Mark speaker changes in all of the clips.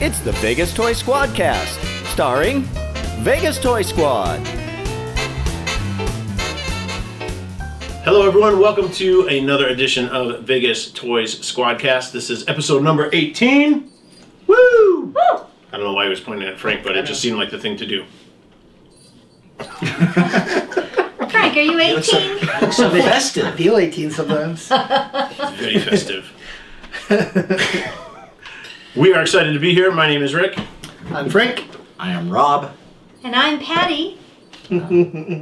Speaker 1: It's the Vegas Toy Squad cast, starring Vegas Toy Squad.
Speaker 2: Hello, everyone. Welcome to another edition of Vegas Toys Squadcast. This is episode number 18. Woo! Woo! I don't know why he was pointing at Frank, but it just seemed like the thing to do.
Speaker 3: Frank, are you 18?
Speaker 4: So festive. Feel 18 sometimes.
Speaker 2: Very festive. we are excited to be here. My name is Rick.
Speaker 4: I'm Frank.
Speaker 5: I am Rob.
Speaker 3: And I'm Patty.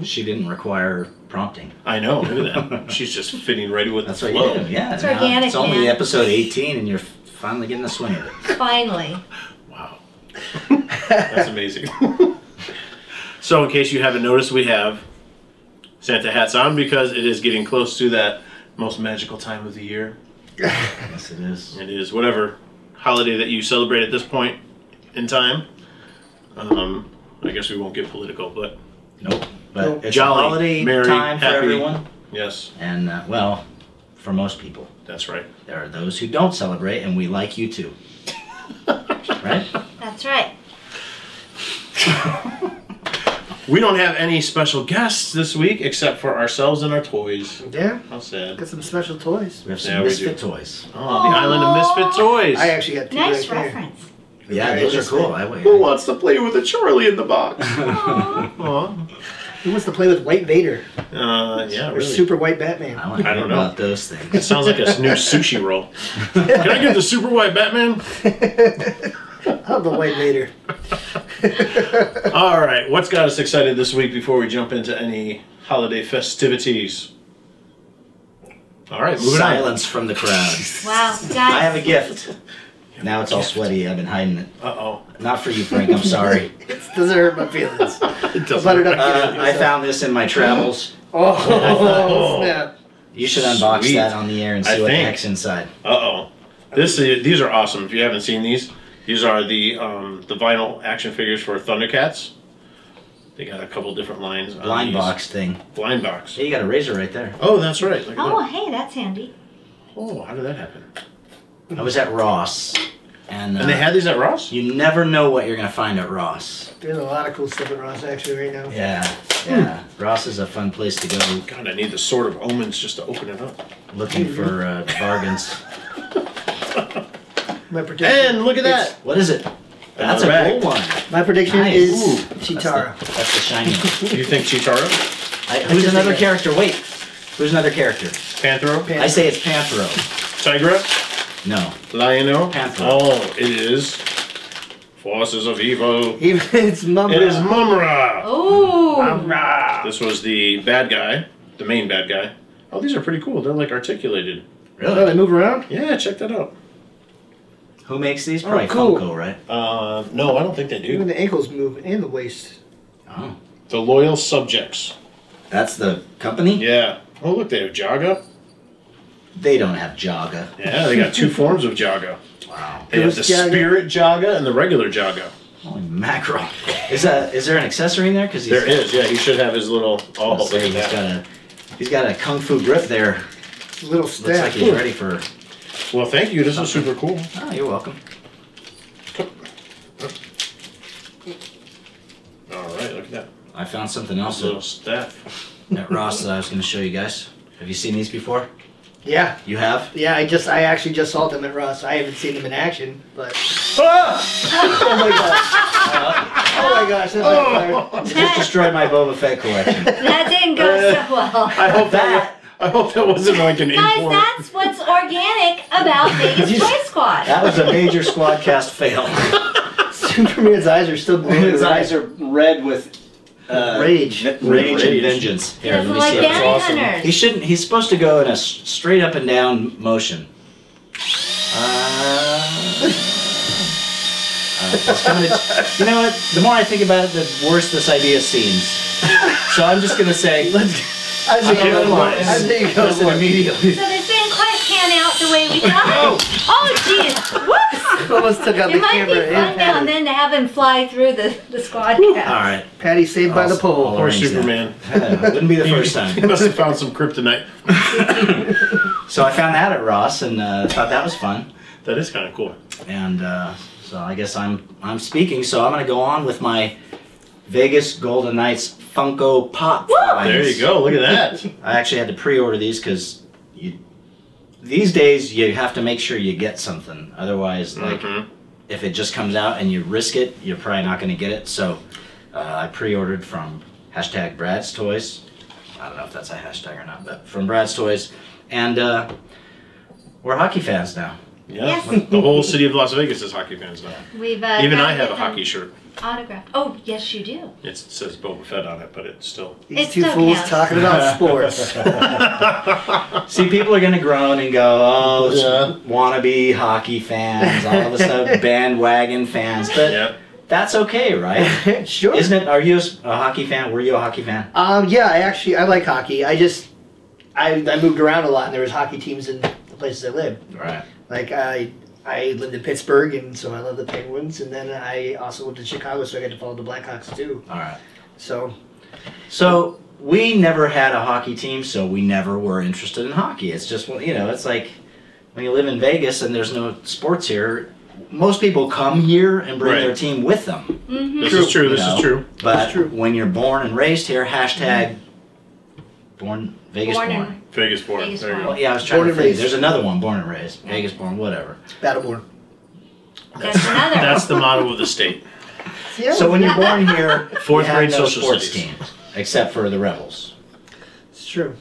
Speaker 5: She didn't require prompting.
Speaker 2: I know. Look at that. She's just fitting right in with
Speaker 5: That's
Speaker 2: the
Speaker 5: what
Speaker 2: flow.
Speaker 5: you do. Yeah, it's
Speaker 3: organic,
Speaker 5: It's only
Speaker 3: man.
Speaker 5: episode 18, and you're finally getting the swing of it.
Speaker 3: Finally.
Speaker 2: Wow. That's amazing. so, in case you haven't noticed, we have Santa hats on because it is getting close to that most magical time of the year.
Speaker 5: Yes, it is.
Speaker 2: It is whatever holiday that you celebrate at this point in time. Um, I guess we won't get political, but
Speaker 5: Nope. But
Speaker 4: Nope.
Speaker 5: it's
Speaker 2: Jolly,
Speaker 5: a holiday
Speaker 2: merry,
Speaker 5: time for
Speaker 2: happy.
Speaker 5: everyone,
Speaker 2: yes,
Speaker 5: and uh, well, for most people.
Speaker 2: that's right.
Speaker 5: There are those who don't celebrate, and we like you too. right?
Speaker 3: That's right.
Speaker 2: We don't have any special guests this week except for ourselves and our toys.
Speaker 4: Yeah.
Speaker 2: How sad.
Speaker 4: Got some special toys.
Speaker 5: We have
Speaker 2: Yeah,
Speaker 5: some
Speaker 2: we
Speaker 5: misfit
Speaker 2: do.
Speaker 5: toys.
Speaker 2: Oh, the island of misfit toys.
Speaker 4: I actually got two
Speaker 3: Nice
Speaker 4: right
Speaker 3: reference.
Speaker 5: Yeah,
Speaker 4: Very
Speaker 5: those are
Speaker 4: interesting.
Speaker 5: cool. I
Speaker 2: Who
Speaker 5: wait.
Speaker 2: wants to play with a Charlie in the box?
Speaker 3: Aw.
Speaker 2: Aw.
Speaker 4: there. Who wants to play with White Vader
Speaker 2: Uh, yeah,
Speaker 4: or
Speaker 2: really.
Speaker 4: Super White Batman?
Speaker 5: I want to
Speaker 2: I
Speaker 5: hear
Speaker 2: don't know.
Speaker 5: about those
Speaker 2: It
Speaker 5: things.
Speaker 2: sounds like a new sushi roll. Can I get the super white Batman?
Speaker 4: I love the White Vader.
Speaker 2: All right, what's got us excited this week before we jump into any holiday festivities? All right, moving
Speaker 5: Silence from the crowd.
Speaker 3: wow, guys.
Speaker 5: I have a gift. Now it's all sweaty. I've been hiding it.
Speaker 2: on. Uh oh.
Speaker 5: Not for you, Frank. I'm sorry.
Speaker 4: It doesn't hurt my feelings.
Speaker 2: It
Speaker 4: I'll let it up.
Speaker 5: Uh, I found this in my travels.
Speaker 4: Oh,
Speaker 2: Oh.
Speaker 4: snap.
Speaker 5: You should unbox
Speaker 2: Sweet.
Speaker 5: that on the air and see
Speaker 2: I
Speaker 5: what the
Speaker 2: think.
Speaker 5: heck's inside.
Speaker 2: Uh oh. This is, these are awesome. If you haven't seen these, these are the um, the vinyl action figures for Thundercats. They got a couple different lines. on
Speaker 5: Blind
Speaker 2: these.
Speaker 5: box thing.
Speaker 2: Blind box.
Speaker 5: Hey, you got a razor right there.
Speaker 2: Oh, that's right. Look at
Speaker 3: Oh,
Speaker 2: that.
Speaker 3: hey, that's handy.
Speaker 2: Oh, how did that happen?
Speaker 5: I was at Ross, and, uh,
Speaker 2: And they had these at Ross.
Speaker 5: you never know what you're gonna find at Ross.
Speaker 4: There's a lot of cool stuff at Ross actually right now.
Speaker 5: Yeah, yeah. Ross is a fun place to go
Speaker 2: God, I need the Sword of Omens just to open it up.
Speaker 5: looking for uh, bargains.
Speaker 4: My prediction.
Speaker 2: And look at that.
Speaker 5: What is it? That's a
Speaker 2: rag.
Speaker 5: cool one.
Speaker 4: my prediction
Speaker 5: Nice.
Speaker 4: is
Speaker 2: Ooh.
Speaker 4: Chitara.
Speaker 5: That's the, that's the shiny. one.
Speaker 2: Do you think Chitara?
Speaker 5: I, who's
Speaker 4: just
Speaker 5: another
Speaker 4: think-
Speaker 5: character? Wait, who's another character?
Speaker 2: Panthro?
Speaker 4: Pan-
Speaker 5: I say it's Panthro.
Speaker 2: Tigra?
Speaker 5: No,
Speaker 2: Lion-O?
Speaker 5: Panther.
Speaker 2: Oh, it is. Forces of Evil.
Speaker 4: Even it's Mumra.
Speaker 2: It is Mumra.
Speaker 3: Oh,
Speaker 2: This was the bad guy, the main bad guy. Oh, these are pretty cool. They're like articulated.
Speaker 4: Oh, they
Speaker 5: really?
Speaker 4: move around?
Speaker 2: Yeah, check that out.
Speaker 5: Who makes these?
Speaker 2: Oh,
Speaker 5: Probably
Speaker 4: cool.
Speaker 5: Funko, right?
Speaker 2: Uh, no, I don't think they
Speaker 4: Even
Speaker 2: do.
Speaker 4: the ankles move and the waist.
Speaker 5: Oh,
Speaker 2: The Loyal Subjects.
Speaker 5: that's the company.
Speaker 2: Yeah. Oh, look, they have Jaga.
Speaker 5: They don't have Jaga.
Speaker 2: Yeah, they got two forms of Jaga.
Speaker 5: Wow.
Speaker 2: They have the
Speaker 4: Ghost Jaga.
Speaker 2: Spirit Jaga and the regular Jaga.
Speaker 5: Holy mackerel. Is that is there an accessory in there? Because
Speaker 2: There is. Yeah, he should have his little. Oh, look at
Speaker 5: He's got
Speaker 2: that.
Speaker 5: a he's got a kung fu grip there.
Speaker 4: Little
Speaker 5: Looks like
Speaker 4: staff.
Speaker 5: he's ready for.
Speaker 2: Well, thank you. This is super cool.
Speaker 5: Oh, you're welcome.
Speaker 2: All right, look at that.
Speaker 5: I found something else
Speaker 2: Little
Speaker 5: at,
Speaker 2: staff.
Speaker 5: at Ross that I was going to show you guys. Have you seen these before?
Speaker 4: yeah.
Speaker 5: You have.
Speaker 4: Yeah, I just I actually just saw them at Ross. I haven't seen them in action, but
Speaker 2: Ah!
Speaker 4: oh my gosh. Oh my gosh, that's backfired.
Speaker 5: You just destroyed my Boba Fett collection.
Speaker 3: that didn't go so well.
Speaker 2: I hope that.
Speaker 5: That-
Speaker 2: I hope that wasn't like an
Speaker 3: Guys,
Speaker 2: import.
Speaker 3: that's what's organic about Vegas
Speaker 5: You-
Speaker 3: Toy Squad.
Speaker 5: That was a major squad cast fail.
Speaker 4: Superman's eyes are still blue.
Speaker 5: Oh. His eyes are red with uh,
Speaker 4: Rage.
Speaker 5: ve-
Speaker 2: Rage.
Speaker 5: rage, and vengeance.
Speaker 3: He
Speaker 5: Here, let
Speaker 3: doesn't
Speaker 5: me
Speaker 3: like
Speaker 5: see.
Speaker 3: bounty
Speaker 5: it.
Speaker 2: awesome.
Speaker 5: He
Speaker 3: hunters.
Speaker 5: shouldn't. He's supposed to go in a s- straight up and down motion. Uh, uh, it's kinda- you know what? The more I think about it, the worse this idea seems. So I'm just gonna say, let's
Speaker 4: I think
Speaker 5: give
Speaker 4: you
Speaker 5: it
Speaker 4: got
Speaker 5: a
Speaker 4: one.
Speaker 5: one.
Speaker 4: I think you got
Speaker 5: Listen
Speaker 4: one.
Speaker 5: immediately.
Speaker 3: So this didn't quite pan out the way we thought. Oh, jeez. Whoops.
Speaker 4: Almost took out the
Speaker 3: It might be fun
Speaker 4: camera. and
Speaker 3: now and
Speaker 4: Patty.
Speaker 3: then to have him fly through the, the squad
Speaker 5: All
Speaker 3: car.
Speaker 5: right.
Speaker 4: Patty saved by
Speaker 5: I'll-
Speaker 4: the
Speaker 5: I'll
Speaker 4: pole.
Speaker 2: Poor
Speaker 5: arrange that.
Speaker 2: Superman.
Speaker 5: Uh, wouldn't be the first
Speaker 2: He
Speaker 5: time.
Speaker 2: must have found some kryptonite.
Speaker 5: So I found that at Ross and uh, thought that was fun.
Speaker 2: That is kind of cool.
Speaker 5: And uh, So I guess I'm I'm speaking. So I'm gonna go on with my Vegas Golden Knights Funko Pop. finds.
Speaker 2: There you go. Look at that.
Speaker 5: I actually had to pre-order these because you these days you have to make sure you get something. Otherwise, like
Speaker 2: Mhm.
Speaker 5: if it just comes out and you risk it, you're probably not going to get it. So uh, I pre-ordered from hashtag Brad's Toys. I don't know if that's a hashtag or not, but from Brad's Toys, and uh, we're hockey fans now.
Speaker 2: Yeah.
Speaker 3: Yes.
Speaker 2: The whole city of Las Vegas is hockey fans now.
Speaker 3: We've uh,
Speaker 2: Even
Speaker 3: gotta
Speaker 2: I have
Speaker 3: get
Speaker 2: a
Speaker 3: them
Speaker 2: hockey shirt.
Speaker 3: autographed. Oh yes, you do.
Speaker 2: It says Boba Fett on it, but it's still.
Speaker 4: These
Speaker 3: It's
Speaker 4: two fools
Speaker 3: okay.
Speaker 4: talking about sports.
Speaker 5: See, people are gonna groan and go, "Oh, it's
Speaker 4: Yeah.
Speaker 5: wannabe hockey fans, all of a sudden bandwagon fans," but
Speaker 2: Yeah.
Speaker 5: that's okay, right?
Speaker 4: sure.
Speaker 5: Isn't it? Are you a s- a hockey fan? Were you a hockey fan?
Speaker 4: Um, yeah, I actually I like hockey. I just I, I moved around a lot, and there was hockey teams in the places I lived.
Speaker 5: Right.
Speaker 4: Like I I lived in Pittsburgh, and so I love the Penguins, and then I also lived in Chicago, so I got to follow the Blackhawks too.
Speaker 5: All right.
Speaker 4: So
Speaker 5: So we never had a hockey team, so we never were interested in hockey. It's just well, you know, it's like when you live in Vegas and there's no sports here. Most people come here and bring
Speaker 2: Right.
Speaker 5: their team with them.
Speaker 3: Mm-hmm.
Speaker 2: This
Speaker 4: True.
Speaker 2: is true. This
Speaker 5: No.
Speaker 2: is true.
Speaker 5: But
Speaker 4: That's true. Mm-hmm.
Speaker 5: when you're born and raised here, hashtag born Vegas born.
Speaker 3: Born and-
Speaker 2: Vegas born.
Speaker 3: Vegas
Speaker 2: there you
Speaker 3: born.
Speaker 5: Well, Oh, yeah, I was trying
Speaker 4: Born
Speaker 5: to
Speaker 4: and
Speaker 5: think.
Speaker 4: raised.
Speaker 5: There's another one, born and raised, Vegas born, whatever.
Speaker 4: Battleborn.
Speaker 3: That's another.
Speaker 2: go. That's the motto of the state.
Speaker 4: Yeah.
Speaker 5: So when you're born here,
Speaker 2: Fourth
Speaker 5: you have
Speaker 2: grade
Speaker 5: no
Speaker 2: social
Speaker 5: sports
Speaker 2: studies.
Speaker 5: teams except for the Rebels.
Speaker 4: it's true.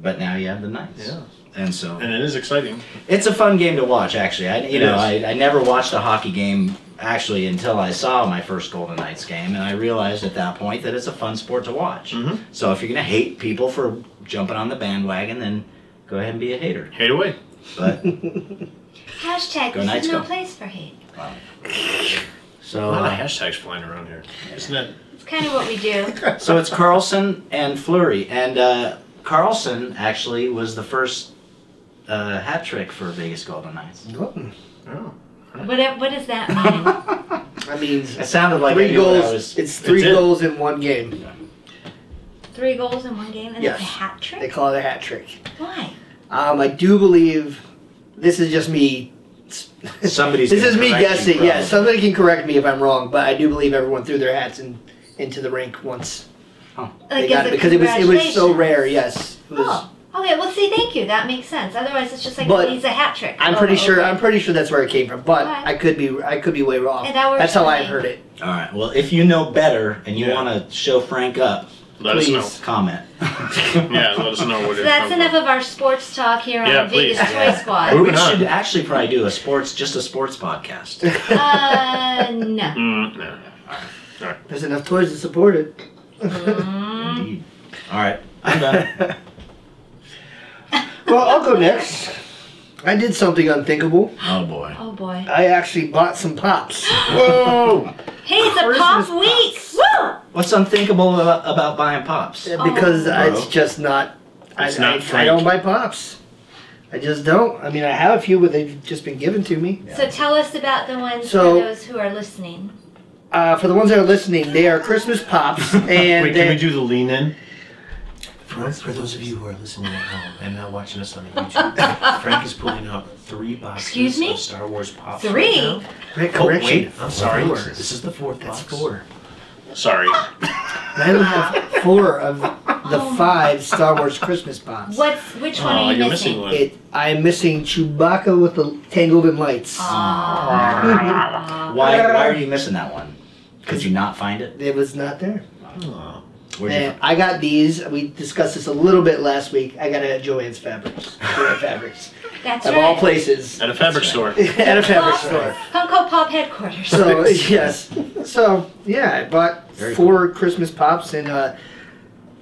Speaker 5: But now you have the Knights.
Speaker 2: Yeah.
Speaker 5: And so
Speaker 2: And it is exciting.
Speaker 5: It's a fun game to watch, actually. I, you
Speaker 2: It
Speaker 5: know, I,
Speaker 2: is.
Speaker 5: I never watched a hockey game actually until I saw my first Golden Knights game, and I realized at that point that it's a fun sport to watch.
Speaker 2: Mhm.
Speaker 5: So if you're gonna hate people for jumping on the bandwagon, then go ahead and be a hater.
Speaker 2: Hate away.
Speaker 5: But
Speaker 3: Hashtag.
Speaker 5: Go
Speaker 3: This
Speaker 5: Knights,
Speaker 3: is no
Speaker 5: go.
Speaker 3: place for hate.
Speaker 2: A
Speaker 5: so
Speaker 2: lot of
Speaker 5: uh,
Speaker 2: hashtags flying around here. Isn't it?
Speaker 3: It's kind of what we do.
Speaker 5: so it's Carlson and Fleury, and uh, Carlson actually was the first uh, hat trick for Vegas Golden Knights.
Speaker 4: Mm.
Speaker 2: Oh.
Speaker 3: What e-, what does that mean?
Speaker 4: That means
Speaker 5: It sounded like I
Speaker 4: three
Speaker 5: knew what I
Speaker 4: goals.
Speaker 5: was-
Speaker 4: it's three
Speaker 2: That's it.
Speaker 4: goals in one game.
Speaker 3: Three goals in one game and it's a
Speaker 4: Yes.
Speaker 3: hat
Speaker 4: They
Speaker 3: trick.
Speaker 4: call it a hat trick.
Speaker 3: Why?
Speaker 4: Um, I do believe this is just me.
Speaker 5: Somebody's
Speaker 4: this
Speaker 5: gonna
Speaker 4: is me
Speaker 5: correct you,
Speaker 4: guessing. Yeah,
Speaker 5: probably.
Speaker 4: somebody can correct me if I'm wrong, but I do believe everyone threw their hats in, into the rink once
Speaker 3: Like
Speaker 4: they got
Speaker 3: as
Speaker 4: it
Speaker 3: a
Speaker 4: because it was it was so
Speaker 3: congratulations.
Speaker 4: rare. Yes, It was-
Speaker 3: Oh. Okay, well, see, thank you. That makes sense. Otherwise, it's just like
Speaker 4: But
Speaker 3: he's a hat trick.
Speaker 4: I'm
Speaker 3: Oh,
Speaker 4: pretty sure.
Speaker 3: okay.
Speaker 4: I'm pretty sure that's where it came from, but
Speaker 3: Alright.
Speaker 4: I could be. I could be way wrong.
Speaker 3: Yeah, that works
Speaker 4: that's how
Speaker 3: for
Speaker 4: I
Speaker 3: me.
Speaker 4: heard it.
Speaker 5: All right. Well, if you know better and you
Speaker 2: Yeah.
Speaker 5: want to show Frank up,
Speaker 2: Let us
Speaker 4: Please.
Speaker 5: comment.
Speaker 2: know. Yeah, let us know what it's
Speaker 3: So that's enough of our sports talk here
Speaker 2: Yeah,
Speaker 3: on Vegas
Speaker 2: please.
Speaker 3: Toy Squad.
Speaker 2: Ooh.
Speaker 5: we
Speaker 2: Moving on.
Speaker 5: should actually probably do a sports, just a sports podcast.
Speaker 3: Uh, no.
Speaker 2: Mm, no.
Speaker 4: There's enough toys to support it.
Speaker 3: Mm,
Speaker 5: Indeed. All right. I'm done.
Speaker 4: Well, I'll go next. I did something unthinkable.
Speaker 5: oh boy.
Speaker 3: Oh boy.
Speaker 4: I actually bought some pops.
Speaker 2: Whoa!
Speaker 3: Hey, it's a
Speaker 4: Christmas
Speaker 3: pop week. Woo!
Speaker 5: What's unthinkable about, about buying pops?
Speaker 4: Yeah, because
Speaker 3: Oh.
Speaker 4: I- it's just not.
Speaker 2: It's
Speaker 4: I,
Speaker 2: not
Speaker 4: I, I
Speaker 2: Frank.
Speaker 4: don't buy pops. I just don't. I mean, I have a few, but they've just been given to me.
Speaker 3: So tell us about the ones
Speaker 4: So-
Speaker 3: for those who are listening.
Speaker 4: Uh, for the ones that are listening, they are Christmas pops, and
Speaker 2: Wait,
Speaker 4: they,
Speaker 2: can we do the lean in?
Speaker 6: For, for those of you who are listening at home and not watching us on YouTube, Frank is pulling out three boxes
Speaker 3: Excuse me?
Speaker 6: of Star Wars pops.
Speaker 3: Three?
Speaker 6: right now.
Speaker 4: Correct-
Speaker 6: Oh,
Speaker 4: correction.
Speaker 6: wait, I'm sorry.
Speaker 4: Four.
Speaker 6: This is the fourth box.
Speaker 2: Sorry.
Speaker 4: I only have four of the five Star Wars Christmas pops.
Speaker 3: What's which one
Speaker 2: Oh,
Speaker 3: are you
Speaker 2: you're
Speaker 3: missing?
Speaker 2: missing one.
Speaker 4: It, I am missing Chewbacca with the tangled in lights.
Speaker 3: Ah,
Speaker 5: Why? Why are you missing that one? Could you not find it?
Speaker 4: It was not there.
Speaker 2: Oh.
Speaker 5: Where'd you
Speaker 4: And I got these. We discussed this a little bit last week. I got it at Joanne's Fabrics. Joanne Fabrics.
Speaker 3: That's
Speaker 4: of
Speaker 3: right.
Speaker 4: all places.
Speaker 2: At a fabric
Speaker 5: right.
Speaker 2: store.
Speaker 4: at a fabric
Speaker 3: Pop-
Speaker 4: store.
Speaker 3: Funko Pop headquarters.
Speaker 4: So, yes. So, yeah, I bought
Speaker 5: Very
Speaker 4: four Christmas pops, and uh,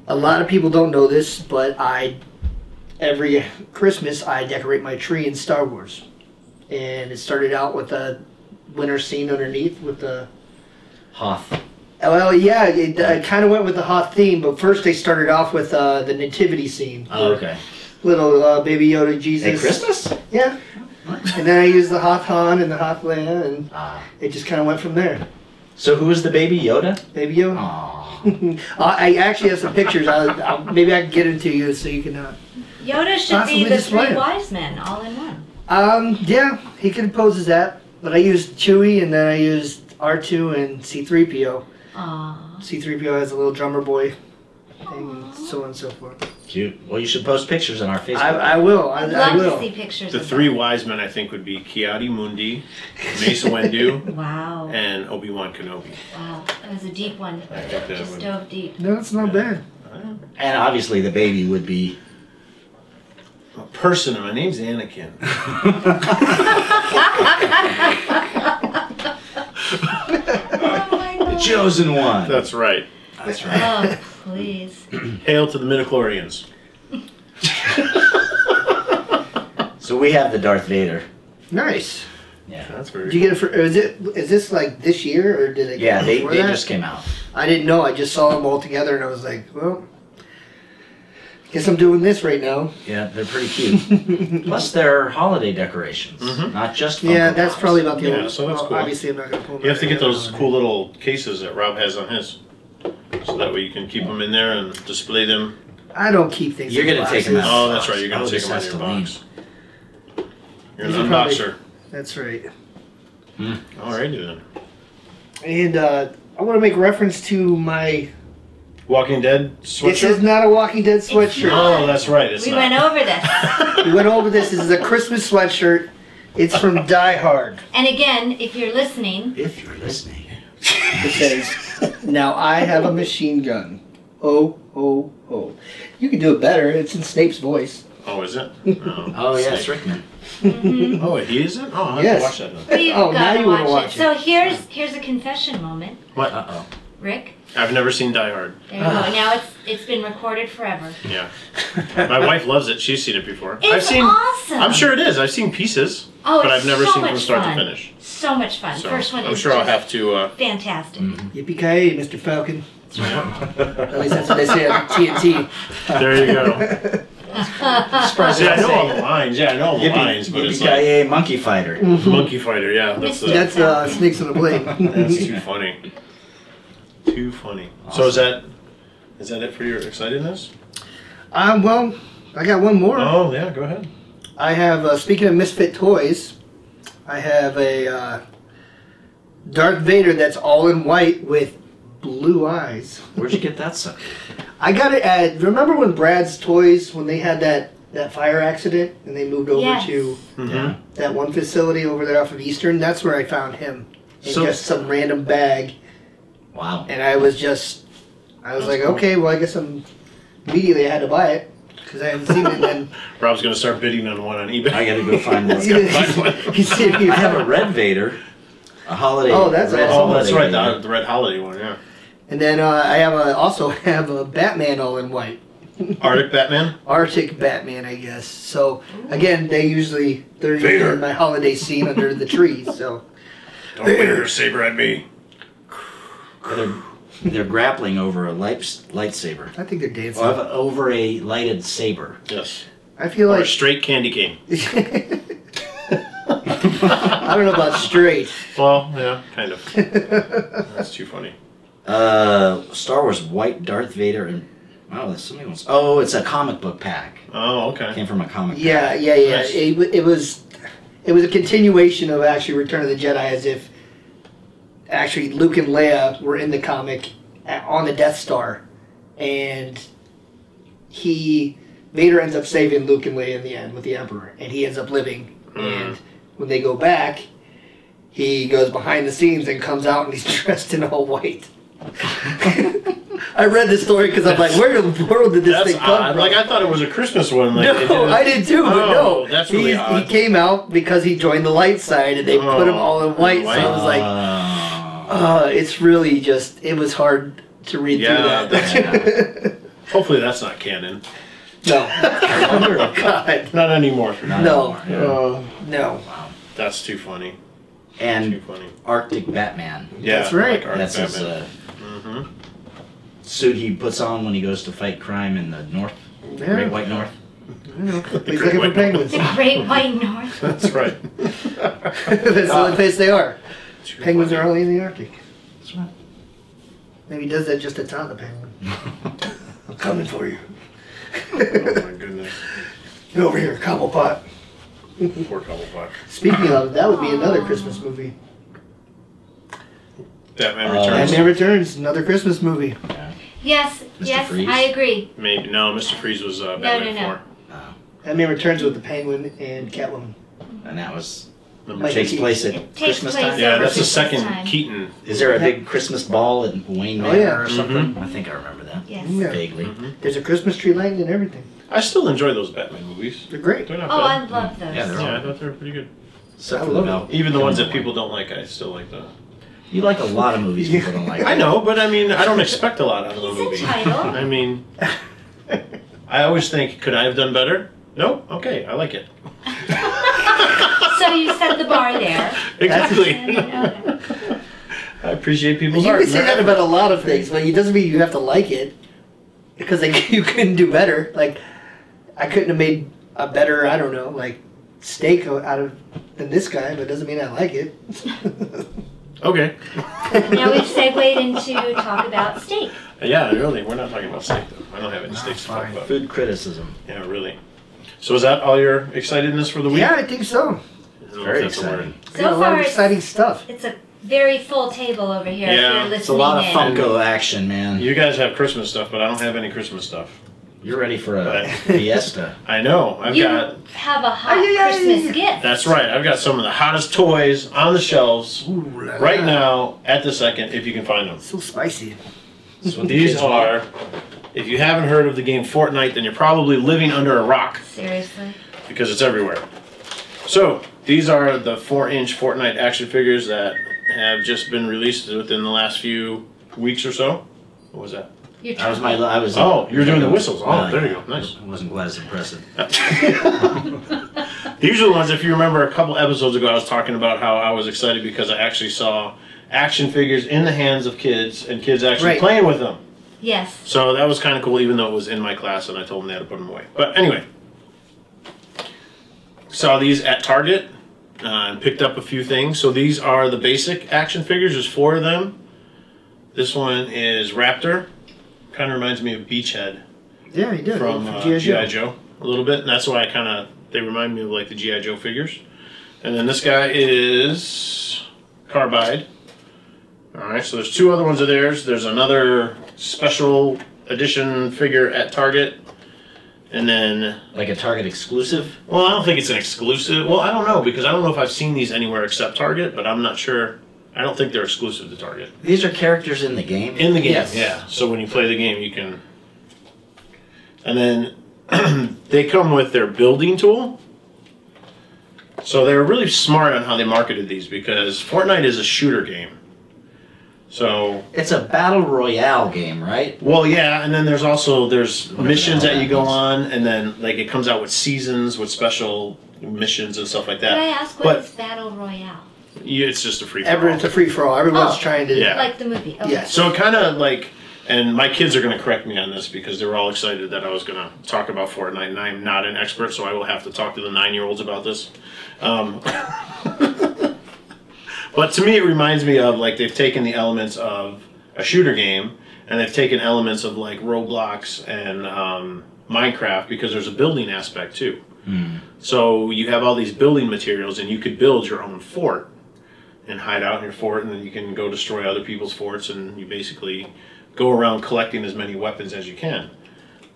Speaker 4: a lot of people don't know this, but I, every Christmas, I decorate my tree in Star Wars. And it started out with a winter scene underneath with the.
Speaker 5: Hoth.
Speaker 4: Well, yeah, it, I kind of went with the hot theme, but first they started off with uh, the nativity scene.
Speaker 5: Oh, okay.
Speaker 4: Little uh, baby Yoda Jesus.
Speaker 5: Hey, Christmas.
Speaker 4: Yeah. And then I used the Hoth Han and the Hoth Leia, and
Speaker 5: Ah.
Speaker 4: it just kind of went from there.
Speaker 5: So who is the baby Yoda?
Speaker 4: Baby Yoda.
Speaker 5: Aw.
Speaker 4: I I actually have some pictures. I'll, I'll, maybe I can get it to you so you can. Uh,
Speaker 3: Yoda should
Speaker 4: Possibly
Speaker 3: be the
Speaker 4: display
Speaker 3: three
Speaker 4: it.
Speaker 3: wise men all in one.
Speaker 4: um, yeah, he can pose as that. But I used Chewie and then I used R2 and C3PO.
Speaker 3: Aw.
Speaker 4: C3PO has a little drummer boy thing and so on and so forth.
Speaker 5: Cute. Well, you should post pictures on our Facebook.
Speaker 4: I, I will. I,
Speaker 3: I'd
Speaker 4: I
Speaker 3: love to
Speaker 4: will.
Speaker 3: see pictures
Speaker 2: The
Speaker 3: of
Speaker 2: three wise men, I think, would be Kiadi Mundi, Mace Windu,
Speaker 3: that. Wow.
Speaker 2: and Obi Wan Kenobi.
Speaker 3: Wow. That was a deep one.
Speaker 2: I think that
Speaker 3: Just
Speaker 2: would-
Speaker 3: dove deep.
Speaker 4: No, it's not bad.
Speaker 5: and obviously, the baby would be.
Speaker 2: A person, my name's Anakin.
Speaker 3: Oh my god.
Speaker 5: Chosen one.
Speaker 2: That's right.
Speaker 5: That's right.
Speaker 3: Oh, please.
Speaker 2: Hail to the midichlorians.
Speaker 5: So we have the Darth Vader.
Speaker 4: Nice.
Speaker 5: Yeah.
Speaker 2: That's very
Speaker 4: Did you get it for? Is it? Is this like this year or did it?
Speaker 5: Yeah,
Speaker 4: come
Speaker 5: they,
Speaker 4: before
Speaker 5: they
Speaker 4: that?
Speaker 5: just came out.
Speaker 4: I didn't know. I just saw them all together and I was like, well, guess I'm doing this right now.
Speaker 5: Yeah, they're pretty cute. Plus, they're holiday decorations, not just. Funko
Speaker 4: yeah, that's
Speaker 5: Pops.
Speaker 4: probably about the
Speaker 2: Yeah,
Speaker 4: only.
Speaker 2: so that's
Speaker 4: well,
Speaker 2: cool.
Speaker 4: Obviously, I'm not gonna pull.
Speaker 2: You have to
Speaker 4: mine
Speaker 2: get
Speaker 4: out.
Speaker 2: those cool little cases that Rob has on his, so that way you can keep them in there and display them.
Speaker 4: I don't keep things.
Speaker 5: You're
Speaker 4: in
Speaker 5: gonna take 'em
Speaker 4: boxes.
Speaker 5: out.
Speaker 2: Oh, that's right. You're gonna
Speaker 5: Oh,
Speaker 2: take
Speaker 5: this
Speaker 2: them out of
Speaker 5: has
Speaker 2: your
Speaker 5: to lean.
Speaker 2: box. You're an
Speaker 4: These are probably-
Speaker 2: unboxer.
Speaker 4: That's right.
Speaker 2: Alrighty then.
Speaker 4: And uh, I want to make reference to my.
Speaker 2: Walking Dead
Speaker 4: This is
Speaker 2: sweatshirt.
Speaker 4: not a Walking Dead sweatshirt.
Speaker 2: Oh, that's right. It's
Speaker 3: we
Speaker 2: not.
Speaker 3: went over this.
Speaker 4: We went over this. This is a Christmas sweatshirt. It's from Die Hard.
Speaker 3: And again, if you're listening,
Speaker 5: If you're listening,
Speaker 4: It says, "Now I have a machine gun." Oh, oh, oh! You can do it better. It's in Snape's voice.
Speaker 2: Oh, is it? No.
Speaker 5: oh yes,
Speaker 2: Snake.
Speaker 5: Rickman.
Speaker 2: Oh, he is it? Oh, I have
Speaker 4: Yes.
Speaker 2: to watch that. Then.
Speaker 3: we've
Speaker 4: Oh, now
Speaker 3: got to
Speaker 4: you
Speaker 3: watch,
Speaker 4: wanna Mm-hmm. watch
Speaker 3: it.
Speaker 4: it.
Speaker 3: So here's here's a confession moment,
Speaker 2: What?
Speaker 5: Uh oh.
Speaker 3: Rick.
Speaker 2: Uh-uh. I've never seen Die Hard.
Speaker 3: There you go. Now it's it's been recorded forever.
Speaker 2: Yeah. My wife loves it. She's seen it before.
Speaker 3: It's
Speaker 2: I've seen.
Speaker 3: awesome.
Speaker 2: I'm sure it is. I've seen pieces,
Speaker 3: Oh,
Speaker 2: but
Speaker 3: it's
Speaker 2: I've never
Speaker 3: so
Speaker 2: seen
Speaker 3: much
Speaker 2: from start
Speaker 3: fun.
Speaker 2: to finish.
Speaker 3: So much fun.
Speaker 2: So
Speaker 3: First one
Speaker 2: I'm
Speaker 3: is
Speaker 2: sure I'll
Speaker 3: just
Speaker 2: have to. Uh,
Speaker 3: fantastic.
Speaker 4: Yippee ki Mr. Falcon! At least that's what they say on TNT.
Speaker 2: there you go.
Speaker 5: Surprised
Speaker 2: Yeah, I know all the lines. Yeah, I know all the lines, but it's like
Speaker 5: Yippee-ki-yay, monkey fighter.
Speaker 2: Monkey Fighter. Yeah, that's the,
Speaker 4: That's uh, Snakes on a Plane.
Speaker 2: that's too funny. Too funny. So is that is that it for your excitedness?
Speaker 4: um, well, I got one more.
Speaker 2: Oh yeah, go ahead.
Speaker 4: I have. Uh, speaking of misfit toys, I have a uh, Darth Vader that's all in white with blue eyes.
Speaker 5: Where'd you get that sucker?
Speaker 4: I got it at. Remember when Brad's Toys when they had that that fire accident and they moved over
Speaker 3: Yes.
Speaker 4: to
Speaker 2: Mm-hmm.
Speaker 5: Yeah.
Speaker 4: that one facility over there off of Eastern? That's where I found him in
Speaker 5: So-
Speaker 4: just some random bag,
Speaker 5: Wow.
Speaker 4: and I was just, I was like, okay, well, I guess I'm immediately I had to buy it because I hadn't seen it. And
Speaker 2: Rob's gonna start bidding on one on
Speaker 5: I
Speaker 2: eBay.
Speaker 5: gotta go find this.
Speaker 4: then
Speaker 2: find one.
Speaker 4: he said,
Speaker 5: I have a red Vader, a holiday.
Speaker 4: Oh, that's
Speaker 5: red
Speaker 4: awesome.
Speaker 2: Oh, that's
Speaker 5: holiday
Speaker 2: right. The,
Speaker 5: Vader.
Speaker 2: the Red Holiday one. Yeah.
Speaker 4: and then uh, I have a, also have a Batman all in white.
Speaker 2: Arctic Batman.
Speaker 4: Arctic Batman, I guess. So again, they usually they're usually in my holiday scene under the tree. So
Speaker 2: Don't wave your saber at me.
Speaker 5: They're, they're grappling over a lights, lightsaber.
Speaker 4: I think they're dancing.
Speaker 5: Or over a lighted saber.
Speaker 2: Yes.
Speaker 4: I feel
Speaker 2: Or a
Speaker 4: like
Speaker 2: straight candy cane.
Speaker 4: I don't know about straight.
Speaker 2: Well, yeah, kind of. That's too funny.
Speaker 5: Uh, Star Wars White Darth Vader and wow, there's so many ones. Oh, it's a comic book pack.
Speaker 2: Oh, okay.
Speaker 5: Came from a comic.
Speaker 4: Yeah, yeah, yeah.
Speaker 2: Nice.
Speaker 4: It, wa- it was, it was a continuation of actually Return of the Jedi, as if actually Luke and Leia were in the comic at, on the Death Star, and he Vader ends up saving Luke and Leia in the end with the Emperor, and he ends up living.
Speaker 2: Mm.
Speaker 4: And when they go back, he goes behind the scenes and comes out, and he's dressed in all white. I read this story because I'm like, where in the world did this
Speaker 2: That's
Speaker 4: thing come
Speaker 2: odd.
Speaker 4: from?
Speaker 2: Like I thought it was a Christmas one. Like they
Speaker 4: No,
Speaker 2: didn't-
Speaker 4: I did too, but
Speaker 2: Oh,
Speaker 4: no.
Speaker 2: that's really
Speaker 4: He's-
Speaker 2: odd.
Speaker 4: He came out because he joined the light side and they put him
Speaker 2: Oh,
Speaker 4: all in white, so I was like,
Speaker 5: Uh,
Speaker 4: uh, it's really just, it was hard to read
Speaker 2: Yeah,
Speaker 4: through
Speaker 2: that's,
Speaker 5: yeah.
Speaker 2: hopefully that's not canon.
Speaker 4: that.
Speaker 5: I wonder-
Speaker 4: No. God.
Speaker 2: Not anymore.
Speaker 5: Not
Speaker 4: No.
Speaker 5: anymore, yeah.
Speaker 4: Uh, No.
Speaker 2: That's too funny. Too
Speaker 5: And
Speaker 2: funny.
Speaker 5: Arctic Batman.
Speaker 2: Yeah,
Speaker 4: That's right.
Speaker 2: like Arctic
Speaker 5: that's his
Speaker 2: Batman. Mm-hmm.
Speaker 5: uh, suit he puts on when he goes to fight crime in the North, Great
Speaker 4: Yeah.
Speaker 5: White North.
Speaker 4: He's looking for penguins.
Speaker 3: The Great White North.
Speaker 2: That's right.
Speaker 4: That's the only place they are.
Speaker 2: Too
Speaker 4: Penguins
Speaker 2: funny.
Speaker 4: are only in the Arctic.
Speaker 5: That's right.
Speaker 4: Maybe he does that just to taunt the penguin. I'm coming for you.
Speaker 2: Oh my goodness.
Speaker 4: Get over here, Cobblepot.
Speaker 2: Poor couple fuck.
Speaker 4: Speaking of, that would be another Christmas movie.
Speaker 2: Batman
Speaker 5: Uh,
Speaker 2: Returns.
Speaker 4: Batman Returns, another Christmas movie.
Speaker 3: Yes,
Speaker 5: Mr.
Speaker 3: yes,
Speaker 5: Freeze?
Speaker 3: I agree.
Speaker 2: Maybe no, Mr. Freeze was uh,
Speaker 3: No,
Speaker 2: Batman
Speaker 3: no, no.
Speaker 2: Four.
Speaker 4: Batman Returns with the Penguin and Catwoman.
Speaker 5: and that was
Speaker 2: Number
Speaker 4: Like-
Speaker 5: takes
Speaker 4: Keaton.
Speaker 5: place at
Speaker 3: Takes
Speaker 5: Christmas
Speaker 3: place
Speaker 5: time.
Speaker 2: Yeah, that's the
Speaker 3: Christmas
Speaker 2: second
Speaker 3: time.
Speaker 2: Keaton.
Speaker 5: Is there a big Christmas ball at Wayne
Speaker 4: Oh,
Speaker 5: Manor
Speaker 4: yeah.
Speaker 5: or something?
Speaker 2: Mm-hmm.
Speaker 5: I think I remember that
Speaker 3: Yes.
Speaker 4: Yeah.
Speaker 5: vaguely.
Speaker 4: There's a Christmas tree lighting and everything.
Speaker 2: I still enjoy those Batman movies.
Speaker 4: They're great.
Speaker 2: They're not
Speaker 3: Oh, I
Speaker 2: bad.
Speaker 3: love those.
Speaker 5: Yeah, they're all-
Speaker 2: yeah, I thought they were pretty good.
Speaker 5: Except
Speaker 4: I
Speaker 5: for the bell.
Speaker 4: love
Speaker 2: Even the ones that people don't like, I still like them.
Speaker 5: You like a lot of movies people don't like.
Speaker 2: I know, but I mean, I don't expect a lot out of the
Speaker 3: He's
Speaker 2: movie.
Speaker 3: entitled.
Speaker 2: I mean, I always think, could I have done better? No. Okay, I like it.
Speaker 3: so you set the bar there.
Speaker 2: Exactly.
Speaker 3: And, okay.
Speaker 2: I appreciate people's
Speaker 4: You
Speaker 2: art.
Speaker 4: can say that about a lot of things, but it doesn't mean you have to like it because like you couldn't do better. Like I couldn't have made a better, I don't know, like steak o- out of than this guy, but it doesn't mean I like it.
Speaker 2: okay.
Speaker 3: now we've segued into talk about steak.
Speaker 2: Yeah, really. We're not talking about steak though. I don't have any steaks to talk
Speaker 6: fine.
Speaker 2: about.
Speaker 5: Food criticism.
Speaker 2: Yeah, really. So is that all your excitedness for the week?
Speaker 4: yeah, I think so.
Speaker 2: I don't know if
Speaker 5: Very
Speaker 2: that's a word.
Speaker 5: exciting.
Speaker 4: I got
Speaker 3: So
Speaker 4: a lot
Speaker 3: far,
Speaker 4: of
Speaker 3: it's,
Speaker 4: exciting stuff.
Speaker 3: it's a very full table over here.
Speaker 2: Yeah,
Speaker 3: if you're listening
Speaker 5: It's a lot of
Speaker 3: in.
Speaker 5: Funko action, man.
Speaker 2: You guys have Christmas stuff, but I don't have any Christmas stuff.
Speaker 5: You're ready for a
Speaker 2: Right.
Speaker 5: fiesta.
Speaker 2: I know. I've
Speaker 3: You
Speaker 2: got.
Speaker 3: have a hot
Speaker 4: Ay, ay, ay.
Speaker 3: Christmas gift.
Speaker 2: That's right. I've got some of the hottest toys on the shelves
Speaker 4: Ooh, la
Speaker 2: right
Speaker 4: la.
Speaker 2: now at the second, if you can find them.
Speaker 4: So spicy.
Speaker 5: That's what the
Speaker 2: These
Speaker 5: kids want.
Speaker 2: are. If you haven't heard of the game Fortnite, then you're probably living under a rock
Speaker 3: Seriously.
Speaker 2: because it's everywhere. So these are the four-inch Fortnite action figures that have just been released within the last few weeks or so. What was that?
Speaker 3: You're
Speaker 5: That was my. I was.
Speaker 2: Oh, you were doing the whistles. Oh, there you go. Nice.
Speaker 5: I wasn't quite as impressive.
Speaker 2: These are the ones, if you remember a couple episodes ago, I was talking about how I was excited because I actually saw action figures in the hands of kids and kids actually
Speaker 4: Right.
Speaker 2: playing with them.
Speaker 3: Yes.
Speaker 2: So that was kind of cool, even though it was in my class and I told them they had to put them away. But anyway, saw these at Target uh, and picked up a few things. So these are the basic action figures, there's four of them. This one is Raptor, kind of reminds me of Beachhead
Speaker 4: Yeah, he did.
Speaker 2: from
Speaker 4: From
Speaker 2: uh,
Speaker 4: G.I.
Speaker 2: GI
Speaker 4: Joe.
Speaker 2: Joe a little bit, and that's why I kind of they remind me of like the GI Joe figures. And then this guy is Carbide. All right, so there's two other ones of theirs. There's another special edition figure at Target, and then
Speaker 5: Like a Target exclusive.
Speaker 2: well, I don't think it's an exclusive. Well, I don't know because I don't know if I've seen these anywhere except Target, but I'm not sure. I don't think they're exclusive to Target.
Speaker 5: These are characters in the game.
Speaker 2: In the game,
Speaker 4: Yes.
Speaker 2: yeah. So when you play the game, you can. And then they come with their building tool. So they were really smart on how they marketed these because Fortnite is a shooter game. So
Speaker 5: It's a battle royale game, right?
Speaker 2: well, yeah, and then there's also there's
Speaker 5: Whatever
Speaker 2: missions
Speaker 5: the hell
Speaker 2: that you
Speaker 5: that
Speaker 2: go
Speaker 5: means.
Speaker 2: on, and then like it comes out with seasons with special missions and stuff like
Speaker 3: Could I
Speaker 2: that.
Speaker 3: ask what
Speaker 2: But-
Speaker 3: is Battle Royale?
Speaker 2: You, it's just a free. for
Speaker 4: Every,
Speaker 2: all.
Speaker 4: it's a free for all. Everyone's
Speaker 3: Oh.
Speaker 4: trying to.
Speaker 2: Yeah.
Speaker 3: Like the movie. Okay.
Speaker 4: Yes.
Speaker 2: So it kind of like, and my kids are going to correct me on this because they were all excited that I was going to talk about Fortnite, and I'm not an expert, so I will have to talk to the nine year olds about this. Um, but to me, it reminds me of like they've taken the elements of a shooter game and they've taken elements of like Roblox and um, Minecraft because there's a building aspect too. So you have all these building materials, and you could build your own fort and hide out in your fort, and then you can go destroy other people's forts, and you basically go around collecting as many weapons as you can.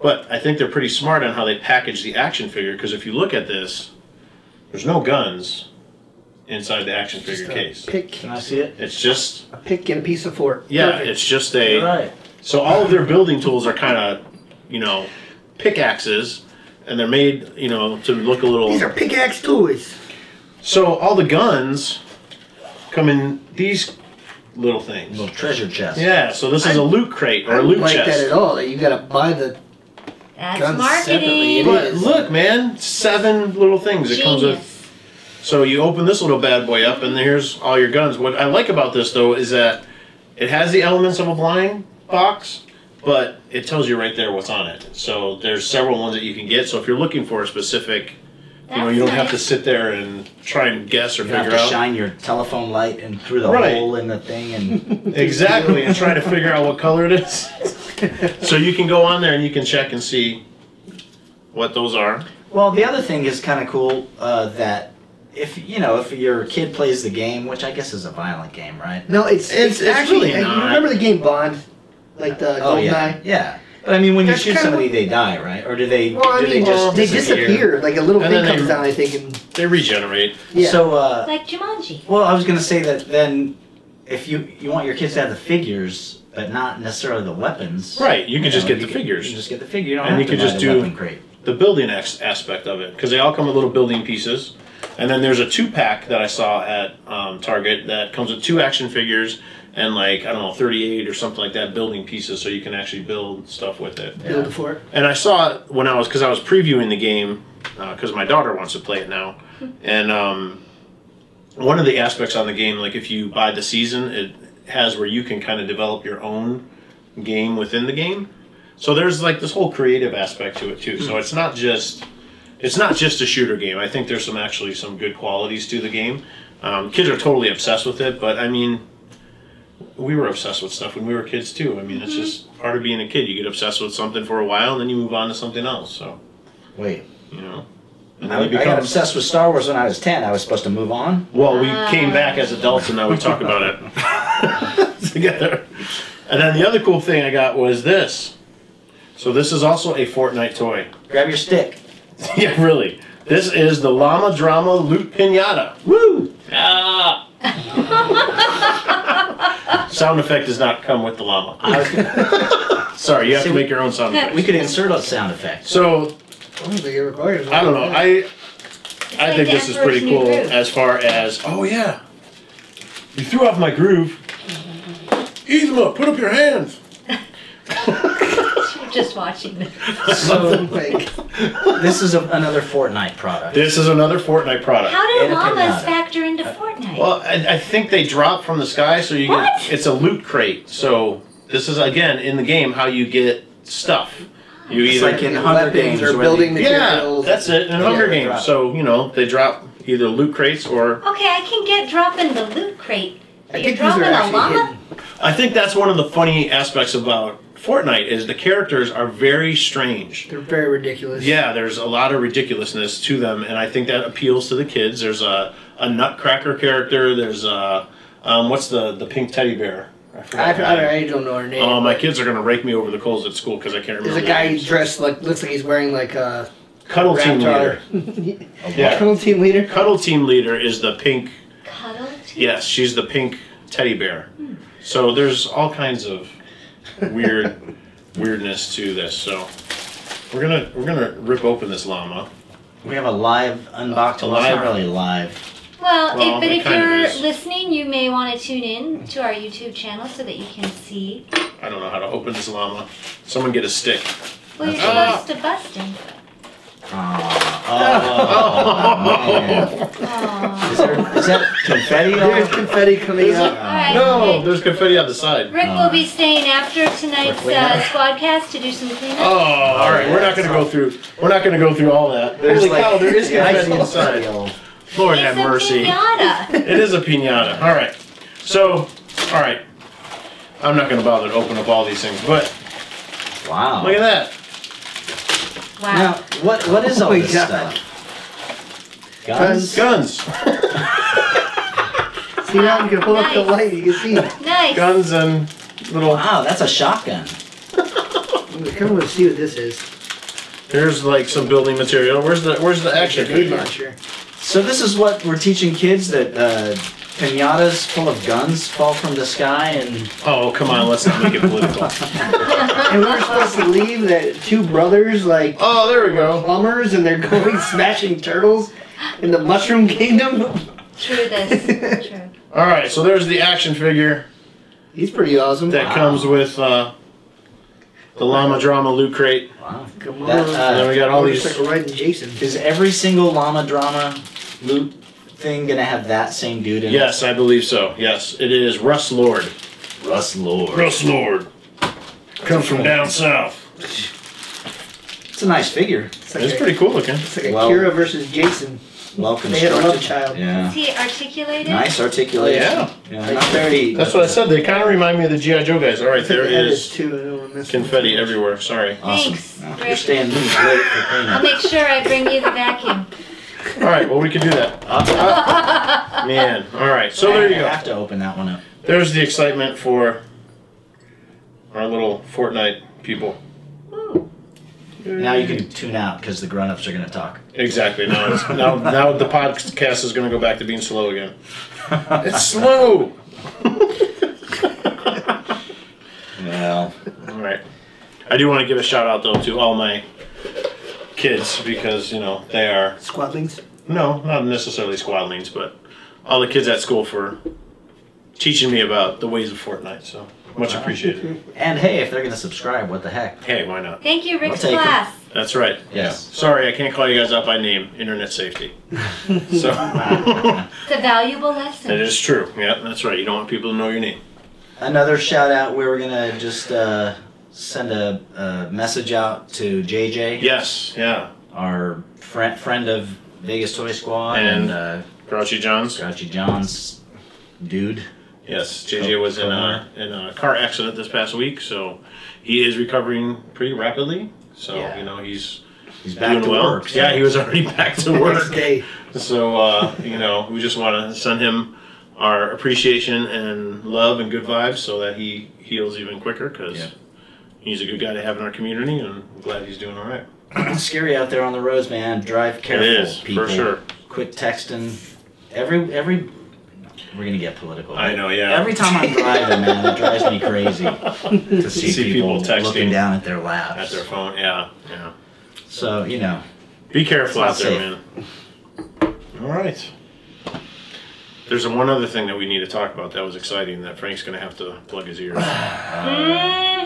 Speaker 2: But I think they're pretty smart on how they package the action figure because if you look at this, there's no guns inside the action
Speaker 4: Just
Speaker 2: figure
Speaker 4: a
Speaker 2: case.
Speaker 4: Pick,
Speaker 5: Can I see it?
Speaker 2: It's just
Speaker 4: a pick and a piece of fort.
Speaker 2: yeah,
Speaker 4: Perfect.
Speaker 2: it's just a
Speaker 5: Right.
Speaker 2: so all of their building tools are kind of you know pickaxes, and they're made you know to look a little.
Speaker 4: These are pickaxe toys.
Speaker 2: So all the guns come in these little things.
Speaker 5: Little treasure chest.
Speaker 2: Yeah, so this is a loot crate or
Speaker 4: I
Speaker 2: a
Speaker 4: don't
Speaker 2: loot
Speaker 4: like
Speaker 2: chest.
Speaker 4: that at all. That you gotta buy the.
Speaker 3: That's
Speaker 4: Guns
Speaker 3: marketing.
Speaker 4: separately, it
Speaker 2: But
Speaker 4: is.
Speaker 2: look, man, seven little things. It comes with.
Speaker 3: Genius.
Speaker 2: So you open this little bad boy up, and here's all your guns. What I like about this though is that it has the elements of a blind box, but it tells you right there what's on it. So there's several ones that you can get. So if you're looking for a specific, you know,
Speaker 3: That's
Speaker 2: you don't have to
Speaker 3: nice.
Speaker 2: sit there and try and guess or
Speaker 5: You have
Speaker 2: figure
Speaker 5: to
Speaker 2: out.
Speaker 5: shine your telephone light and through the
Speaker 2: Right.
Speaker 5: hole in the thing and
Speaker 2: Exactly, and try to figure out what color it is. so you can go on there and you can check and see what those are.
Speaker 5: Well, the other thing is kind of cool uh, that if you know if your kid plays the game, which I guess is a violent game, right?
Speaker 4: No,
Speaker 2: It's-
Speaker 4: it's it's,
Speaker 2: it's
Speaker 4: actually.
Speaker 2: really
Speaker 4: and you
Speaker 2: not.
Speaker 4: remember the game Bond, like the
Speaker 5: oh
Speaker 4: Goldeneye.
Speaker 5: yeah, yeah. But I mean, when you
Speaker 4: That's
Speaker 5: shoot
Speaker 4: kinda
Speaker 5: somebody,
Speaker 4: what-
Speaker 5: they die, right? Or do they?
Speaker 4: Well, I
Speaker 5: do they
Speaker 4: mean,
Speaker 5: just
Speaker 4: they disappear. Like a little
Speaker 2: And then
Speaker 4: thing
Speaker 2: they-
Speaker 4: comes down, I think, and
Speaker 2: They regenerate.
Speaker 4: yeah.
Speaker 5: So, uh,
Speaker 3: Like Jumanji.
Speaker 5: well, I was gonna say that then, if you you want your kids to have the figures, but not necessarily the weapons,
Speaker 2: Right, you can just
Speaker 5: know,
Speaker 2: get
Speaker 5: you
Speaker 2: the figures.
Speaker 5: You can just get the figure. You don't
Speaker 2: And
Speaker 5: have
Speaker 2: you
Speaker 5: to
Speaker 2: could
Speaker 5: buy
Speaker 2: just
Speaker 5: the
Speaker 2: do-
Speaker 5: weapon crate.
Speaker 2: the building ex- aspect of it because they all come with little building pieces and then there's a two pack that i saw at um, target that comes with two action figures and like i don't know 38 or something like that building pieces so you can actually build stuff with it
Speaker 4: build for it.
Speaker 2: and I saw it when I was because I was previewing the game because my daughter wants to play it now, and um, one of the aspects on the game, like if you buy the season, it has where you can kind of develop your own game within the game. So there's like this whole creative aspect to it too. So it's not just it's not just a shooter game. I think there's some actually some good qualities to the game. Um, kids are totally obsessed with it, but I mean, we were obsessed with stuff when we were kids too. I mean,
Speaker 5: Mm-hmm.
Speaker 2: it's just part of being a kid. You get obsessed with something for a while, and then you move on to something else. So
Speaker 5: Wait,
Speaker 2: you know, and
Speaker 5: I,
Speaker 2: then you
Speaker 5: I got
Speaker 2: become.
Speaker 5: obsessed with Star Wars when I was ten. I was supposed to move on.
Speaker 2: Well, we came back as adults, and now we talk about it together. And then the other cool thing I got was this. So this is also a Fortnite toy.
Speaker 5: Grab your stick.
Speaker 2: yeah, really. This is the Llama Drama Loot Pinata. Woo! Ah! sound effect does not come with the llama.
Speaker 5: I was gonna-
Speaker 2: Sorry, you have to
Speaker 5: See, we-
Speaker 2: make your own sound effect.
Speaker 5: we could insert a sound effect.
Speaker 2: So
Speaker 4: I don't think it requires.
Speaker 2: I don't know. I
Speaker 3: It's
Speaker 2: I
Speaker 3: like
Speaker 2: think
Speaker 3: the
Speaker 2: this is
Speaker 3: Emperor's
Speaker 2: pretty
Speaker 3: New
Speaker 2: cool
Speaker 3: Groove.
Speaker 2: as far as oh yeah, you threw off my groove. Yzma, put up your hands.
Speaker 3: Just watching this.
Speaker 5: So
Speaker 4: Like,
Speaker 5: this is a, another Fortnite product.
Speaker 2: This is another Fortnite product.
Speaker 3: How do
Speaker 5: And a
Speaker 3: llamas
Speaker 5: pinata.
Speaker 3: factor into Fortnite?
Speaker 2: Well, I, I think they drop from the sky, so you
Speaker 3: What?
Speaker 2: get it's a loot crate. So this is again in the game how you get stuff. You
Speaker 5: It's
Speaker 2: either
Speaker 5: like in Hunger
Speaker 4: weapons
Speaker 5: Games
Speaker 4: or
Speaker 5: where
Speaker 4: building
Speaker 5: they-
Speaker 2: yeah,
Speaker 4: materials.
Speaker 2: that's it in Hunger
Speaker 5: they
Speaker 2: Games.
Speaker 5: drop.
Speaker 2: So you know they drop either loot crates or
Speaker 3: okay, I can get dropping the loot crate.
Speaker 4: I
Speaker 3: But you're
Speaker 4: think these are
Speaker 3: dropping a
Speaker 4: actually
Speaker 3: llama?
Speaker 4: hidden.
Speaker 2: I think that's one of the funny aspects about Fortnite is the characters are very strange.
Speaker 4: They're very ridiculous.
Speaker 2: Yeah, there's a lot of ridiculousness to them, and I think that appeals to the kids. There's a, a Nutcracker character. There's a um, what's the the pink teddy bear? I
Speaker 4: I,
Speaker 2: forgot.
Speaker 4: I, I don't know her name.
Speaker 2: Oh, my kids are gonna rake me over the coals at school because I can't remember.
Speaker 4: There's a
Speaker 2: the
Speaker 4: guy
Speaker 2: names.
Speaker 4: dressed like looks like he's wearing like a
Speaker 2: Cuddle team
Speaker 4: Raptor.
Speaker 2: leader. Yeah,
Speaker 4: Colonel team leader.
Speaker 2: Cuddle team leader is the pink.
Speaker 3: Cuddle?
Speaker 2: Yes, she's the pink teddy bear. So there's all kinds of weird weirdness to this. So we're gonna we're gonna rip open this llama.
Speaker 5: We have a live unboxed. Well, it's
Speaker 2: live-
Speaker 5: not really live.
Speaker 3: Well,
Speaker 2: Well,
Speaker 3: if, but
Speaker 2: it
Speaker 3: if
Speaker 2: kind of
Speaker 3: you're
Speaker 2: is.
Speaker 3: listening, you may want to tune in to our YouTube channel so that you can see.
Speaker 2: I don't know how to open this llama. Someone get a stick.
Speaker 3: Well, you're
Speaker 2: Ah.
Speaker 3: supposed to bust him.
Speaker 5: Oh,
Speaker 3: Aw.
Speaker 5: is, there, is that confetti?
Speaker 4: There's
Speaker 5: all-
Speaker 4: confetti coming
Speaker 3: All
Speaker 4: out.
Speaker 3: right.
Speaker 2: No,
Speaker 3: Rick,
Speaker 2: there's confetti on the side.
Speaker 3: Rick will
Speaker 4: Ah.
Speaker 3: be staying after tonight's
Speaker 5: Rick, wait a
Speaker 3: uh,
Speaker 5: minute.
Speaker 3: squadcast to do some
Speaker 2: Oh,
Speaker 3: cleanup.
Speaker 2: all right. We're not gonna go through. We're not gonna go through all that.
Speaker 5: There's
Speaker 2: Holy
Speaker 5: like-
Speaker 2: cow! There is
Speaker 5: yeah, I
Speaker 2: confetti
Speaker 5: see
Speaker 2: inside.
Speaker 5: confetti all-
Speaker 2: Lord
Speaker 3: It's
Speaker 2: have
Speaker 3: a
Speaker 2: mercy.
Speaker 3: pinata.
Speaker 2: It is a pinata. All right. So, all right. I'm not gonna bother to open up all these things, but
Speaker 5: Wow.
Speaker 2: look at that.
Speaker 3: Wow.
Speaker 5: Now, what what is all
Speaker 4: Oh my
Speaker 5: this
Speaker 4: God.
Speaker 5: stuff? Guns.
Speaker 2: Guns.
Speaker 4: See now you can pull up the
Speaker 3: Nice.
Speaker 4: light. You can see. it.
Speaker 3: Nice.
Speaker 2: Guns and little.
Speaker 5: Wow, that's a shotgun.
Speaker 4: I kind of want to see what this is.
Speaker 2: Here's like some building material. Where's the Where's the action
Speaker 4: Grenade
Speaker 2: figure?
Speaker 4: launcher.
Speaker 5: So this is what we're teaching kids that uh, pinatas full of guns fall from the sky and
Speaker 2: Oh come on, let's not make it political.
Speaker 4: And we were supposed to leave that two brothers like
Speaker 2: Oh, there we go.
Speaker 4: plumbers and they're going smashing turtles in the mushroom kingdom.
Speaker 3: True this. True.
Speaker 2: All right. So there's the action figure.
Speaker 4: He's pretty awesome.
Speaker 2: that
Speaker 5: Wow.
Speaker 2: comes with uh, the llama drama loot crate.
Speaker 5: wow.
Speaker 4: Come on.
Speaker 5: That, uh,
Speaker 2: And then we got all these.
Speaker 4: Motorcycle riding Jason.
Speaker 5: Is every single llama drama loot thing gonna have that same dude in
Speaker 2: Yes, I believe so. Yes, it is Russ Lord.
Speaker 5: it? Russ Lord.
Speaker 2: Russ Lord comes from down south.
Speaker 5: It's a nice figure.
Speaker 4: It's like,
Speaker 2: It's
Speaker 4: a,
Speaker 2: pretty cool looking.
Speaker 4: it's like a
Speaker 5: Well-
Speaker 4: Kira versus Jason.
Speaker 5: well
Speaker 4: They had a love
Speaker 5: constructed.
Speaker 4: child.
Speaker 5: Yeah.
Speaker 3: See, articulated.
Speaker 5: Nice articulation.
Speaker 2: Yeah.
Speaker 5: Yeah, not very.
Speaker 2: That's what I said. They kind of remind me of the GI Joe guys. All right, there
Speaker 4: That is
Speaker 2: is
Speaker 4: too. I don't wanna miss
Speaker 2: confetti
Speaker 4: one.
Speaker 2: everywhere. Sorry.
Speaker 5: Awesome.
Speaker 3: Thanks,
Speaker 5: Yeah,
Speaker 3: Rick.
Speaker 5: You're staying late for cleanup.
Speaker 3: I'll make sure I bring you the vacuum.
Speaker 2: All right, well we can do that. Man, all right. So there you
Speaker 5: I
Speaker 2: go.
Speaker 5: have to open that one up.
Speaker 2: There's the excitement for our little Fortnite people.
Speaker 5: Now you can tune out because the grown-ups are going to talk.
Speaker 2: Exactly. Now, it's, now, now the podcast is going to go back to being slow again. It's slow.
Speaker 5: Well,
Speaker 2: All right. I do want to give a shout out though to all my kids because you know they are
Speaker 4: Squadlings.
Speaker 2: no, not necessarily squadlings, but all the kids at school for teaching me about the ways of Fortnite. So much appreciated.
Speaker 5: and hey, if they're going to subscribe, what the heck?
Speaker 2: Hey, why not?
Speaker 3: Thank you, Rick's
Speaker 5: I'll take 'em.
Speaker 3: class.
Speaker 2: That's right.
Speaker 5: Yes.
Speaker 2: Yeah. Sorry, I can't call you guys out by name. Internet safety. so
Speaker 3: It's a valuable lesson.
Speaker 2: that is true. Yeah, that's right. You don't want people to know your name.
Speaker 5: Another shout out. We were going to just uh, send a, a message out to JJ,
Speaker 2: Yes. Yeah.
Speaker 5: our friend friend of Vegas Toy Squad
Speaker 2: And-
Speaker 5: and, uh,
Speaker 2: Grouchy Johns.
Speaker 5: Grouchy John's dude.
Speaker 2: Yes, JJ was in a in a car accident this past week, so he is recovering pretty rapidly. So
Speaker 5: Yeah.
Speaker 2: you know he's
Speaker 5: He's back
Speaker 2: doing
Speaker 5: to
Speaker 2: well.
Speaker 5: work. so-
Speaker 2: Yeah, he was already back to
Speaker 4: Next
Speaker 2: work.
Speaker 4: day.
Speaker 2: so uh, you know we just want to send him our appreciation and love and good vibes so that he heals even quicker because
Speaker 5: Yeah.
Speaker 2: he's a good guy to have in our community, and I'm glad he's doing all right.
Speaker 5: It's scary out there on the roads, man. Drive careful,
Speaker 2: it is
Speaker 5: people.
Speaker 2: for sure.
Speaker 5: Quit texting. Every every. We're gonna get political.
Speaker 2: I
Speaker 5: but
Speaker 2: know, yeah.
Speaker 5: Every time I'm driving, man, it drives me crazy to see,
Speaker 2: See people texting.
Speaker 5: looking down at their
Speaker 2: At
Speaker 5: laps.
Speaker 2: their phone, yeah, yeah.
Speaker 5: so you know,
Speaker 2: Be careful out
Speaker 5: It's not
Speaker 2: there, man. All right. There's one other thing that we need to talk about that was exciting that Frank's going to have to plug his ears.
Speaker 3: hmm
Speaker 5: um,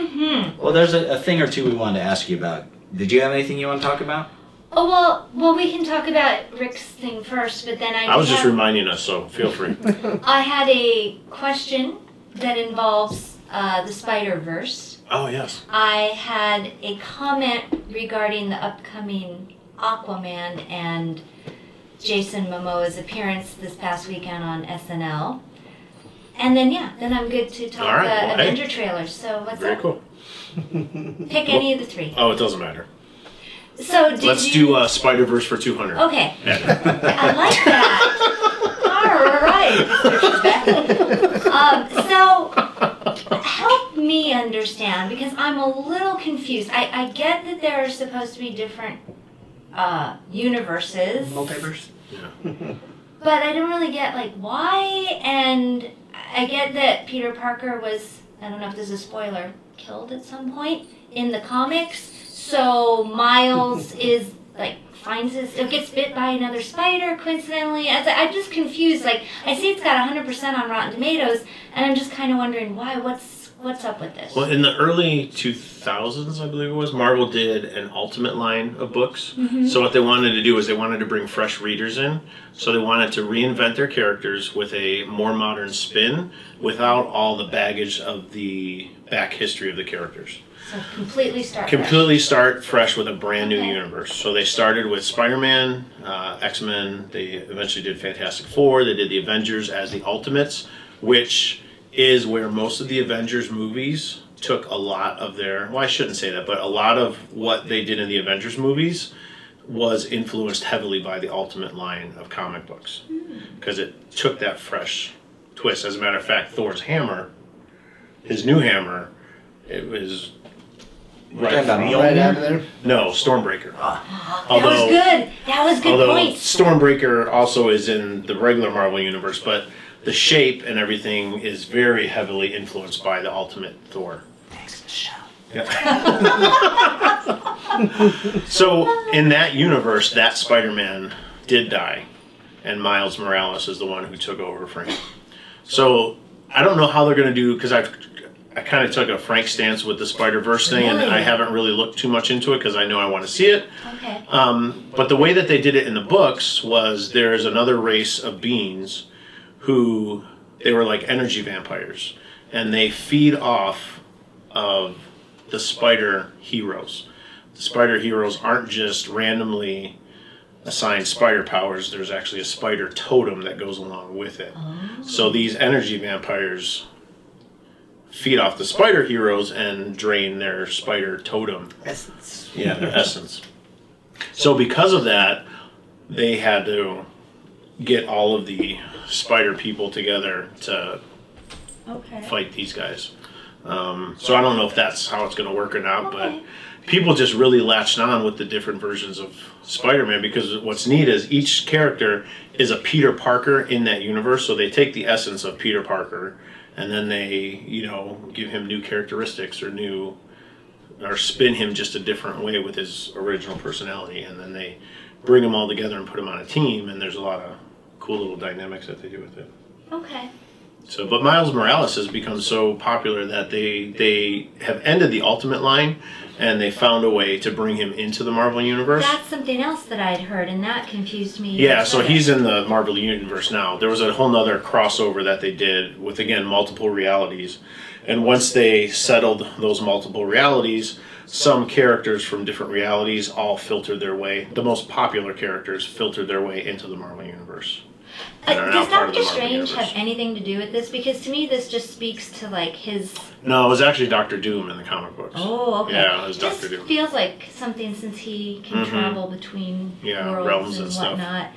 Speaker 5: well, there's a, a thing or two we wanted to ask you about. Did you have anything you want to talk about?
Speaker 3: Oh well, well we can talk about Rick's thing first, but then I,
Speaker 2: I was just
Speaker 3: have,
Speaker 2: reminding us, so feel free.
Speaker 3: I had a question that involves uh, the Spider Verse.
Speaker 2: Oh, yes.
Speaker 3: I had a comment regarding the upcoming Aquaman and Jason Momoa's appearance this past weekend on SNL. And then yeah, then I'm good to talk
Speaker 2: All right,
Speaker 3: the
Speaker 2: well, hey.
Speaker 3: Avenger trailers. So what's
Speaker 2: Very
Speaker 3: up?
Speaker 2: cool.
Speaker 3: Pick any of the three.
Speaker 2: Oh, it doesn't matter.
Speaker 3: So did
Speaker 2: Let's
Speaker 3: you, Oh.
Speaker 2: do uh, Spider Verse for 200.
Speaker 3: Okay.
Speaker 2: Yeah.
Speaker 3: I like that. All right. Um, so help me understand because I'm a little confused. I, I get that there are supposed to be different uh, universes,
Speaker 4: Multiverse.
Speaker 3: but I don't really get like why. And I get that Peter Parker was I don't know if this is a spoiler killed at some point in the comics. So Miles is like finds his it gets bit by another spider coincidentally. As I, I'm just confused. Like I see it's got 100% on Rotten Tomatoes, and I'm just kind of wondering why. What's what's up with this?
Speaker 2: Well, in the early 2000s, I believe it was, Marvel did an Ultimate line of books. So what they wanted to do is they wanted to bring fresh readers in. So they wanted to reinvent their characters with a more modern spin without all the baggage of the back history of the characters.
Speaker 3: So completely start. fresh.
Speaker 2: Completely start fresh with a brand new
Speaker 3: Okay.
Speaker 2: universe. So they started with Spider-Man, uh, X-Men. They eventually did Fantastic Four. They did the Avengers as the Ultimates, which is where most of the Avengers movies took a lot of their. Well, I shouldn't say that, but a lot of what they did in the Avengers movies was influenced heavily by the Ultimate line of comic books
Speaker 3: Hmm.
Speaker 2: because it took that fresh twist. As a matter of fact, Thor's hammer, his new hammer, it was.
Speaker 5: talking about
Speaker 2: from-
Speaker 4: Right out of there.
Speaker 2: no, Stormbreaker.
Speaker 3: That was
Speaker 2: although-
Speaker 3: good. That was good
Speaker 2: Although
Speaker 3: points.
Speaker 2: Stormbreaker also is in the regular Marvel universe, but the shape and everything is very heavily influenced by the Ultimate Thor. Thanks, Michelle. Yeah. so in that universe, that Spider-Man did die, and Miles Morales is the one who took over for him. So I don't know how they're gonna do because I've I kind of took a Frank stance with the Spider Verse thing, and I
Speaker 3: Really?
Speaker 2: haven't really looked too much into it because I know I want to see it.
Speaker 3: Okay.
Speaker 2: Um, but the way that they did it in the books was there is another race of beings who they were like energy vampires, and they feed off of the spider heroes. The spider heroes aren't just randomly assigned spider powers, there's actually a spider totem that goes along with it. So these energy vampires feed off the spider heroes and drain their spider totem.
Speaker 4: Essence.
Speaker 2: Yeah, their essence. So because of that, they had to get all of the spider people together to
Speaker 3: Okay.
Speaker 2: fight these guys. Um, so I don't know if that's how it's going to work or not,
Speaker 3: Okay.
Speaker 2: but people just really latched on with the different versions of Spider-Man because what's neat is each character is a Peter Parker in that universe. So they take the essence of Peter Parker and then they, you know, give him new characteristics or new or spin him just a different way with his original personality and then they bring them all together and put them on a team and there's a lot of cool little dynamics that they do with it.
Speaker 3: Okay.
Speaker 2: So, but Miles Morales has become so popular that they they have ended the Ultimate line, and they found a way to bring him into the Marvel universe.
Speaker 3: That's something else that I'd heard, and that confused me.
Speaker 2: yeah, so he's in the Marvel universe now. There was a whole nother crossover that they did with again multiple realities, and once they settled those multiple realities, some characters from different realities all filtered their way. The most popular characters filtered their way into the Marvel universe.
Speaker 3: Uh,
Speaker 2: that are
Speaker 3: does
Speaker 2: now part of
Speaker 3: Doctor
Speaker 2: the Marvel
Speaker 3: Strange have
Speaker 2: universe.
Speaker 3: anything to do with this? Because to me, this just speaks to like his.
Speaker 2: No, it was actually Doctor Doom in the comic books.
Speaker 3: Oh, okay.
Speaker 2: Yeah, it was
Speaker 3: This
Speaker 2: Doctor Doom.
Speaker 3: Feels like something since he can
Speaker 2: Mhm.
Speaker 3: travel between
Speaker 2: Yeah,
Speaker 3: worlds
Speaker 2: realms
Speaker 3: and,
Speaker 2: and stuff.
Speaker 3: whatnot.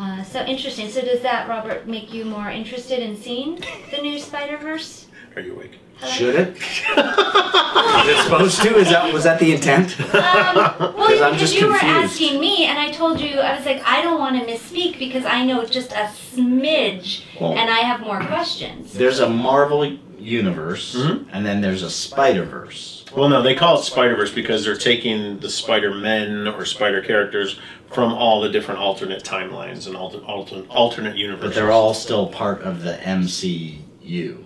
Speaker 3: Uh, so interesting. So does that, Robert, make you more interested in seeing the new Spider Verse?
Speaker 2: Are you awake?
Speaker 3: Uh,
Speaker 5: Should it? Is it supposed to? Is that was that the intent?
Speaker 3: Um, well, because
Speaker 5: I'm just
Speaker 3: you were
Speaker 5: confused.
Speaker 3: asking me, and I told you, I was like, I don't want to misspeak because I know just a smidge,
Speaker 5: Well-
Speaker 3: and I have more questions.
Speaker 5: There's a Marvel universe,
Speaker 2: Mhm.
Speaker 5: and then there's a Spider Verse.
Speaker 2: Well, no, they call it Spider Verse because they're taking the Spider Men or Spider characters from all the different alternate timelines and alter, alter, alternate
Speaker 5: But
Speaker 2: universes.
Speaker 5: they're all still part of the MCU.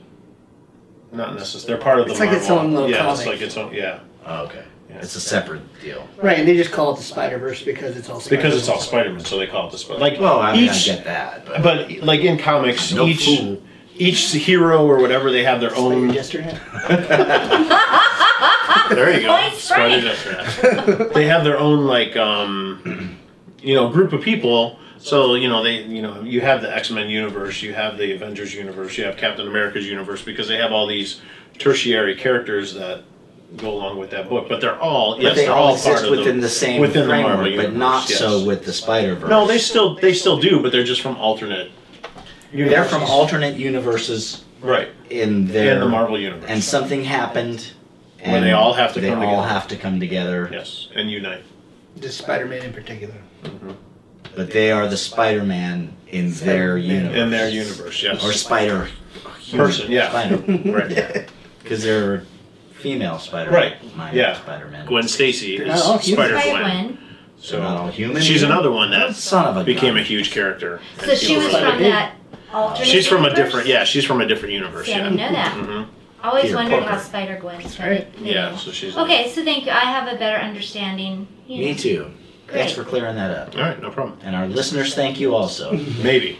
Speaker 2: not necessarily. They're part of the.
Speaker 4: It's like its
Speaker 2: Marvel.
Speaker 4: own little
Speaker 2: yeah, it's
Speaker 4: comic.
Speaker 2: like its own. Yeah,
Speaker 5: Oh, okay, it's a separate deal.
Speaker 4: Right, and they just call it the Spider Verse because it's all
Speaker 2: because it's all
Speaker 4: Spider-Man.
Speaker 2: Spider Man, so they call it the Spider. Like
Speaker 5: Well, I mean,
Speaker 2: each,
Speaker 5: I get that, but,
Speaker 2: but like in comics,
Speaker 5: no
Speaker 2: each
Speaker 5: fool.
Speaker 2: each hero or whatever they have their own.
Speaker 4: Spider yesterday.
Speaker 2: There you go.
Speaker 3: Point
Speaker 2: Spider Jester. they have their own like um, you know group of people. So you know they you know you have the X Men universe, you have the Avengers universe, you have Captain America's universe because they have all these tertiary characters that go along with that book. But they're all yes,
Speaker 5: but they
Speaker 2: they're
Speaker 5: all
Speaker 2: part
Speaker 5: exist
Speaker 2: of
Speaker 5: within the same
Speaker 2: within the Marvel
Speaker 5: framework, but
Speaker 2: universe,
Speaker 5: not
Speaker 2: yes.
Speaker 5: so with the Spider Verse.
Speaker 2: No, they still they still do, but they're just from alternate.
Speaker 5: they're from alternate universes
Speaker 2: right
Speaker 5: in their
Speaker 2: in the Marvel universe.
Speaker 5: and something happened.
Speaker 2: When
Speaker 5: and
Speaker 2: they all have to
Speaker 5: they
Speaker 2: come
Speaker 5: all
Speaker 2: together.
Speaker 5: have to come together,
Speaker 2: yes, and unite.
Speaker 4: Just Spider Man in particular.
Speaker 5: but they are the Spider-Man in their universe.
Speaker 2: In their universe, yes.
Speaker 5: or Spider
Speaker 2: Person, yeah.
Speaker 5: Spider,
Speaker 2: right.
Speaker 5: because they're female Spider.
Speaker 2: Right,
Speaker 5: My
Speaker 2: yeah.
Speaker 5: Spider-Man.
Speaker 2: Gwen Stacy
Speaker 4: They're
Speaker 2: is
Speaker 4: not all human.
Speaker 2: Spider
Speaker 3: Spider
Speaker 2: Gwen.
Speaker 3: Gwen.
Speaker 5: They're not all
Speaker 2: So
Speaker 5: human.
Speaker 2: she's another one that
Speaker 5: son of a
Speaker 2: became a
Speaker 5: gun.
Speaker 2: huge character. and
Speaker 3: So she was
Speaker 2: really-
Speaker 3: from that alternate.
Speaker 2: She's from a
Speaker 3: universe?
Speaker 2: different. Yeah, she's from a different universe.
Speaker 3: See, I
Speaker 2: Yeah.
Speaker 3: didn't know that.
Speaker 2: Mhm.
Speaker 3: Always
Speaker 5: Peter
Speaker 3: wondered how
Speaker 5: Parker.
Speaker 3: Spider Gwen started.
Speaker 4: right.
Speaker 2: Yeah. So she's.
Speaker 3: Okay, so thank you. I have a better understanding. You
Speaker 5: Me
Speaker 3: know.
Speaker 5: too. Thanks for
Speaker 3: Great.
Speaker 5: clearing that up.
Speaker 2: All right. No problem.
Speaker 5: And our listeners, thank you also.
Speaker 2: Maybe.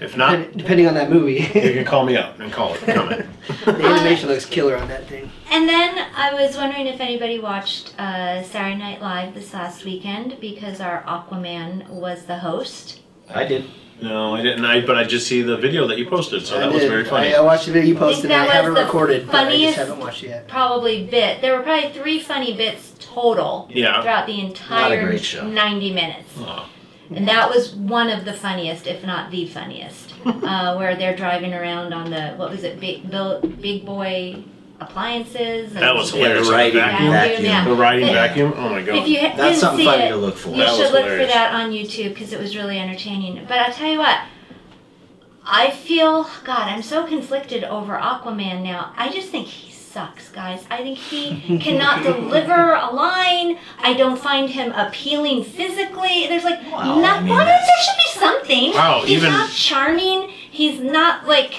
Speaker 2: If not,
Speaker 4: Dep- Depending on that movie,
Speaker 2: you
Speaker 4: the
Speaker 2: can call me up and call it. Comment.
Speaker 4: animation looks killer on that thing.
Speaker 3: And then I was wondering if anybody watched uh, Saturday Night Live this last weekend because our Aquaman was the host.
Speaker 5: I did.
Speaker 2: No, I didn't. I but I just see the video that you posted, so that was
Speaker 4: did.
Speaker 2: very funny.
Speaker 4: I, I watched the video you posted.
Speaker 3: that
Speaker 4: and I
Speaker 3: was
Speaker 4: haven't
Speaker 3: the
Speaker 4: recorded. but I
Speaker 3: funniest-
Speaker 4: just haven't watched it yet.
Speaker 3: Probably bit. There were probably three funny bits total
Speaker 2: Yeah.
Speaker 3: throughout the entire
Speaker 5: great show.
Speaker 3: 90 minutes.
Speaker 2: Oh,
Speaker 3: And that was one of the funniest, if not the funniest, uh, where they're driving around on the, what was it, big, Bill- big boy appliances. And
Speaker 2: That was hilarious.
Speaker 5: Yeah, right,
Speaker 2: The vacuum.
Speaker 5: vacuum.
Speaker 3: Yeah.
Speaker 2: The riding
Speaker 3: Yeah.
Speaker 2: vacuum. Oh my
Speaker 3: If
Speaker 2: god.
Speaker 3: you ha-
Speaker 5: That's
Speaker 3: didn't
Speaker 5: something
Speaker 3: see
Speaker 5: funny
Speaker 3: it,
Speaker 5: to look for.
Speaker 3: You
Speaker 2: That was
Speaker 3: should look
Speaker 2: hilarious.
Speaker 3: for that on YouTube because it was really entertaining. But I tell you what, I feel God, I'm so conflicted over Aquaman now. I just think he sucks, guys. I think he cannot deliver a line. I don't find him appealing physically. There's like
Speaker 5: Well,
Speaker 3: no-
Speaker 5: I mean,
Speaker 3: well, there
Speaker 5: that's-
Speaker 3: should be something.
Speaker 2: Wow,
Speaker 3: He's
Speaker 2: even-
Speaker 3: not charming. He's not like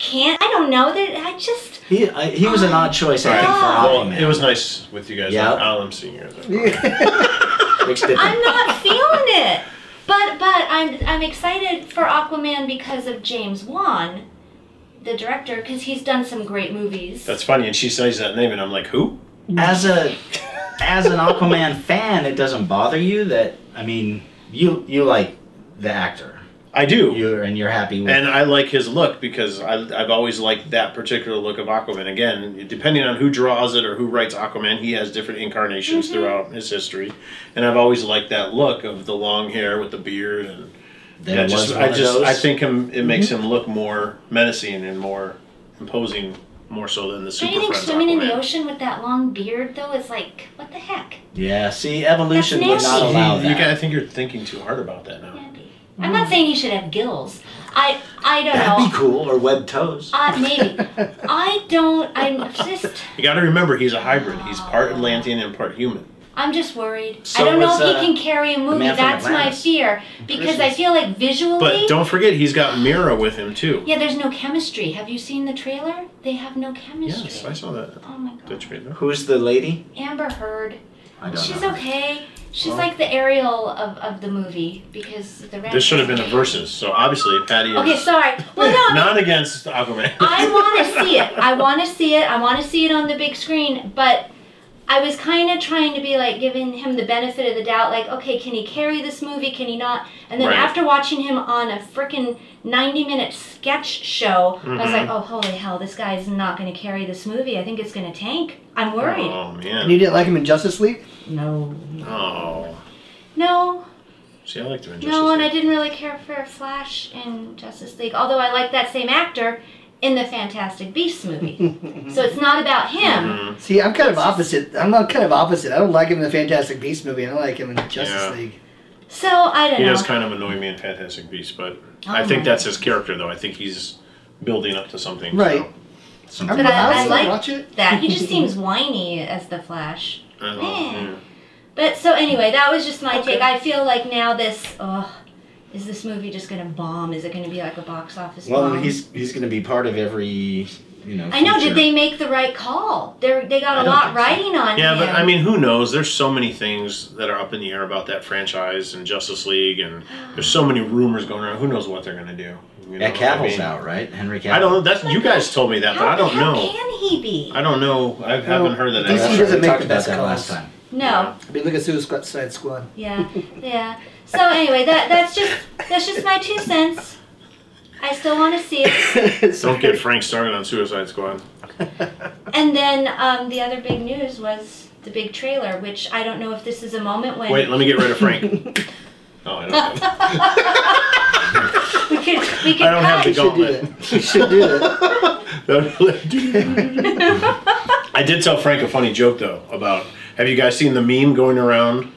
Speaker 3: can't. I don't know. There, I just
Speaker 5: He I, he was an odd choice, I think, for
Speaker 3: Right.
Speaker 2: well,
Speaker 5: Aquaman.
Speaker 2: it was nice with you guys.
Speaker 5: Yeah.
Speaker 2: I'll, I'm seeing you guys.
Speaker 5: Mixed it up.
Speaker 3: I'm not feeling it. But but I'm I'm excited for Aquaman because of James Wan, the director, because he's done some great movies.
Speaker 2: That's funny, and she says that name, and I'm like, who?
Speaker 5: As a as an Aquaman fan, it doesn't bother you that I mean, you you like the actor,
Speaker 2: I do.
Speaker 5: you and you're happy with.
Speaker 2: And I like his look because I, I've always liked that particular look of Aquaman. Again, depending on who draws it or who writes Aquaman, he has different
Speaker 3: Mm-hmm.
Speaker 2: incarnations throughout his history. And I've always liked that look of the long hair with the beard. And
Speaker 5: there
Speaker 2: I just,
Speaker 5: was one
Speaker 2: I
Speaker 5: of
Speaker 2: just,
Speaker 5: those.
Speaker 2: I think him. It makes
Speaker 3: Mm-hmm.
Speaker 2: him look more menacing and more imposing, more so than the
Speaker 3: Don't
Speaker 2: Super
Speaker 3: you think
Speaker 2: Friends
Speaker 3: swimming in the
Speaker 2: Aquaman.
Speaker 3: ocean with that long beard though is like what the heck?
Speaker 5: Yeah, see, evolution would
Speaker 3: That's
Speaker 5: not
Speaker 3: nasty.
Speaker 5: allow
Speaker 2: You got- I
Speaker 5: that.
Speaker 2: think you're thinking too hard about that now.
Speaker 3: That'd be- I'm not saying you should have gills. I I don't
Speaker 5: That'd be
Speaker 3: know.
Speaker 5: cool, or webbed toes.
Speaker 3: Uh, maybe. I don't. I'm just.
Speaker 2: You got to remember, he's a hybrid. Hehe's part Atlantean and part human.
Speaker 3: I'm just worried.
Speaker 5: So
Speaker 3: I don't know
Speaker 5: was,
Speaker 3: if he
Speaker 5: uh,
Speaker 3: can carry a movie.
Speaker 5: man from
Speaker 3: That's my
Speaker 5: Atlantis.
Speaker 3: fear because I
Speaker 5: Christmas.
Speaker 3: feel like visually.
Speaker 2: But don't forget, he's got Mira with him too.
Speaker 3: yeah, there's no chemistry. Have you seen the trailer? They have no chemistry.
Speaker 2: Yes, I saw that.
Speaker 3: Oh my god.
Speaker 2: Did you read that?
Speaker 5: Who's the lady?
Speaker 3: Amber Heard.
Speaker 5: I don't
Speaker 3: She's
Speaker 5: know.
Speaker 3: okay. She's
Speaker 5: Well-
Speaker 3: like the Ariel of, of the movie because the
Speaker 2: This should have been a versus. So obviously, Patty is
Speaker 3: Okay, sorry. Well, no, I'm
Speaker 2: not against Aquaman.
Speaker 3: I want to see it. I want to see it. I want to see it on the big screen. But I was kind of trying to be like giving him the benefit of the doubt. Like, okay, can he carry this movie? Can he not? And then
Speaker 2: Right.
Speaker 3: after watching him on a freaking 90 minute sketch show, I was like, oh, holy hell, this guy is not going to carry this movie. I think it's going to tank. I'm worried.
Speaker 2: Oh
Speaker 4: And you
Speaker 2: man.
Speaker 4: didn't like him in Justice League?
Speaker 3: No.
Speaker 2: Oh.
Speaker 3: No,
Speaker 2: See, I like to enjoy.
Speaker 3: no, and I didn't really care for Flash in Justice League, although I like that same actor in the Fantastic Beasts movie. so it's not about him.
Speaker 2: Mm-hmm.
Speaker 4: See, I'm kind of opposite. I'm not kind of opposite. I don't like him in the Fantastic Beast movie. and I like him in Justice
Speaker 2: Yeah.
Speaker 4: League.
Speaker 3: So I don't
Speaker 2: He
Speaker 3: know.
Speaker 2: does kind of annoy me in Fantastic Beasts, but I
Speaker 3: Oh,
Speaker 2: think
Speaker 3: my.
Speaker 2: that's his character, though. I think he's building up to something.
Speaker 4: Right.
Speaker 5: Some-
Speaker 4: I'm,
Speaker 3: But I-
Speaker 4: I'll
Speaker 3: I
Speaker 4: still
Speaker 3: like-
Speaker 4: watch it.
Speaker 3: that he just seems whiny as the Flash.
Speaker 2: So, I don't
Speaker 3: Man.
Speaker 2: know.
Speaker 3: But so anyway, that was just my take. I feel like now this, oh, is this movie just gonna bomb? Is it gonna be like a box office
Speaker 5: Well,
Speaker 3: bomb?
Speaker 5: and he's he's going to be part of every, you know.
Speaker 3: I know.
Speaker 5: future-
Speaker 3: Did they make the right call? They they
Speaker 5: I
Speaker 3: got a
Speaker 5: don't
Speaker 3: lot
Speaker 5: think so.
Speaker 3: riding on
Speaker 2: Yeah,
Speaker 3: him.
Speaker 2: but I mean, who knows? There's so many things that are up in the air about that franchise and Justice League, and there's so many rumors going around. Who knows what they're gonna do? You know
Speaker 5: Yeah,
Speaker 2: what
Speaker 5: Cavill's
Speaker 2: I mean?
Speaker 5: out, right? Henry Cavill. Oh,
Speaker 2: I don't know. That's you guys told me that, but
Speaker 3: how,
Speaker 2: I don't
Speaker 3: how
Speaker 2: know.
Speaker 3: can he be?
Speaker 2: I don't know. I haven't heard that.
Speaker 4: DC
Speaker 5: That's
Speaker 2: out.
Speaker 5: right,
Speaker 4: doesn't
Speaker 5: we
Speaker 4: make
Speaker 5: talked
Speaker 4: the
Speaker 5: about
Speaker 4: best
Speaker 5: that last
Speaker 4: calls.
Speaker 5: time.
Speaker 3: no.
Speaker 4: I mean, look at Suicide Squad.
Speaker 3: Yeah. Yeah. So anyway, that that's just that's just my two cents. I still want to see it.
Speaker 2: Don't get Frank started on Suicide Squad.
Speaker 3: And then um, the other big news was the big trailer, which I don't know if this is a moment when
Speaker 2: Wait, let me get rid of Frank. Oh, I don't have,
Speaker 3: we could we could
Speaker 2: I don't have
Speaker 3: cut.
Speaker 2: the
Speaker 4: You should do
Speaker 2: gauntlet.
Speaker 4: that. You should do that.
Speaker 2: I did tell Frank a funny joke though about. Have you guys seen the meme going around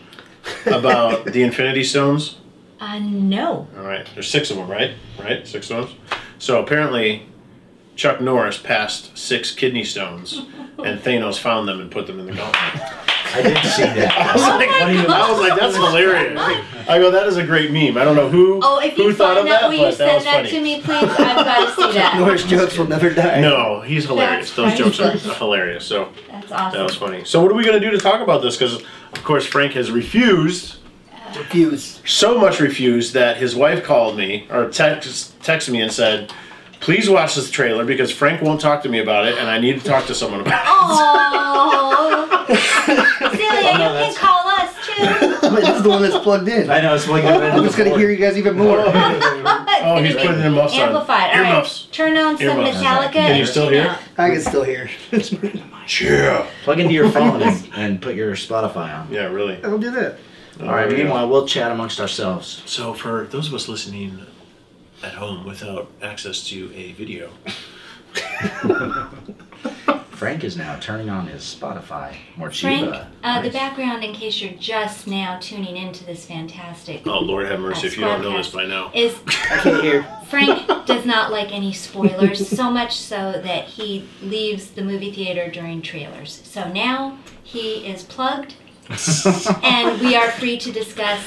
Speaker 2: about the Infinity Stones?
Speaker 3: uh, no.
Speaker 2: All right, there's six of them, right? Right, six stones. So apparently, Chuck Norris passed six kidney stones, and Thanos found them and put them in the gauntlet.
Speaker 5: I did see that.
Speaker 2: I was like,
Speaker 3: my
Speaker 2: what do you- I was like, that's hilarious. Oh I go, that is a great meme. I don't know who
Speaker 3: Oh, if
Speaker 2: who
Speaker 3: you
Speaker 2: thought of
Speaker 3: find
Speaker 2: that,
Speaker 3: out where you
Speaker 2: but that
Speaker 3: said
Speaker 2: was
Speaker 3: that
Speaker 2: funny.
Speaker 3: to me, please, I've got to see that.
Speaker 4: Norris jokes will never die.
Speaker 2: No, he's hilarious. Those
Speaker 3: That's
Speaker 2: jokes are
Speaker 3: funny.
Speaker 2: hilarious. So
Speaker 3: That's
Speaker 2: that was
Speaker 3: awesome.
Speaker 2: funny. So what are we gonna do to talk about this? Because of course Frank has refused,
Speaker 4: Refuse.
Speaker 2: so much refused that his wife called me or text texted me and said, "Please watch this trailer because Frank won't talk to me about it, and I need to talk to someone about
Speaker 3: Oh, Celia, you can
Speaker 5: that's-
Speaker 3: call us too.
Speaker 4: But this is the one that's plugged in.
Speaker 5: I know. It's like I'm
Speaker 4: I'm just gonna hear you guys even more.
Speaker 2: Oh, he's
Speaker 3: It's gonna
Speaker 2: putting
Speaker 3: be
Speaker 2: the muffs on.
Speaker 3: Amplified. All
Speaker 2: Earmuffs.
Speaker 3: right, turn on some
Speaker 2: Earmuffs.
Speaker 3: Metallica.
Speaker 2: Can you
Speaker 3: and
Speaker 2: still
Speaker 3: tune
Speaker 2: hear?
Speaker 3: out.
Speaker 4: I can still hear.
Speaker 2: it." Yeah.
Speaker 5: Plug into your phone and, and put your Spotify on.
Speaker 2: Yeah, really.
Speaker 4: I'll do that.
Speaker 5: All right. Meanwhile, we'll chat amongst ourselves.
Speaker 2: So for those of us listening at home without access to a video,
Speaker 5: Frank is now turning on his Spotify. More
Speaker 3: Frank,
Speaker 5: Chiba.
Speaker 3: uh, the background, in case you're just now tuning into this fantastic
Speaker 2: oh Lord have mercy if you don't know this by now.
Speaker 3: is
Speaker 4: I can't hear.
Speaker 3: Frank does not like any spoilers, so much so that he leaves the movie theater during trailers. So now he is plugged, and we are free to discuss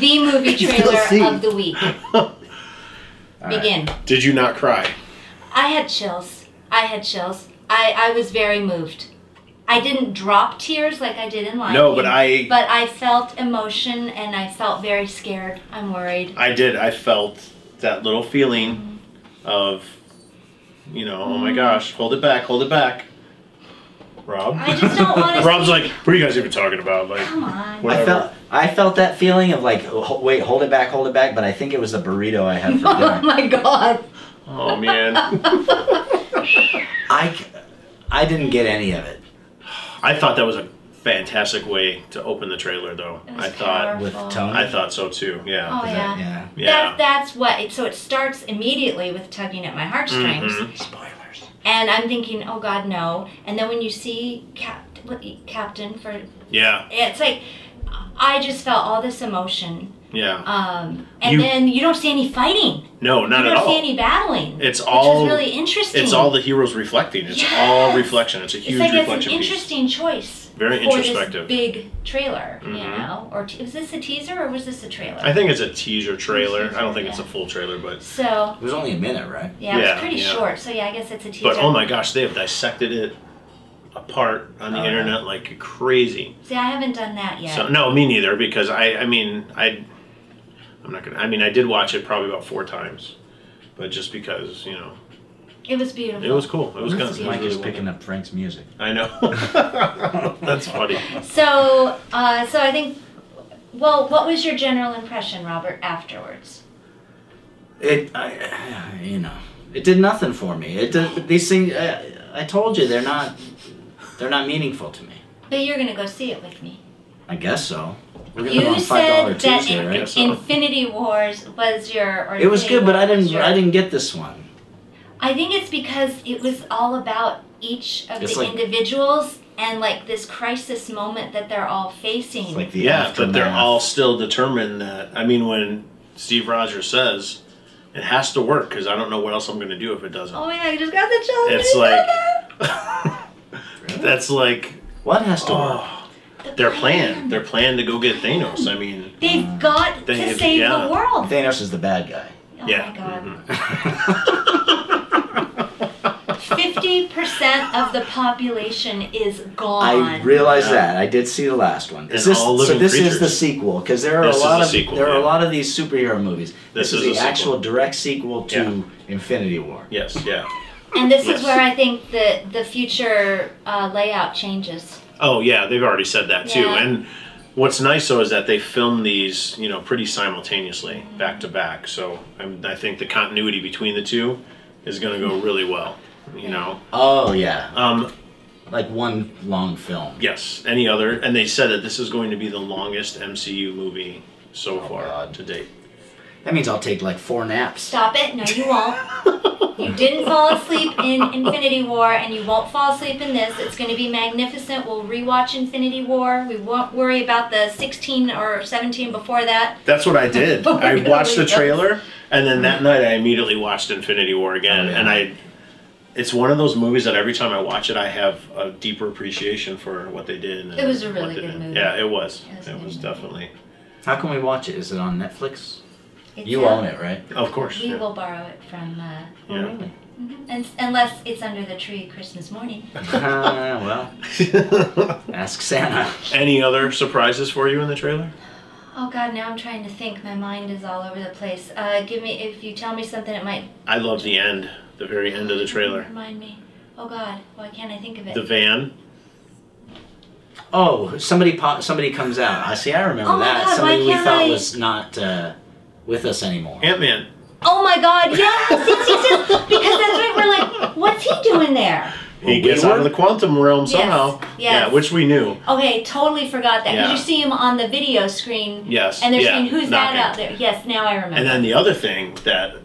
Speaker 3: the movie
Speaker 4: can still see.
Speaker 3: trailer of the week. Begin.
Speaker 2: Did you not cry?
Speaker 3: I had chills. I had chills. I, I was very moved. I didn't drop tears like I did in Lion
Speaker 2: No, but I-
Speaker 3: King, But I felt emotion, and I felt very scared. I'm worried.
Speaker 2: I did. I felt that little feeling
Speaker 3: Mm-hmm.
Speaker 2: of, you know, oh my gosh, hold it back, hold it back. Rob.
Speaker 3: I just don't want to.
Speaker 2: Rob's like, what are you guys even talking about? Like,
Speaker 3: Come on.
Speaker 2: whatever.
Speaker 5: I felt I felt that feeling of like, ho- wait, hold it back, hold it back. But I think it was the burrito I had for
Speaker 7: oh
Speaker 5: dinner.
Speaker 7: my god.
Speaker 2: oh man,
Speaker 5: I, c- I didn't get any of it
Speaker 2: I thought that was a fantastic way to open the trailer, though.
Speaker 3: It was
Speaker 2: I thought,
Speaker 5: with
Speaker 3: Powerful.
Speaker 5: Tony.
Speaker 2: I thought so too. Yeah,
Speaker 3: Oh yeah.
Speaker 5: yeah.
Speaker 2: yeah.
Speaker 3: That, that's what. It, so it starts immediately with tugging at my heartstrings,
Speaker 2: Mhm.
Speaker 3: and I'm thinking, oh God, no. And then when you see Cap, what, Captain for,
Speaker 2: Yeah,
Speaker 3: it's like, I just felt all this emotion.
Speaker 2: yeah.
Speaker 3: Um, and
Speaker 2: You-
Speaker 3: then you don't see any fighting.
Speaker 2: No, not
Speaker 3: you
Speaker 2: at
Speaker 3: don't see
Speaker 2: all.
Speaker 3: any battling.
Speaker 2: It's
Speaker 3: which
Speaker 2: all.
Speaker 3: was really interesting.
Speaker 2: It's all the heroes reflecting. It's all
Speaker 3: Yes.
Speaker 2: reflection. It's a
Speaker 3: It's
Speaker 2: huge
Speaker 3: like it's an
Speaker 2: reflection piece.
Speaker 3: interesting choice.
Speaker 2: Very
Speaker 3: for
Speaker 2: introspective.
Speaker 3: This big trailer, you
Speaker 2: Mhm.
Speaker 3: know, or t- was this a teaser or was this a trailer?
Speaker 2: I think it's a teaser trailer. I don't think it's a
Speaker 3: Yeah.
Speaker 2: full trailer, but
Speaker 3: so.
Speaker 5: It was only a minute, right?
Speaker 3: Yeah,
Speaker 2: Yeah,
Speaker 3: it's pretty
Speaker 2: yeah.
Speaker 3: short. So yeah, I guess it's a teaser.
Speaker 2: But oh my gosh, they have dissected it apart on the
Speaker 5: Oh, yeah.
Speaker 2: internet like crazy.
Speaker 3: See, I haven't done that yet.
Speaker 2: So no, me neither because I I mean I I'm not gonna I mean I did watch it probably about four times, but just because you know
Speaker 3: it was beautiful.
Speaker 2: it was cool. It was
Speaker 5: Mike
Speaker 2: guns.
Speaker 5: is
Speaker 2: It was really well
Speaker 5: picking
Speaker 2: done.
Speaker 5: up Frank's music.
Speaker 2: I know. That's funny.
Speaker 3: So, uh, so I think. Well, what was your general impression, Robert, afterwards?
Speaker 5: It, I, you know, it did nothing for me. It did, these things. I, I told you they're not, they're not meaningful to me.
Speaker 3: But you're gonna go see it with me.
Speaker 5: I guess so. We're gonna go
Speaker 3: You
Speaker 5: on five dollar
Speaker 3: said that
Speaker 5: Tuesday,
Speaker 3: in-
Speaker 5: right?
Speaker 2: Guess so.
Speaker 3: Infinity Wars was your. Or
Speaker 5: It was good,
Speaker 3: Infinity
Speaker 5: but I
Speaker 3: War was
Speaker 5: didn't.
Speaker 3: your-
Speaker 5: I didn't get this one.
Speaker 3: I think it's because it was all about each of
Speaker 5: It's
Speaker 3: the
Speaker 5: like-
Speaker 3: individuals and like this crisis moment that they're all facing.
Speaker 5: It's like the
Speaker 2: Yeah, but they're
Speaker 5: aftermath.
Speaker 2: all still determined that I mean when Steve Rogers says it has to work because I don't know what else I'm gonna do if it doesn't.
Speaker 3: oh my god, I just got the chills. when
Speaker 2: It's
Speaker 3: you said
Speaker 2: like-
Speaker 3: that.
Speaker 2: That's like
Speaker 5: What has to work?
Speaker 2: oh, their plan. Their plan to go get Thanos. I mean.
Speaker 3: They've got
Speaker 2: They
Speaker 3: to
Speaker 2: have-
Speaker 3: save
Speaker 2: yeah.
Speaker 3: the world.
Speaker 5: Thanos is the bad guy.
Speaker 3: Oh
Speaker 2: yeah.
Speaker 3: my god.
Speaker 2: mhm.
Speaker 3: Fifty percent of the population is gone.
Speaker 5: I realize
Speaker 2: Yeah.
Speaker 5: that. I did see the last one. Is
Speaker 2: And
Speaker 5: this,
Speaker 2: all
Speaker 5: so
Speaker 2: living
Speaker 5: this is
Speaker 2: creatures.
Speaker 5: the sequel because there are
Speaker 2: This
Speaker 5: a
Speaker 2: is
Speaker 5: lot
Speaker 2: the
Speaker 5: of
Speaker 2: sequel,
Speaker 5: there are
Speaker 2: yeah.
Speaker 5: a lot of these superhero movies.
Speaker 2: This
Speaker 5: This,
Speaker 2: is
Speaker 5: is,
Speaker 2: a
Speaker 5: the
Speaker 2: sequel.
Speaker 5: actual direct sequel to Infinity War.
Speaker 2: yes. Yeah.
Speaker 3: and this
Speaker 2: Yes.
Speaker 3: is where I think the the future uh, layout changes.
Speaker 2: Oh yeah. They've already said that too.
Speaker 3: Yeah.
Speaker 2: And what's nice though is that they film these, you know, pretty simultaneously, back to back. So I, mean, I think the continuity between the two is going to go really well. You know.
Speaker 5: Oh yeah,
Speaker 2: Um,
Speaker 5: like one long film.
Speaker 2: yes. Any other? And they said that this is going to be the longest MCU movie so
Speaker 5: Oh,
Speaker 2: far
Speaker 5: God.
Speaker 2: to date.
Speaker 5: That means I'll take like four naps.
Speaker 3: Stop it! No, you won't. You didn't fall asleep in Infinity War, and you won't fall asleep in this. It's going to be magnificent. We'll rewatch Infinity War. We won't worry about the 16 or 17 before that.
Speaker 2: That's what I did.
Speaker 3: Oh my
Speaker 2: I
Speaker 3: God,
Speaker 2: watched the
Speaker 3: yes.
Speaker 2: trailer, and then that night I immediately watched Infinity War again,
Speaker 5: Oh, yeah.
Speaker 2: and I. It's one of those movies that every time I watch it, I have a deeper appreciation for what they did. And
Speaker 3: It was a really
Speaker 2: what they
Speaker 3: good
Speaker 2: did.
Speaker 3: movie.
Speaker 2: Yeah, it was.
Speaker 3: It was a
Speaker 2: It
Speaker 3: good
Speaker 2: was
Speaker 3: movie.
Speaker 2: definitely.
Speaker 5: How can we watch it? Is it on Netflix?
Speaker 3: It's
Speaker 5: You
Speaker 3: out.
Speaker 5: own it, right?
Speaker 2: Of course.
Speaker 3: We
Speaker 2: yeah.
Speaker 3: will borrow it from, uh,
Speaker 5: Oh,
Speaker 2: Yeah.
Speaker 5: really?
Speaker 3: and, unless it's under the tree Christmas morning.
Speaker 5: Ah, well, ask Santa.
Speaker 2: Any other surprises for you in the trailer?
Speaker 3: Oh God, now I'm trying to think. My mind is all over the place. Uh, give me if you tell me something, it might
Speaker 2: I love the end, the very end of the trailer.
Speaker 3: remind me. Oh God, why can't I think of it?
Speaker 2: The van.
Speaker 5: Oh, somebody po- somebody comes out. I see. I remember
Speaker 3: Oh my
Speaker 5: that.
Speaker 3: God, why
Speaker 5: somebody we
Speaker 3: can't
Speaker 5: thought
Speaker 3: I-
Speaker 5: was not uh, with us anymore.
Speaker 2: Ant Man.
Speaker 3: oh my God, yes, yes, yes, yes, because that's right. We're like, what's he doing there?
Speaker 2: He
Speaker 5: we
Speaker 2: gets out of
Speaker 5: were-
Speaker 2: the quantum realm
Speaker 3: Yes,
Speaker 2: somehow. Yeah,
Speaker 3: yes.
Speaker 2: which we knew.
Speaker 3: Okay, totally forgot that. Did
Speaker 2: Yeah.
Speaker 3: you see him on the video screen?
Speaker 2: Yes.
Speaker 3: And they're
Speaker 2: yeah,
Speaker 3: saying, who's
Speaker 2: knocking.
Speaker 3: that out there? Yes, now I remember.
Speaker 2: And then the other thing that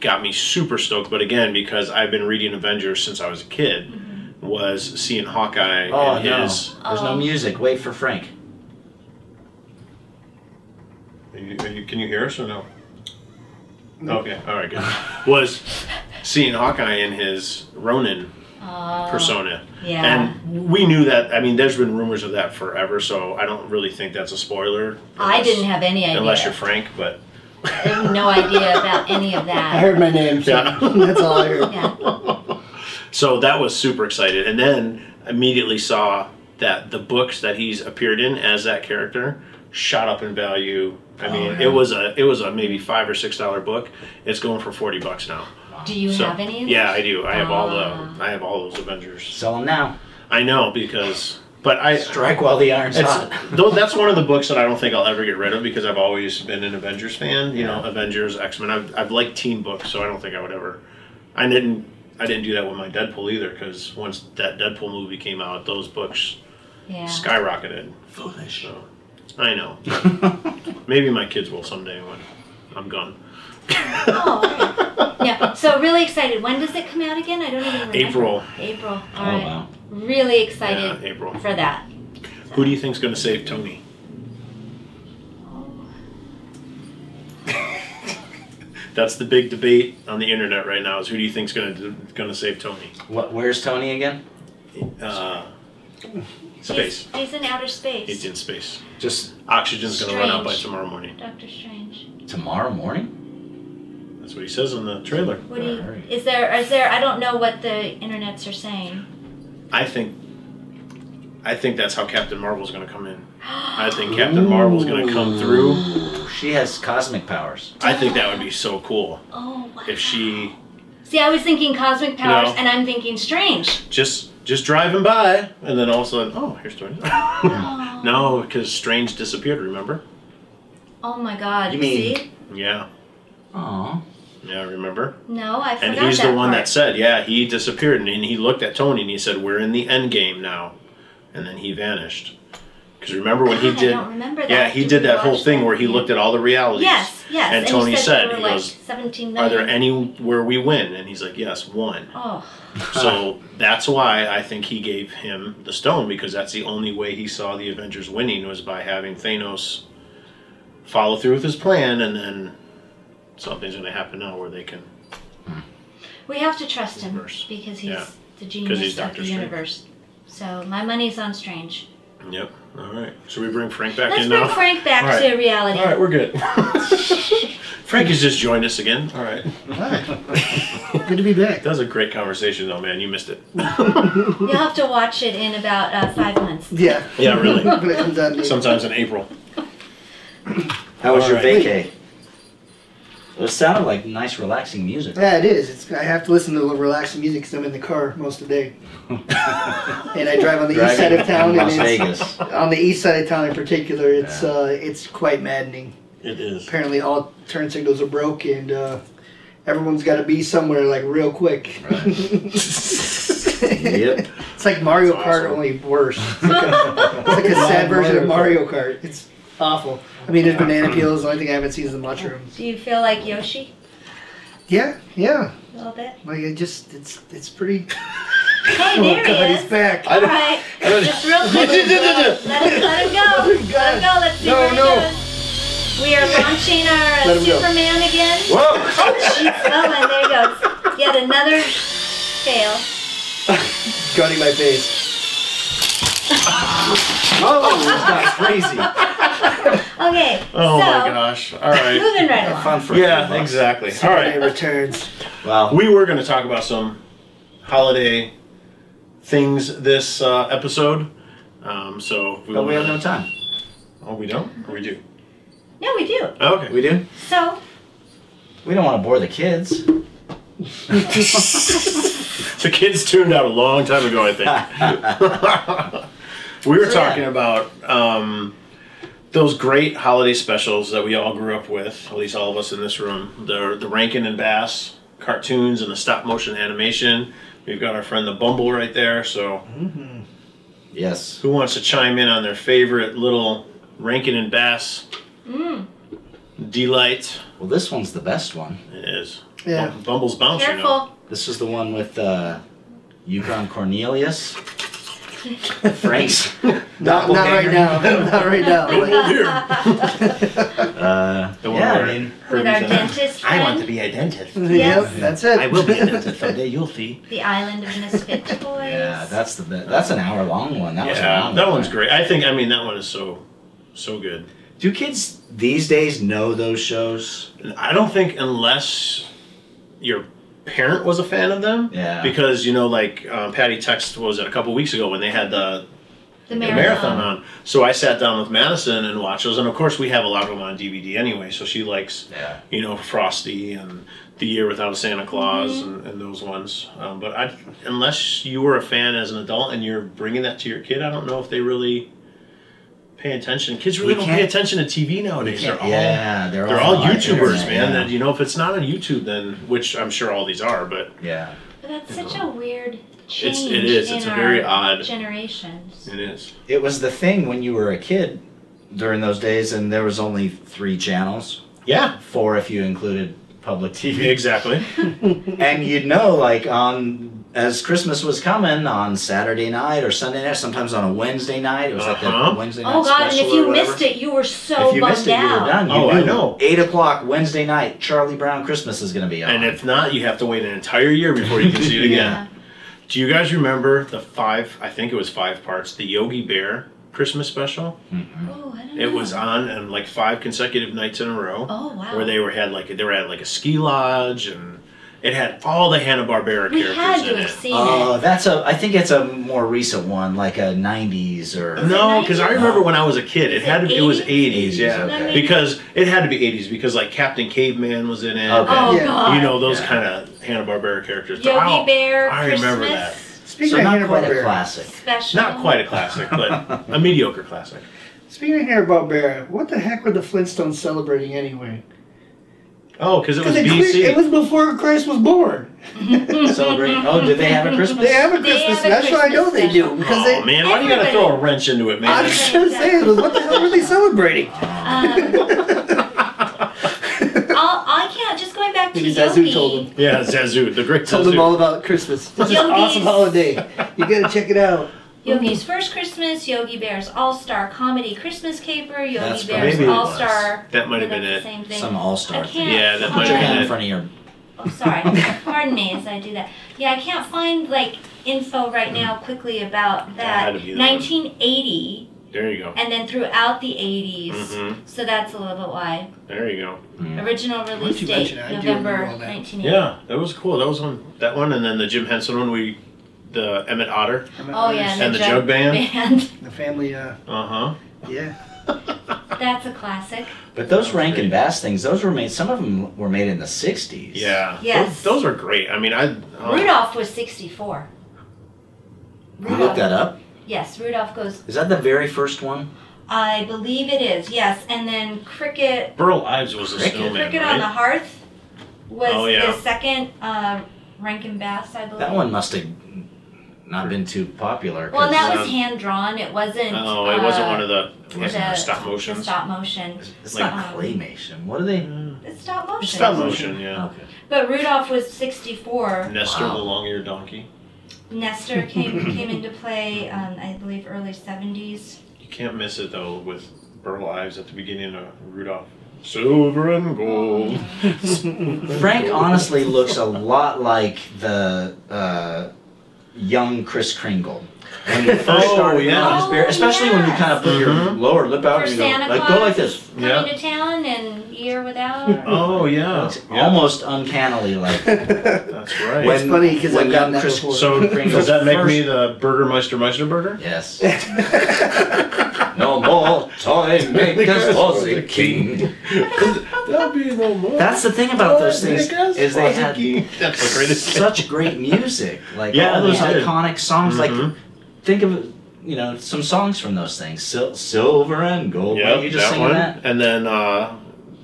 Speaker 2: got me super stoked, but again, because I've been reading Avengers since I was a kid,
Speaker 3: Mm-hmm.
Speaker 2: was seeing Hawkeye
Speaker 5: Oh
Speaker 2: and
Speaker 5: no!
Speaker 2: his.
Speaker 5: There's no
Speaker 3: Oh.
Speaker 5: music. Wait for Frank.
Speaker 2: Are you, are you, can you hear us or no? Okay, all right, good. Was seeing Hawkeye in his Ronin
Speaker 3: Uh,
Speaker 2: persona.
Speaker 3: Yeah.
Speaker 2: And we knew that. I mean, there's been rumors of that forever, so I don't really think that's a spoiler.
Speaker 3: I
Speaker 2: unless-
Speaker 3: didn't have any idea.
Speaker 2: Unless you're Frank, but.
Speaker 3: I have no idea about any of
Speaker 4: I
Speaker 3: that.
Speaker 4: heard my name, so
Speaker 2: Yeah.
Speaker 4: that's all I heard.
Speaker 3: Yeah.
Speaker 2: So that was super excited, and then immediately saw that the books that he's appeared in as that character shot up in value. I
Speaker 5: Oh,
Speaker 2: mean,
Speaker 5: yeah.
Speaker 2: it was a it was a maybe five or six dollar book. It's going for forty bucks now.
Speaker 3: Do you
Speaker 2: so
Speaker 3: have any of
Speaker 2: yeah,
Speaker 3: those?
Speaker 2: I do. I have all
Speaker 3: Ah.
Speaker 2: the I have all those Avengers.
Speaker 5: Sell them now.
Speaker 2: I know because, but I
Speaker 5: Strike while the iron's
Speaker 2: It's,
Speaker 5: hot.
Speaker 2: though that's one of the books that I don't think I'll ever get rid of because I've always been an Avengers fan. You know, Avengers, X Men. I've, I've liked teen books, so I don't think I would ever. I didn't. I didn't do that with my Deadpool either because once that Deadpool movie came out, those books
Speaker 3: Yeah.
Speaker 2: skyrocketed.
Speaker 5: Foolish.
Speaker 2: So I know. Maybe my kids will someday when I'm gone.
Speaker 3: Oh, okay. yeah. So really excited. When does it come out again? I don't even remember.
Speaker 2: April.
Speaker 3: April. All
Speaker 5: Oh,
Speaker 3: right.
Speaker 5: wow.
Speaker 3: Really excited
Speaker 2: Yeah, April.
Speaker 3: for that.
Speaker 2: Who do you think's going to save Tony? That's the big debate on the internet right now: is who do you think's going to going to save Tony?
Speaker 5: What, where's Tony again?
Speaker 2: Uh, space.
Speaker 3: He's, he's in outer space.
Speaker 2: It's in space.
Speaker 5: Just
Speaker 2: Oxygen's going to run out by
Speaker 3: Strange.
Speaker 2: tomorrow morning.
Speaker 3: Doctor Strange.
Speaker 5: tomorrow morning?
Speaker 2: That's what he says in the trailer.
Speaker 3: What do you,
Speaker 5: Alright.
Speaker 3: is there? Is there? I don't know what the internets are saying.
Speaker 2: I think. I think that's how Captain Marvel's going to come in. I think Captain Marvel's going to come through.
Speaker 5: Ooh, She has cosmic powers.
Speaker 2: I think that would be so cool
Speaker 3: Oh wow.
Speaker 2: if she
Speaker 3: See, I was thinking cosmic powers,
Speaker 2: No.
Speaker 3: and I'm thinking strange.
Speaker 2: just just driving by and then all of a sudden, oh, here's Tony. no, because Strange disappeared. Remember?
Speaker 3: Oh my God.
Speaker 5: You mean-
Speaker 3: See?
Speaker 2: Yeah,
Speaker 5: Aw.
Speaker 2: yeah, remember.
Speaker 3: No, I forgot
Speaker 2: And he's
Speaker 3: that
Speaker 2: the one
Speaker 3: part.
Speaker 2: that said, yeah, he disappeared, and he looked at Tony and he said, we're in the end game now, and then he vanished. Because remember when he
Speaker 3: God, I
Speaker 2: did?
Speaker 3: don't remember that.
Speaker 2: Yeah, he
Speaker 3: Did
Speaker 2: did
Speaker 3: we
Speaker 2: that whole
Speaker 3: watch
Speaker 2: thing
Speaker 3: that?
Speaker 2: where he looked at all the realities.
Speaker 3: Yes, yes.
Speaker 2: And,
Speaker 3: he
Speaker 2: Tony
Speaker 3: said,
Speaker 2: said,
Speaker 3: there
Speaker 2: he
Speaker 3: were like
Speaker 2: goes,
Speaker 3: 17
Speaker 2: "Are there
Speaker 3: million.
Speaker 2: any where we win?" And he's like, "Yes, one."
Speaker 3: Oh.
Speaker 2: So that's why I think he gave him the stone because that's the only way he saw the Avengers winning was by having Thanos follow through with his plan, and then something's going to happen now where they can.
Speaker 3: We have to trust him
Speaker 2: Universe.
Speaker 3: because he's
Speaker 2: Yeah.
Speaker 3: the genius
Speaker 2: he's
Speaker 3: of
Speaker 2: Doctor
Speaker 3: the
Speaker 2: Strange.
Speaker 3: universe. So my money's on Strange.
Speaker 2: Yep. All right. Should we bring Frank back
Speaker 3: Let's
Speaker 2: in
Speaker 3: bring
Speaker 2: now?
Speaker 3: Frank back
Speaker 2: All right.
Speaker 3: to reality.
Speaker 2: All right, we're good. Frank has just joined us again. All right.
Speaker 4: Good to be back.
Speaker 2: That was a great conversation, though, man. You missed it.
Speaker 3: You'll have to watch it in about uh, five months.
Speaker 4: Yeah.
Speaker 2: Yeah, really.
Speaker 4: When it comes out later.
Speaker 2: Sometimes in April.
Speaker 5: How was your
Speaker 2: Alright.
Speaker 5: vacay? It sounded like nice, relaxing music.
Speaker 4: Yeah, it is. It's, I have to listen to relaxing music because I'm in the car most of the day. and I drive on the east side
Speaker 5: Driving
Speaker 4: of town,
Speaker 5: in
Speaker 4: and
Speaker 5: Las
Speaker 4: it's,
Speaker 5: Vegas.
Speaker 4: on the east side of town in particular, it's uh, it's quite maddening.
Speaker 2: It is.
Speaker 4: Apparently, all turn signals are broke, and uh, everyone's got to be somewhere like real quick.
Speaker 5: Right.
Speaker 4: yep.
Speaker 5: Yep.
Speaker 4: It's like Mario
Speaker 2: That's
Speaker 4: Kart,
Speaker 2: awesome.
Speaker 4: only worse. It's like a, it's like a sad version of Mario Kart. It's awful. I mean, there's banana peels. The only thing I haven't seen is the mushrooms.
Speaker 3: Do you feel like Yoshi
Speaker 4: Yeah, yeah.
Speaker 3: a little bit?
Speaker 4: Like it just, it's it's pretty.
Speaker 3: Hey,
Speaker 4: Oh
Speaker 3: there
Speaker 4: God,
Speaker 3: he
Speaker 4: he's
Speaker 3: is.
Speaker 4: back.
Speaker 3: All right, just real quick. let, him, let him go. Let him go. Let's see
Speaker 4: No,
Speaker 3: where he
Speaker 4: no.
Speaker 3: goes. We are launching our
Speaker 4: Let
Speaker 3: uh,
Speaker 4: him go.
Speaker 3: Superman again.
Speaker 5: Whoa!
Speaker 3: Oh, and there he goes. Yet another fail.
Speaker 4: Gutting my face.
Speaker 5: Whoa! This guy's crazy.
Speaker 3: Okay,
Speaker 2: Oh
Speaker 3: so
Speaker 2: my gosh. All right.
Speaker 3: moving right along.
Speaker 5: Fun for
Speaker 2: Yeah, exactly. All right.
Speaker 4: It returns.
Speaker 5: Wow.
Speaker 2: We were going to talk about some holiday things this uh, episode. Um, so we
Speaker 5: But we have
Speaker 2: wanna-
Speaker 5: no time.
Speaker 2: Oh, we don't. Or we do.
Speaker 3: No, we do.
Speaker 2: Oh, okay.
Speaker 5: We do?
Speaker 3: So
Speaker 5: We don't want to bore the kids.
Speaker 2: The kids tuned out a long time ago, I think. we were
Speaker 5: So,
Speaker 2: talking
Speaker 5: yeah.
Speaker 2: about um, those great holiday specials that we all grew up with, at least all of us in this room. The the Rankin and Bass cartoons and the stop motion animation. We've got our friend the Bumble right there. So
Speaker 5: Yes.
Speaker 2: who wants to chime in on their favorite little Rankin and Bass
Speaker 5: Mm.
Speaker 2: delight?
Speaker 5: Well, this one's the best one.
Speaker 2: It is.
Speaker 4: Yeah.
Speaker 2: Bum- Bumble's bounce. You know.
Speaker 3: careful.
Speaker 5: This was the one with uh, Yukon Cornelius. Frank's.
Speaker 4: Not, not right
Speaker 5: Doppelganger.
Speaker 4: now. Not right now. Like,
Speaker 5: Uh,
Speaker 2: The one
Speaker 5: yeah,
Speaker 2: where-
Speaker 5: I mean,
Speaker 3: With our dentist friend,
Speaker 6: be a dentist.
Speaker 4: yep, that's it.
Speaker 6: someday. You'll see.
Speaker 3: the Island of Misfit Toys.
Speaker 5: yeah, that's the best. That's an hour long one. That was a
Speaker 2: yeah,
Speaker 5: long
Speaker 2: that
Speaker 5: one.
Speaker 2: one's great. I think. I mean, that one is so, so good.
Speaker 5: Do kids these days know those shows?
Speaker 2: I don't think unless your parent was a fan of them.
Speaker 5: Yeah.
Speaker 2: Because you know, like um, Patty Text was it a couple weeks ago when they had the
Speaker 3: The uh,
Speaker 2: the marathon on. So I sat down with Madison and watched those, and of course we have a lot of them on DVD anyway. So she likes,
Speaker 5: Yeah.
Speaker 2: you know, Frosty and The Year Without a Santa Claus and, and those ones. Um, but I, unless you were a fan as an adult and you're bringing that to your kid, I don't know if they really pay attention. Kids really
Speaker 5: We
Speaker 2: don't
Speaker 5: can't-
Speaker 2: pay attention to TV nowadays. They're all
Speaker 5: yeah, they're,
Speaker 2: they're all
Speaker 5: on
Speaker 2: YouTubers,
Speaker 5: internet, yeah.
Speaker 2: man. That you know, if it's not on YouTube, then which I'm sure all these are, but
Speaker 5: Yeah.
Speaker 3: But that's such a weird change
Speaker 2: It's- it is.
Speaker 3: in
Speaker 2: It's a
Speaker 3: our
Speaker 2: very odd-
Speaker 3: generations.
Speaker 2: it is.
Speaker 5: It was the thing when you were a kid during those days, and there was only three channels,
Speaker 2: Yeah,
Speaker 5: four if you included public TV.
Speaker 2: exactly.
Speaker 5: and you'd know, like on as Christmas was coming on Saturday night or Sunday night, sometimes on a Wednesday night. It was like
Speaker 2: Uh-huh.
Speaker 5: the Wednesday night
Speaker 3: Oh God! And
Speaker 5: special
Speaker 3: if
Speaker 5: or
Speaker 3: you
Speaker 5: whatever.
Speaker 3: missed it, you were so
Speaker 5: if you
Speaker 3: bummed
Speaker 5: missed it,
Speaker 3: out.
Speaker 5: you were done. You
Speaker 2: Oh, I
Speaker 5: knew.
Speaker 2: know.
Speaker 5: Eight o'clock Wednesday night, Charlie Brown Christmas is going to be on.
Speaker 2: And if not, you have to wait an entire year before you can see it again.
Speaker 3: Yeah.
Speaker 2: Do you guys remember the five? I think it was five parts. The Yogi Bear Christmas special.
Speaker 3: Oh, I don't know.
Speaker 2: It was on and like five consecutive nights in a row.
Speaker 3: Oh wow.
Speaker 2: Where they were had like they were at like a ski lodge and it had all the Hanna Barbera
Speaker 3: we
Speaker 2: characters
Speaker 3: had to
Speaker 2: in
Speaker 3: have
Speaker 2: it.
Speaker 3: seen
Speaker 5: oh,
Speaker 3: it.
Speaker 5: that's a. I think it's a more recent one, like a '90s or.
Speaker 2: No, because I remember when I was a kid, it
Speaker 3: Is
Speaker 2: had to
Speaker 3: it
Speaker 2: be, it was
Speaker 5: 80s?
Speaker 2: eighties, yeah,
Speaker 5: Okay.
Speaker 3: That
Speaker 2: because it had to be eighties because like Captain Caveman was in it.
Speaker 5: Okay.
Speaker 3: Oh
Speaker 4: Yeah.
Speaker 3: God.
Speaker 2: You know those
Speaker 5: Yeah.
Speaker 2: kind of Hanna Barbera characters. Oh,
Speaker 3: Yogi
Speaker 2: Wow.
Speaker 3: Bear
Speaker 2: I
Speaker 3: Christmas
Speaker 2: remember that.
Speaker 5: So
Speaker 4: Speaking of
Speaker 5: not
Speaker 4: Hanna
Speaker 5: quite a
Speaker 4: Barbera,
Speaker 5: classic.
Speaker 3: special.
Speaker 2: Not quite a classic, but a mediocre classic.
Speaker 4: speaking of Hanna Barbera, what the heck were the Flintstones celebrating anyway?
Speaker 2: Oh, because it was
Speaker 4: Because it, clear-
Speaker 2: BC.
Speaker 4: it was before Christ was born.
Speaker 5: Celebrating. Oh, did they have a Christmas?
Speaker 4: They have a
Speaker 3: They have
Speaker 4: Christmas
Speaker 3: a
Speaker 4: special. I know
Speaker 3: Christmas
Speaker 4: they do
Speaker 3: special.
Speaker 4: because
Speaker 2: oh
Speaker 4: they.
Speaker 2: man, why do you gotta
Speaker 3: Everybody-
Speaker 2: throw a wrench into it,
Speaker 4: I
Speaker 2: man?
Speaker 4: was just saying, what the hell were they celebrating?
Speaker 3: Um, I'll, I can't. Just going back to
Speaker 4: Maybe Zazu
Speaker 3: Yogi.
Speaker 4: told them.
Speaker 2: yeah, Zazu, the great
Speaker 4: Told them
Speaker 2: Zazu.
Speaker 4: all about Christmas. This is an
Speaker 3: Yogis.
Speaker 4: awesome holiday. You gotta check it out.
Speaker 3: Yogi's First Christmas, Yogi Bear's All Star Comedy Christmas Caper, Yogi
Speaker 5: That's
Speaker 3: Bear's
Speaker 5: probably what it
Speaker 3: All Star.
Speaker 2: That might have been it.
Speaker 3: Same thing.
Speaker 5: Some all-star
Speaker 3: I
Speaker 5: thing.
Speaker 3: can't
Speaker 2: Yeah, that
Speaker 5: Put
Speaker 2: might
Speaker 5: your
Speaker 2: have been
Speaker 5: hand
Speaker 2: it.
Speaker 5: in front of your.
Speaker 3: Oh, sorry. Pardon me as I do that. Yeah, I can't find like info right now
Speaker 5: Mm-hmm.
Speaker 3: quickly about
Speaker 2: Yeah, I
Speaker 3: that.
Speaker 2: had to be the one.
Speaker 3: 1980,
Speaker 2: There you go.
Speaker 3: and then throughout the 80s.
Speaker 2: Mhm.
Speaker 3: So that's a little bit why.
Speaker 2: There you go.
Speaker 3: Original release
Speaker 4: you
Speaker 3: date
Speaker 4: mention it, I do
Speaker 3: November
Speaker 4: remember all that.
Speaker 3: 1980.
Speaker 2: Yeah, that was cool. That was one. That one, and then the Jim Henson one. We, the Emmett Otter.
Speaker 3: Oh yeah,
Speaker 2: And the jug band.
Speaker 3: band.
Speaker 4: The family, uh,
Speaker 2: Uh huh.
Speaker 4: yeah.
Speaker 3: that's a classic.
Speaker 5: But those
Speaker 2: Sounds
Speaker 5: Rankin
Speaker 2: great.
Speaker 5: Bass things, those were made. Some of them were made in the '60s.
Speaker 2: Yeah.
Speaker 3: Yes.
Speaker 2: Those, those are great. I mean, I. oh,
Speaker 3: Rudolph was 64.
Speaker 5: You looked that up.
Speaker 3: Yes, Rudolph goes.
Speaker 5: Is that the very first one?
Speaker 3: I believe it is. Yes, and then Cricket
Speaker 2: Burl Ives was a
Speaker 5: Cricket.
Speaker 2: snowman,
Speaker 3: Cricket
Speaker 2: right?
Speaker 3: on the Hearth was
Speaker 2: Oh, yeah.
Speaker 3: the second uh, Rankin Bass, I believe.
Speaker 5: That one must have not been too popular.
Speaker 3: Well,
Speaker 5: 'cause-
Speaker 3: that was
Speaker 2: Um,
Speaker 3: hand drawn. It wasn't.
Speaker 2: oh, it wasn't
Speaker 3: uh,
Speaker 2: one of the. It wasn't
Speaker 3: the-
Speaker 2: the stop
Speaker 3: the
Speaker 2: motions.
Speaker 3: stop motion.
Speaker 5: It's
Speaker 2: Like-
Speaker 5: not claymation. What are they?
Speaker 3: It's stop motion.
Speaker 2: Stop motion. Yeah.
Speaker 5: Okay.
Speaker 3: But Rudolph was 64.
Speaker 2: Nestor
Speaker 5: Wow.
Speaker 2: the long-eared donkey.
Speaker 3: Nestor came came into play, um, I believe, early 70s.
Speaker 2: You can't miss it though with Burl Ives at the beginning of Rudolph. Silver and gold.
Speaker 5: Frank honestly looks a lot like the uh, young Chris Kringle. When you first
Speaker 2: Oh,
Speaker 5: started growing
Speaker 2: yeah.
Speaker 5: his beard, especially when you kind of put your
Speaker 2: Mhm.
Speaker 5: lower lip out
Speaker 3: For
Speaker 5: and you go,
Speaker 3: Santa
Speaker 5: like,
Speaker 3: Claus.
Speaker 5: go like this.
Speaker 3: Coming
Speaker 2: Yeah.
Speaker 3: to town and year without.
Speaker 2: Oh yeah.
Speaker 5: It's
Speaker 2: Yeah,
Speaker 5: almost uncannily like
Speaker 2: That's right.
Speaker 5: when,
Speaker 4: funny 'cause
Speaker 5: when young
Speaker 4: I've gotten that
Speaker 5: Chris
Speaker 4: before.
Speaker 2: So does that make me the Burgermeister Meister Burger?
Speaker 5: Yes. no more toy
Speaker 2: Because
Speaker 5: makers was
Speaker 2: was
Speaker 5: a
Speaker 2: a
Speaker 5: king.
Speaker 2: That'll be no more.
Speaker 5: That's the thing about those things is they had
Speaker 2: That's the greatest.
Speaker 5: such great music, like
Speaker 2: Yeah,
Speaker 5: all those
Speaker 2: they did.
Speaker 5: iconic songs.
Speaker 2: Mhm.
Speaker 5: Like, think of you know some songs from those things, Sil- silver and gold.
Speaker 2: Yeah,
Speaker 5: Were you just
Speaker 2: that
Speaker 5: singing
Speaker 2: one.
Speaker 5: that?
Speaker 2: And then uh,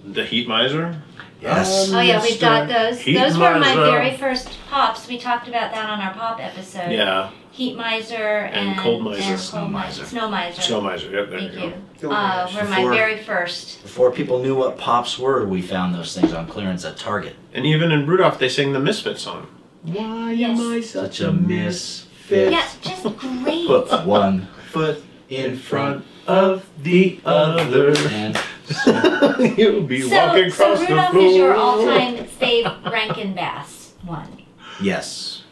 Speaker 2: the Heat Miser.
Speaker 5: Yes.
Speaker 3: Oh yeah, we've got those.
Speaker 2: Heat
Speaker 3: those were my
Speaker 2: miser.
Speaker 3: very first pops. We talked about that on our pop episode.
Speaker 2: Yeah,
Speaker 3: Heat miser and,
Speaker 2: cold miser.
Speaker 3: and
Speaker 5: Snow
Speaker 3: cold
Speaker 5: miser.
Speaker 3: Snow miser.
Speaker 2: Snow Miser. Yep, there
Speaker 3: Thank
Speaker 2: you go.
Speaker 3: you. Uh, were my
Speaker 5: Before-
Speaker 3: very first.
Speaker 5: Before people knew what pops were, we found those things on clearance at Target.
Speaker 2: And even in Rudolph, they sing the Misfit song. Why
Speaker 3: Yes.
Speaker 2: am I such
Speaker 5: Such a misfit.
Speaker 3: Yeah, just great.
Speaker 5: Put one foot in front of the other. And
Speaker 2: You'll be walking
Speaker 3: so,
Speaker 2: across
Speaker 3: so Rudolph
Speaker 2: the floor.
Speaker 3: is your all-time fave Rankin Bass one.
Speaker 5: yes.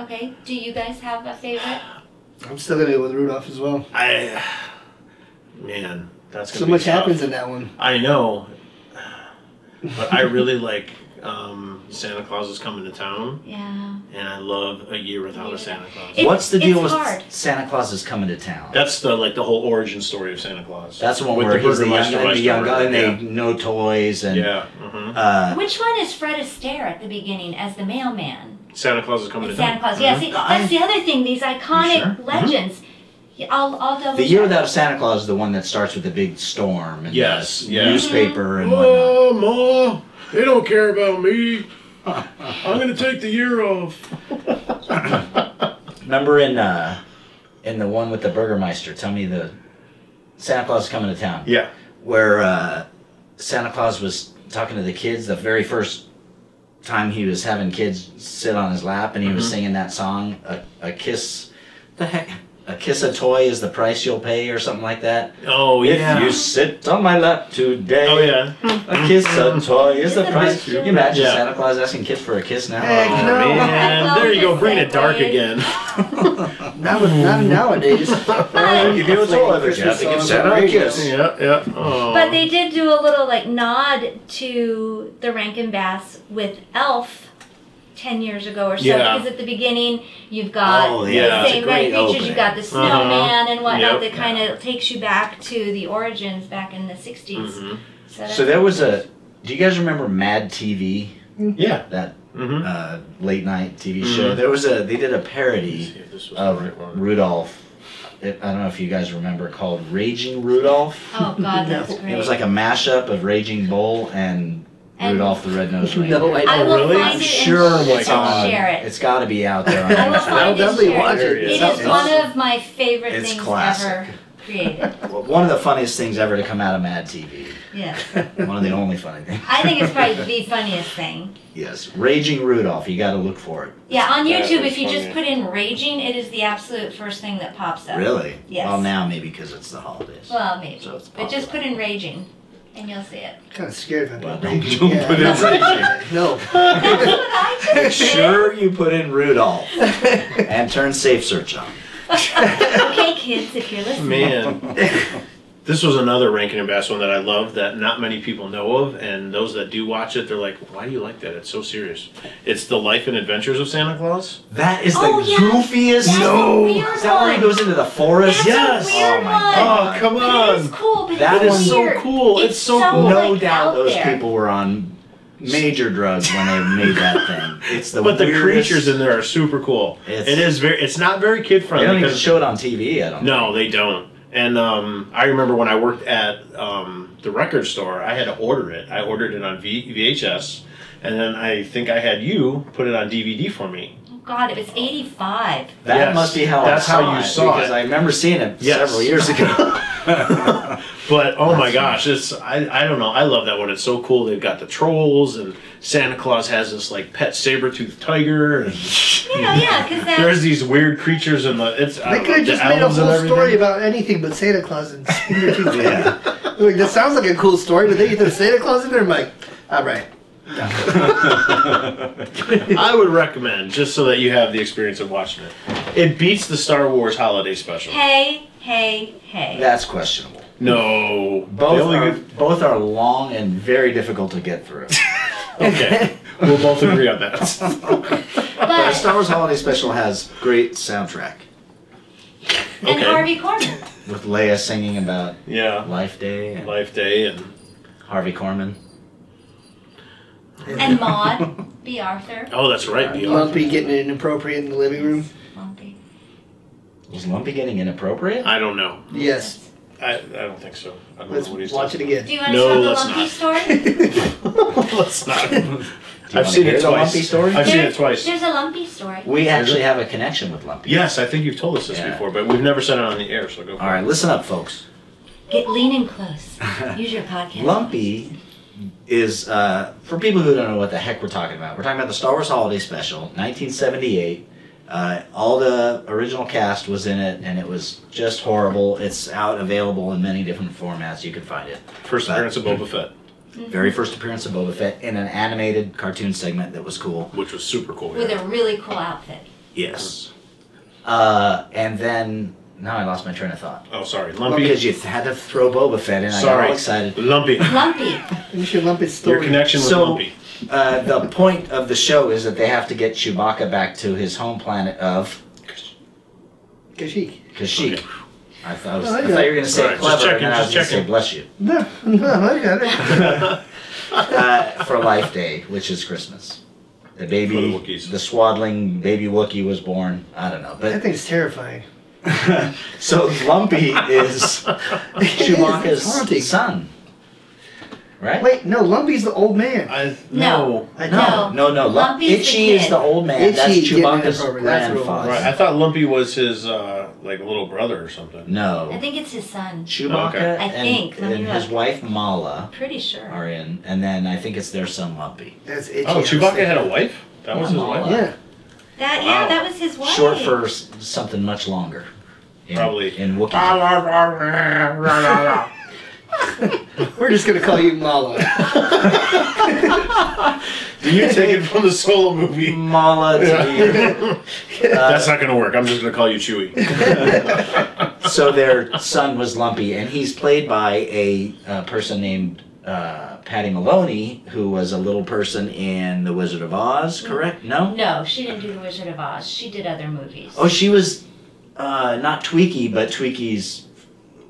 Speaker 3: Okay. Do you guys have a favorite?
Speaker 4: I'm still gonna go with Rudolph as well.
Speaker 2: I, man, that's gonna
Speaker 4: So
Speaker 2: be
Speaker 4: much
Speaker 2: tough.
Speaker 4: happens in that one.
Speaker 2: I know, but I really like. um, Santa Claus is coming to town,
Speaker 3: Yeah.
Speaker 2: and I love A Year Without a Santa Claus.
Speaker 3: It-
Speaker 5: What's the
Speaker 3: it's
Speaker 5: deal with
Speaker 3: hard.
Speaker 5: Santa Claus is coming to town?
Speaker 2: That's the like the whole origin story of Santa Claus.
Speaker 5: That's the one
Speaker 2: With
Speaker 5: where he's the young,
Speaker 2: Burgermeister
Speaker 5: and the young guy, and
Speaker 2: Meister,
Speaker 5: they
Speaker 2: yeah.
Speaker 5: no toys and
Speaker 2: Yeah, mhm.
Speaker 5: uh,
Speaker 3: Which one is Fred Astaire at the beginning as the mailman?
Speaker 2: Santa Claus is Uh-huh. coming to
Speaker 3: It's
Speaker 2: town.
Speaker 3: Santa Claus. Yeah, see, that's the other thing. These iconic
Speaker 2: Mm-hmm.
Speaker 5: sure?
Speaker 3: legends. Yeah, I'll, I'll double.
Speaker 5: the year
Speaker 3: check.
Speaker 5: without Santa Claus is the one that starts with the big storm and
Speaker 2: Yes,
Speaker 5: the
Speaker 2: yeah.
Speaker 5: newspaper and whatnot.
Speaker 2: Oh, ma, they don't care about me. I'm gonna take the year off.
Speaker 5: Remember in uh, in the one with the Burgermeister? Tell me the Santa Claus is coming to town.
Speaker 2: Yeah,
Speaker 5: where uh, Santa Claus was talking to the kids the very first time he was having kids sit on his lap, and he was singing that song, "A, a kiss, the heck, a kiss a toy is the price you'll pay," or something like that.
Speaker 2: Oh yeah.
Speaker 5: If you sit on my lap today,
Speaker 2: oh yeah.
Speaker 5: a kiss a toy is the price. Can you imagine
Speaker 2: Yeah.
Speaker 5: Santa Claus asking kids for a kiss now?
Speaker 4: Heck
Speaker 5: Oh,
Speaker 4: no.
Speaker 2: Man, there you go. Bring it dark again.
Speaker 4: Not, with, not nowadays.
Speaker 5: You do it's all over, Jeff. They give Santa a kiss.
Speaker 2: yeah, yeah. Oh.
Speaker 3: But they did do a little like nod to the Rankin Bass with Elf. Ten years ago or so,
Speaker 2: Yeah.
Speaker 3: because at the beginning you've got
Speaker 5: Oh,
Speaker 2: yeah,
Speaker 3: the
Speaker 2: that's a
Speaker 3: same kind
Speaker 5: great
Speaker 3: of features.
Speaker 5: opening.
Speaker 3: You've got the snowman and
Speaker 2: Yep.
Speaker 3: whatnot that kind of takes you back to the origins back in the '60s.
Speaker 2: Mhm.
Speaker 3: So,
Speaker 5: Um, So there was a. Do you guys remember Mad TV?
Speaker 2: Yeah.
Speaker 5: That
Speaker 2: Mm-hmm.
Speaker 5: uh, late night TV show. There was a they did a parody
Speaker 2: Um,
Speaker 5: of Rudolph. It, I don't know if you guys remember called Raging Rudolph.
Speaker 3: oh god, that's great.
Speaker 5: It was like a mashup of Raging Bull and,
Speaker 3: And-
Speaker 5: Rudolph the Red-Nosed Reindeer.
Speaker 4: no, I
Speaker 3: I
Speaker 4: don't.
Speaker 3: will
Speaker 2: really?
Speaker 3: find
Speaker 2: I'm
Speaker 3: it
Speaker 5: Oh, Sure, oh
Speaker 3: and,
Speaker 5: it's on.
Speaker 3: share it.
Speaker 5: It's got to be out there. On
Speaker 3: I will
Speaker 5: YouTube.
Speaker 3: find
Speaker 4: I'll
Speaker 3: it
Speaker 4: definitely
Speaker 3: shared.
Speaker 4: watch it.
Speaker 3: It is
Speaker 5: Sounds-
Speaker 3: one of my favorite
Speaker 5: It's
Speaker 3: things
Speaker 5: classic.
Speaker 3: ever created.
Speaker 5: Well, One of the funniest things ever to come out of Mad TV.
Speaker 3: Yes.
Speaker 5: One of the only funny things.
Speaker 3: I think it's probably the funniest thing.
Speaker 5: Yes, Raging Rudolph. You got to look for it.
Speaker 3: Yeah, on
Speaker 2: That
Speaker 3: YouTube,
Speaker 2: is
Speaker 3: if you just
Speaker 2: funny.
Speaker 3: put in raging, it is the absolute first thing that pops up.
Speaker 5: Really?
Speaker 3: Uh, Yes.
Speaker 5: Well, now maybe because it's the holidays.
Speaker 3: Well, maybe.
Speaker 5: So it's
Speaker 3: but just
Speaker 5: popular.
Speaker 3: put in raging, and you'll see it.
Speaker 4: kind of scared if I
Speaker 5: Well,
Speaker 4: did.
Speaker 5: don't, don't put in Raging.
Speaker 4: No.
Speaker 3: That's what I just
Speaker 5: Make
Speaker 3: did.
Speaker 5: sure you put in Rudolph and turn Safe Search on.
Speaker 3: Okay, kids, if you're listening.
Speaker 2: Man. This was another Rankin and Bass one that I love that not many people know of, and those that do watch it, they're like, "Why do you like that? It's so serious." It's the life and adventures of Santa Claus.
Speaker 5: That is the
Speaker 3: Oh, yeah.
Speaker 5: goofiest.
Speaker 3: That's
Speaker 2: No.
Speaker 3: a weird
Speaker 5: Is that where he
Speaker 3: one.
Speaker 5: goes into the forest?
Speaker 3: That's a
Speaker 2: Yes.
Speaker 3: weird
Speaker 5: Oh my
Speaker 3: one.
Speaker 5: God.
Speaker 2: come
Speaker 3: But it is cool, but
Speaker 5: That
Speaker 3: it's
Speaker 5: is
Speaker 2: so
Speaker 3: weird.
Speaker 2: cool. It's so cool.
Speaker 5: no
Speaker 3: like, out
Speaker 5: doubt those
Speaker 3: there.
Speaker 5: people were on major drugs when they made that thing. It's the
Speaker 2: But the
Speaker 5: weirdest-
Speaker 2: creatures in there are super cool.
Speaker 5: It's-
Speaker 2: it is very. It's not very kid
Speaker 5: They don't
Speaker 2: friendly
Speaker 5: even
Speaker 2: because
Speaker 5: show it on TV. I don't.
Speaker 2: No, they don't. And um, I remember when I worked at um, the record store, I had to order it. I ordered it on v- VHS, and then I think I had you put it on DVD for me.
Speaker 3: Oh, God, it was 85.
Speaker 5: That
Speaker 2: Yes.
Speaker 5: must be how.
Speaker 2: That's
Speaker 5: I
Speaker 2: how
Speaker 5: saw
Speaker 2: you
Speaker 5: it,
Speaker 2: saw
Speaker 5: because
Speaker 2: it.
Speaker 5: I remember seeing it
Speaker 2: Yes.
Speaker 5: several years ago.
Speaker 2: But oh my gosh, it's I, I don't know. I love that one. It's so cool. They've got the trolls, and Santa Claus has this like pet saber toothed tiger, and
Speaker 3: You know, yeah, because that.
Speaker 2: there's these weird creatures in the. It's I
Speaker 4: They
Speaker 2: don't
Speaker 4: could
Speaker 2: know,
Speaker 4: have
Speaker 2: the
Speaker 4: just made a
Speaker 2: elves and
Speaker 4: whole
Speaker 2: everything.
Speaker 4: story about anything but Santa Claus and Skinner Tooth Fairy.
Speaker 5: yeah.
Speaker 4: Like, that sounds like a cool story, but then you throw Santa Claus in there, I'm like, all right.
Speaker 2: I would recommend just so that you have the experience of watching it. It beats the Star Wars holiday special.
Speaker 3: Hey, hey, hey.
Speaker 5: That's questionable.
Speaker 2: No,
Speaker 5: Both
Speaker 2: The only
Speaker 5: are,
Speaker 2: good-
Speaker 5: both are long and very difficult to get through.
Speaker 2: okay, we'll both agree on that.
Speaker 5: But
Speaker 3: but,
Speaker 5: Star Wars Holiday Special has great soundtrack
Speaker 3: and
Speaker 2: Okay.
Speaker 3: Harvey Korman.
Speaker 5: with Leia singing about
Speaker 2: Yeah,
Speaker 5: Life Day and
Speaker 2: Life Day and
Speaker 5: Harvey Korman.
Speaker 3: and Maud, B. Arthur.
Speaker 2: oh, that's right, Beyond.
Speaker 4: Lumpy getting inappropriate in the living room.
Speaker 3: Lumpy.
Speaker 5: Was Lumpy getting inappropriate?
Speaker 2: I don't know.
Speaker 4: Yes.
Speaker 2: I, I don't think so. I don't
Speaker 4: Let's
Speaker 2: know what he's
Speaker 4: watch it
Speaker 2: talking
Speaker 3: Do
Speaker 4: again.
Speaker 3: you want
Speaker 2: No,
Speaker 3: to tell the
Speaker 2: let's
Speaker 3: Lumpy
Speaker 2: not.
Speaker 3: story?
Speaker 2: about. Let's not.
Speaker 5: Do you wanna hear the Lumpy story?
Speaker 2: I've seen
Speaker 3: There-
Speaker 2: it twice.
Speaker 3: There's a Lumpy story.
Speaker 5: We actually have a connection with Lumpy.
Speaker 2: Yes, I think you've told us this
Speaker 5: Yeah.
Speaker 2: before, but we've never said it on the air. So go. For
Speaker 5: All right, listen up, folks.
Speaker 3: Get lean and close. Use your podcast.
Speaker 5: Lumpy is uh, for people who don't know what the heck we're talking about. We're talking about the Star Wars Holiday Special, 1978. Uh, all the original cast was in it, and it was just horrible. It's out available in many different formats. You can find it.
Speaker 2: it. First
Speaker 5: But-
Speaker 2: appearance of Boba Fett,
Speaker 5: Very first appearance of Boba Fett in an animated cartoon segment that was cool.
Speaker 2: which was super cool.
Speaker 3: With a really cool outfit.
Speaker 5: Yes. Uh, and then now I lost my train of thought.
Speaker 2: oh, sorry,
Speaker 5: Well,
Speaker 2: Lumpy.
Speaker 5: because you had to throw Boba Fett in, I got
Speaker 2: Sorry,
Speaker 5: all excited.
Speaker 2: Lumpy.
Speaker 3: Lumpy.
Speaker 4: You should lump it story.
Speaker 2: Your connection with
Speaker 5: So-
Speaker 2: Lumpy.
Speaker 5: uh, the point of the show is that they have to get Chewbacca back to his home planet of
Speaker 4: Kashyyyk.
Speaker 5: Kashyyyk.
Speaker 2: Okay.
Speaker 5: I, thought I was,
Speaker 4: Oh, I
Speaker 5: I
Speaker 4: got
Speaker 5: thought
Speaker 4: it.
Speaker 5: you were going to say
Speaker 2: All right, just
Speaker 5: clever,
Speaker 2: checking,
Speaker 5: and I was
Speaker 2: just
Speaker 5: going to say
Speaker 2: checking.
Speaker 5: bless you
Speaker 4: No, no, I got it.
Speaker 5: uh, for Life Day, which is Christmas. The baby,
Speaker 2: For the Wookiees.
Speaker 5: the swaddling baby Wookiee was born. I don't know,
Speaker 4: That
Speaker 5: but
Speaker 4: thing's terrifying.
Speaker 5: so Lumpy is
Speaker 4: It's haunting.
Speaker 5: Chewbacca's son, right?
Speaker 4: Wait, no, Lumpy's the old man.
Speaker 2: I
Speaker 3: No.
Speaker 2: I,
Speaker 5: No,
Speaker 3: No.
Speaker 5: no, no. Lump-
Speaker 3: Lumpy's the
Speaker 5: Itchy
Speaker 3: kid.
Speaker 5: is the old man. That's
Speaker 4: Itchy, yeah,
Speaker 5: Chewbacca's
Speaker 4: that's right, that's what it was.
Speaker 5: grandfather.
Speaker 2: right, I thought Lumpy was his uh, like little brother or something.
Speaker 5: No,
Speaker 3: I think it's his son.
Speaker 5: Chewbacca
Speaker 2: Okay.
Speaker 3: I
Speaker 5: and,
Speaker 3: think, let me
Speaker 5: and his
Speaker 3: look.
Speaker 5: wife Mala
Speaker 3: Pretty sure.
Speaker 5: are in, and then I think it's their son Lumpy,
Speaker 4: That's itchy. I
Speaker 2: Oh,
Speaker 4: was
Speaker 2: Chewbacca had
Speaker 4: thinking.
Speaker 2: a wife. That was
Speaker 5: Yeah,
Speaker 2: his wife.
Speaker 5: Mala.
Speaker 4: Yeah.
Speaker 3: That
Speaker 2: Wow.
Speaker 3: yeah, that was his wife.
Speaker 5: short for s- something much longer. In,
Speaker 2: Probably. Ah.
Speaker 5: in Wookiee.
Speaker 4: We're just gonna call you Mala.
Speaker 2: Do you take it from the solo movie?
Speaker 5: Mala to be- Uh,
Speaker 2: That's not gonna work. I'm just gonna call you Chewie.
Speaker 5: so their son was Lumpy, and he's played by a, uh person named uh, Patty Maloney, who was a little person in The Wizard of Oz. Correct? No.
Speaker 3: No, she didn't do The Wizard of Oz. She did other movies.
Speaker 5: Oh, she was uh, not Tweaky, but Tweaky's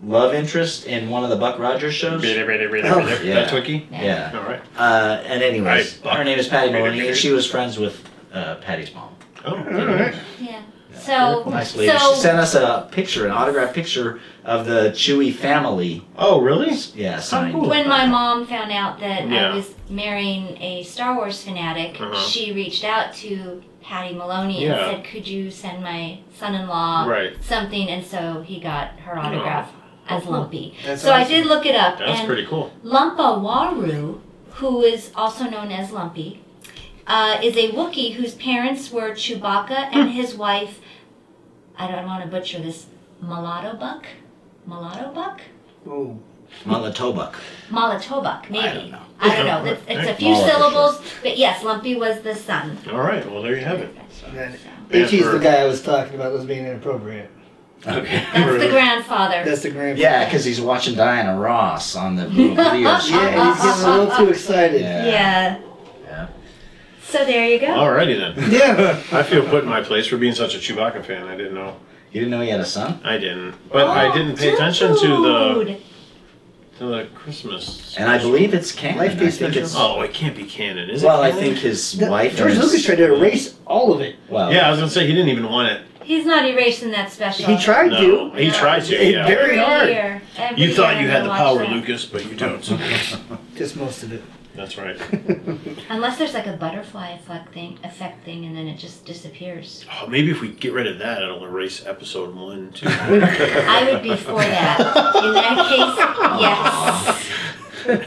Speaker 5: love interest in one of the Buck Rogers shows. Oh, yeah.
Speaker 2: That Twinkie.
Speaker 5: Yeah.
Speaker 2: All right.
Speaker 5: Uh, and anyways,
Speaker 2: Right, Buck.
Speaker 5: her name is Patty Maloney, and she was friends with uh, Patty's mom.
Speaker 2: Oh,
Speaker 3: Yeah. So
Speaker 5: Nice lady. she
Speaker 3: so
Speaker 5: sent us a picture, an autographed picture of the Chewy family.
Speaker 2: oh, really?
Speaker 5: Yeah, signed.
Speaker 2: cool.
Speaker 5: by-
Speaker 3: when my mom found out that
Speaker 2: Yeah.
Speaker 3: I was marrying a Star Wars fanatic,
Speaker 2: Uh-huh.
Speaker 3: she reached out to Patty Maloney
Speaker 2: Yeah.
Speaker 3: and said, "Could you send my son-in-law
Speaker 2: Right.
Speaker 3: something?" And so he got her autograph as Lumpy.
Speaker 4: That's
Speaker 3: so I
Speaker 4: awesome.
Speaker 3: did look it up,
Speaker 2: That's
Speaker 3: and
Speaker 2: pretty cool.
Speaker 3: Lumpa Waru, who is also known as Lumpy, uh, is a Wookiee whose parents were Chewbacca and his wife. I don't want to butcher this. Mulatto Buck, Mulatto Buck,
Speaker 4: Oh.
Speaker 5: Mala Tobuck.
Speaker 3: Molotobuk, maybe.
Speaker 5: don't know.
Speaker 3: I don't know. It's, it's a few
Speaker 5: Molo for
Speaker 3: syllables, but yes, Lumpy was the son.
Speaker 2: All right. Well, there you have it.
Speaker 4: Man.
Speaker 2: Yeah,
Speaker 4: Itchy's
Speaker 2: for-
Speaker 4: the guy I was talking about was being inappropriate.
Speaker 5: Okay.
Speaker 3: That's the grandfather.
Speaker 4: That's the grandpa.
Speaker 5: Yeah, because he's watching Diana Ross on the little video she
Speaker 4: Yeah, he's
Speaker 5: makes.
Speaker 4: getting a little too excited.
Speaker 5: Yeah.
Speaker 3: Yeah.
Speaker 5: Yeah.
Speaker 3: So there you go.
Speaker 2: Alrighty then.
Speaker 4: Yeah.
Speaker 2: I feel put in my place for being such a Chewbacca fan. I didn't know.
Speaker 5: You didn't know he had a son?
Speaker 2: I didn't. But
Speaker 3: Oh,
Speaker 2: I didn't pay attention to the to the Christmas.
Speaker 5: And I believe it's canon.
Speaker 4: Life
Speaker 5: I
Speaker 4: Day
Speaker 5: think it's,
Speaker 4: special.
Speaker 2: Oh, it can't be canon, is it?
Speaker 5: well, I
Speaker 2: canon?
Speaker 5: think his
Speaker 4: The-
Speaker 5: wife.
Speaker 4: George
Speaker 5: and his-
Speaker 4: Lucas tried to erase all of it.
Speaker 5: Well,
Speaker 2: Yeah, I was gonna say he didn't even want it.
Speaker 3: He's not erasing that special.
Speaker 4: He tried
Speaker 2: No,
Speaker 4: to.
Speaker 2: he tried to.
Speaker 4: It
Speaker 2: Yeah.
Speaker 4: very-
Speaker 3: Every
Speaker 4: hard.
Speaker 3: year, every
Speaker 2: You thought
Speaker 3: year
Speaker 2: you
Speaker 3: I
Speaker 2: had the
Speaker 3: watch
Speaker 2: power,
Speaker 3: that.
Speaker 2: Lucas, but you don't.
Speaker 4: Just most of it.
Speaker 2: That's right.
Speaker 3: Unless there's like a butterfly effect thing, effect thing, and then it just disappears.
Speaker 2: Oh, maybe if we get rid of that, it'll erase episode one, two.
Speaker 3: I would be for that. In that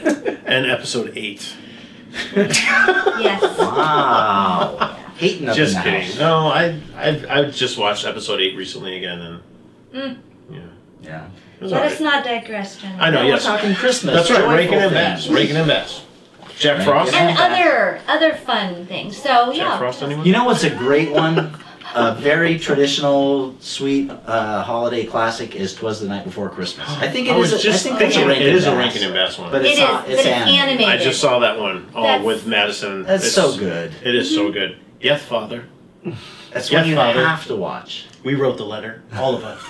Speaker 3: case, yes,
Speaker 2: and episode eight.
Speaker 3: yes.
Speaker 5: Wow. Hating up in
Speaker 2: just
Speaker 5: the
Speaker 2: kidding.
Speaker 5: house.
Speaker 2: No, I I I just watched episode eight recently again, and
Speaker 3: Mm.
Speaker 2: yeah,
Speaker 5: Yeah.
Speaker 2: it was all
Speaker 3: Let
Speaker 2: right.
Speaker 3: us not digress, John.
Speaker 2: I know.
Speaker 5: We're
Speaker 2: Yes,
Speaker 5: talking Christmas.
Speaker 2: that's right.
Speaker 5: joyful
Speaker 2: Raking and
Speaker 5: things.
Speaker 2: Bass. Raking and Bass. Jack Frost.
Speaker 5: Rankin
Speaker 3: And other other fun things. So
Speaker 2: Jack
Speaker 3: yeah.
Speaker 2: Frost. Anyone?
Speaker 5: You know what's a great one? A very traditional, sweet uh, holiday classic is "Twas the Night Before Christmas." I think it
Speaker 2: I
Speaker 5: is.
Speaker 2: was
Speaker 5: a,
Speaker 2: just
Speaker 5: I think it's
Speaker 2: thinking
Speaker 5: a Rankin
Speaker 2: it is a
Speaker 5: Bass.
Speaker 2: Rankin and Bass one.
Speaker 5: But
Speaker 3: It
Speaker 5: it's
Speaker 3: is,
Speaker 5: not.
Speaker 3: but
Speaker 5: It's
Speaker 3: it's
Speaker 5: animated.
Speaker 3: animated.
Speaker 2: I just saw that one. Oh,
Speaker 3: That's-
Speaker 2: with Madison.
Speaker 5: That's
Speaker 2: It's-
Speaker 5: so good. Mm-hmm.
Speaker 2: It is so good. Yes, Father.
Speaker 5: That's
Speaker 2: Yes,
Speaker 5: one you
Speaker 2: Father.
Speaker 5: have to watch.
Speaker 2: We wrote the letter, all of us.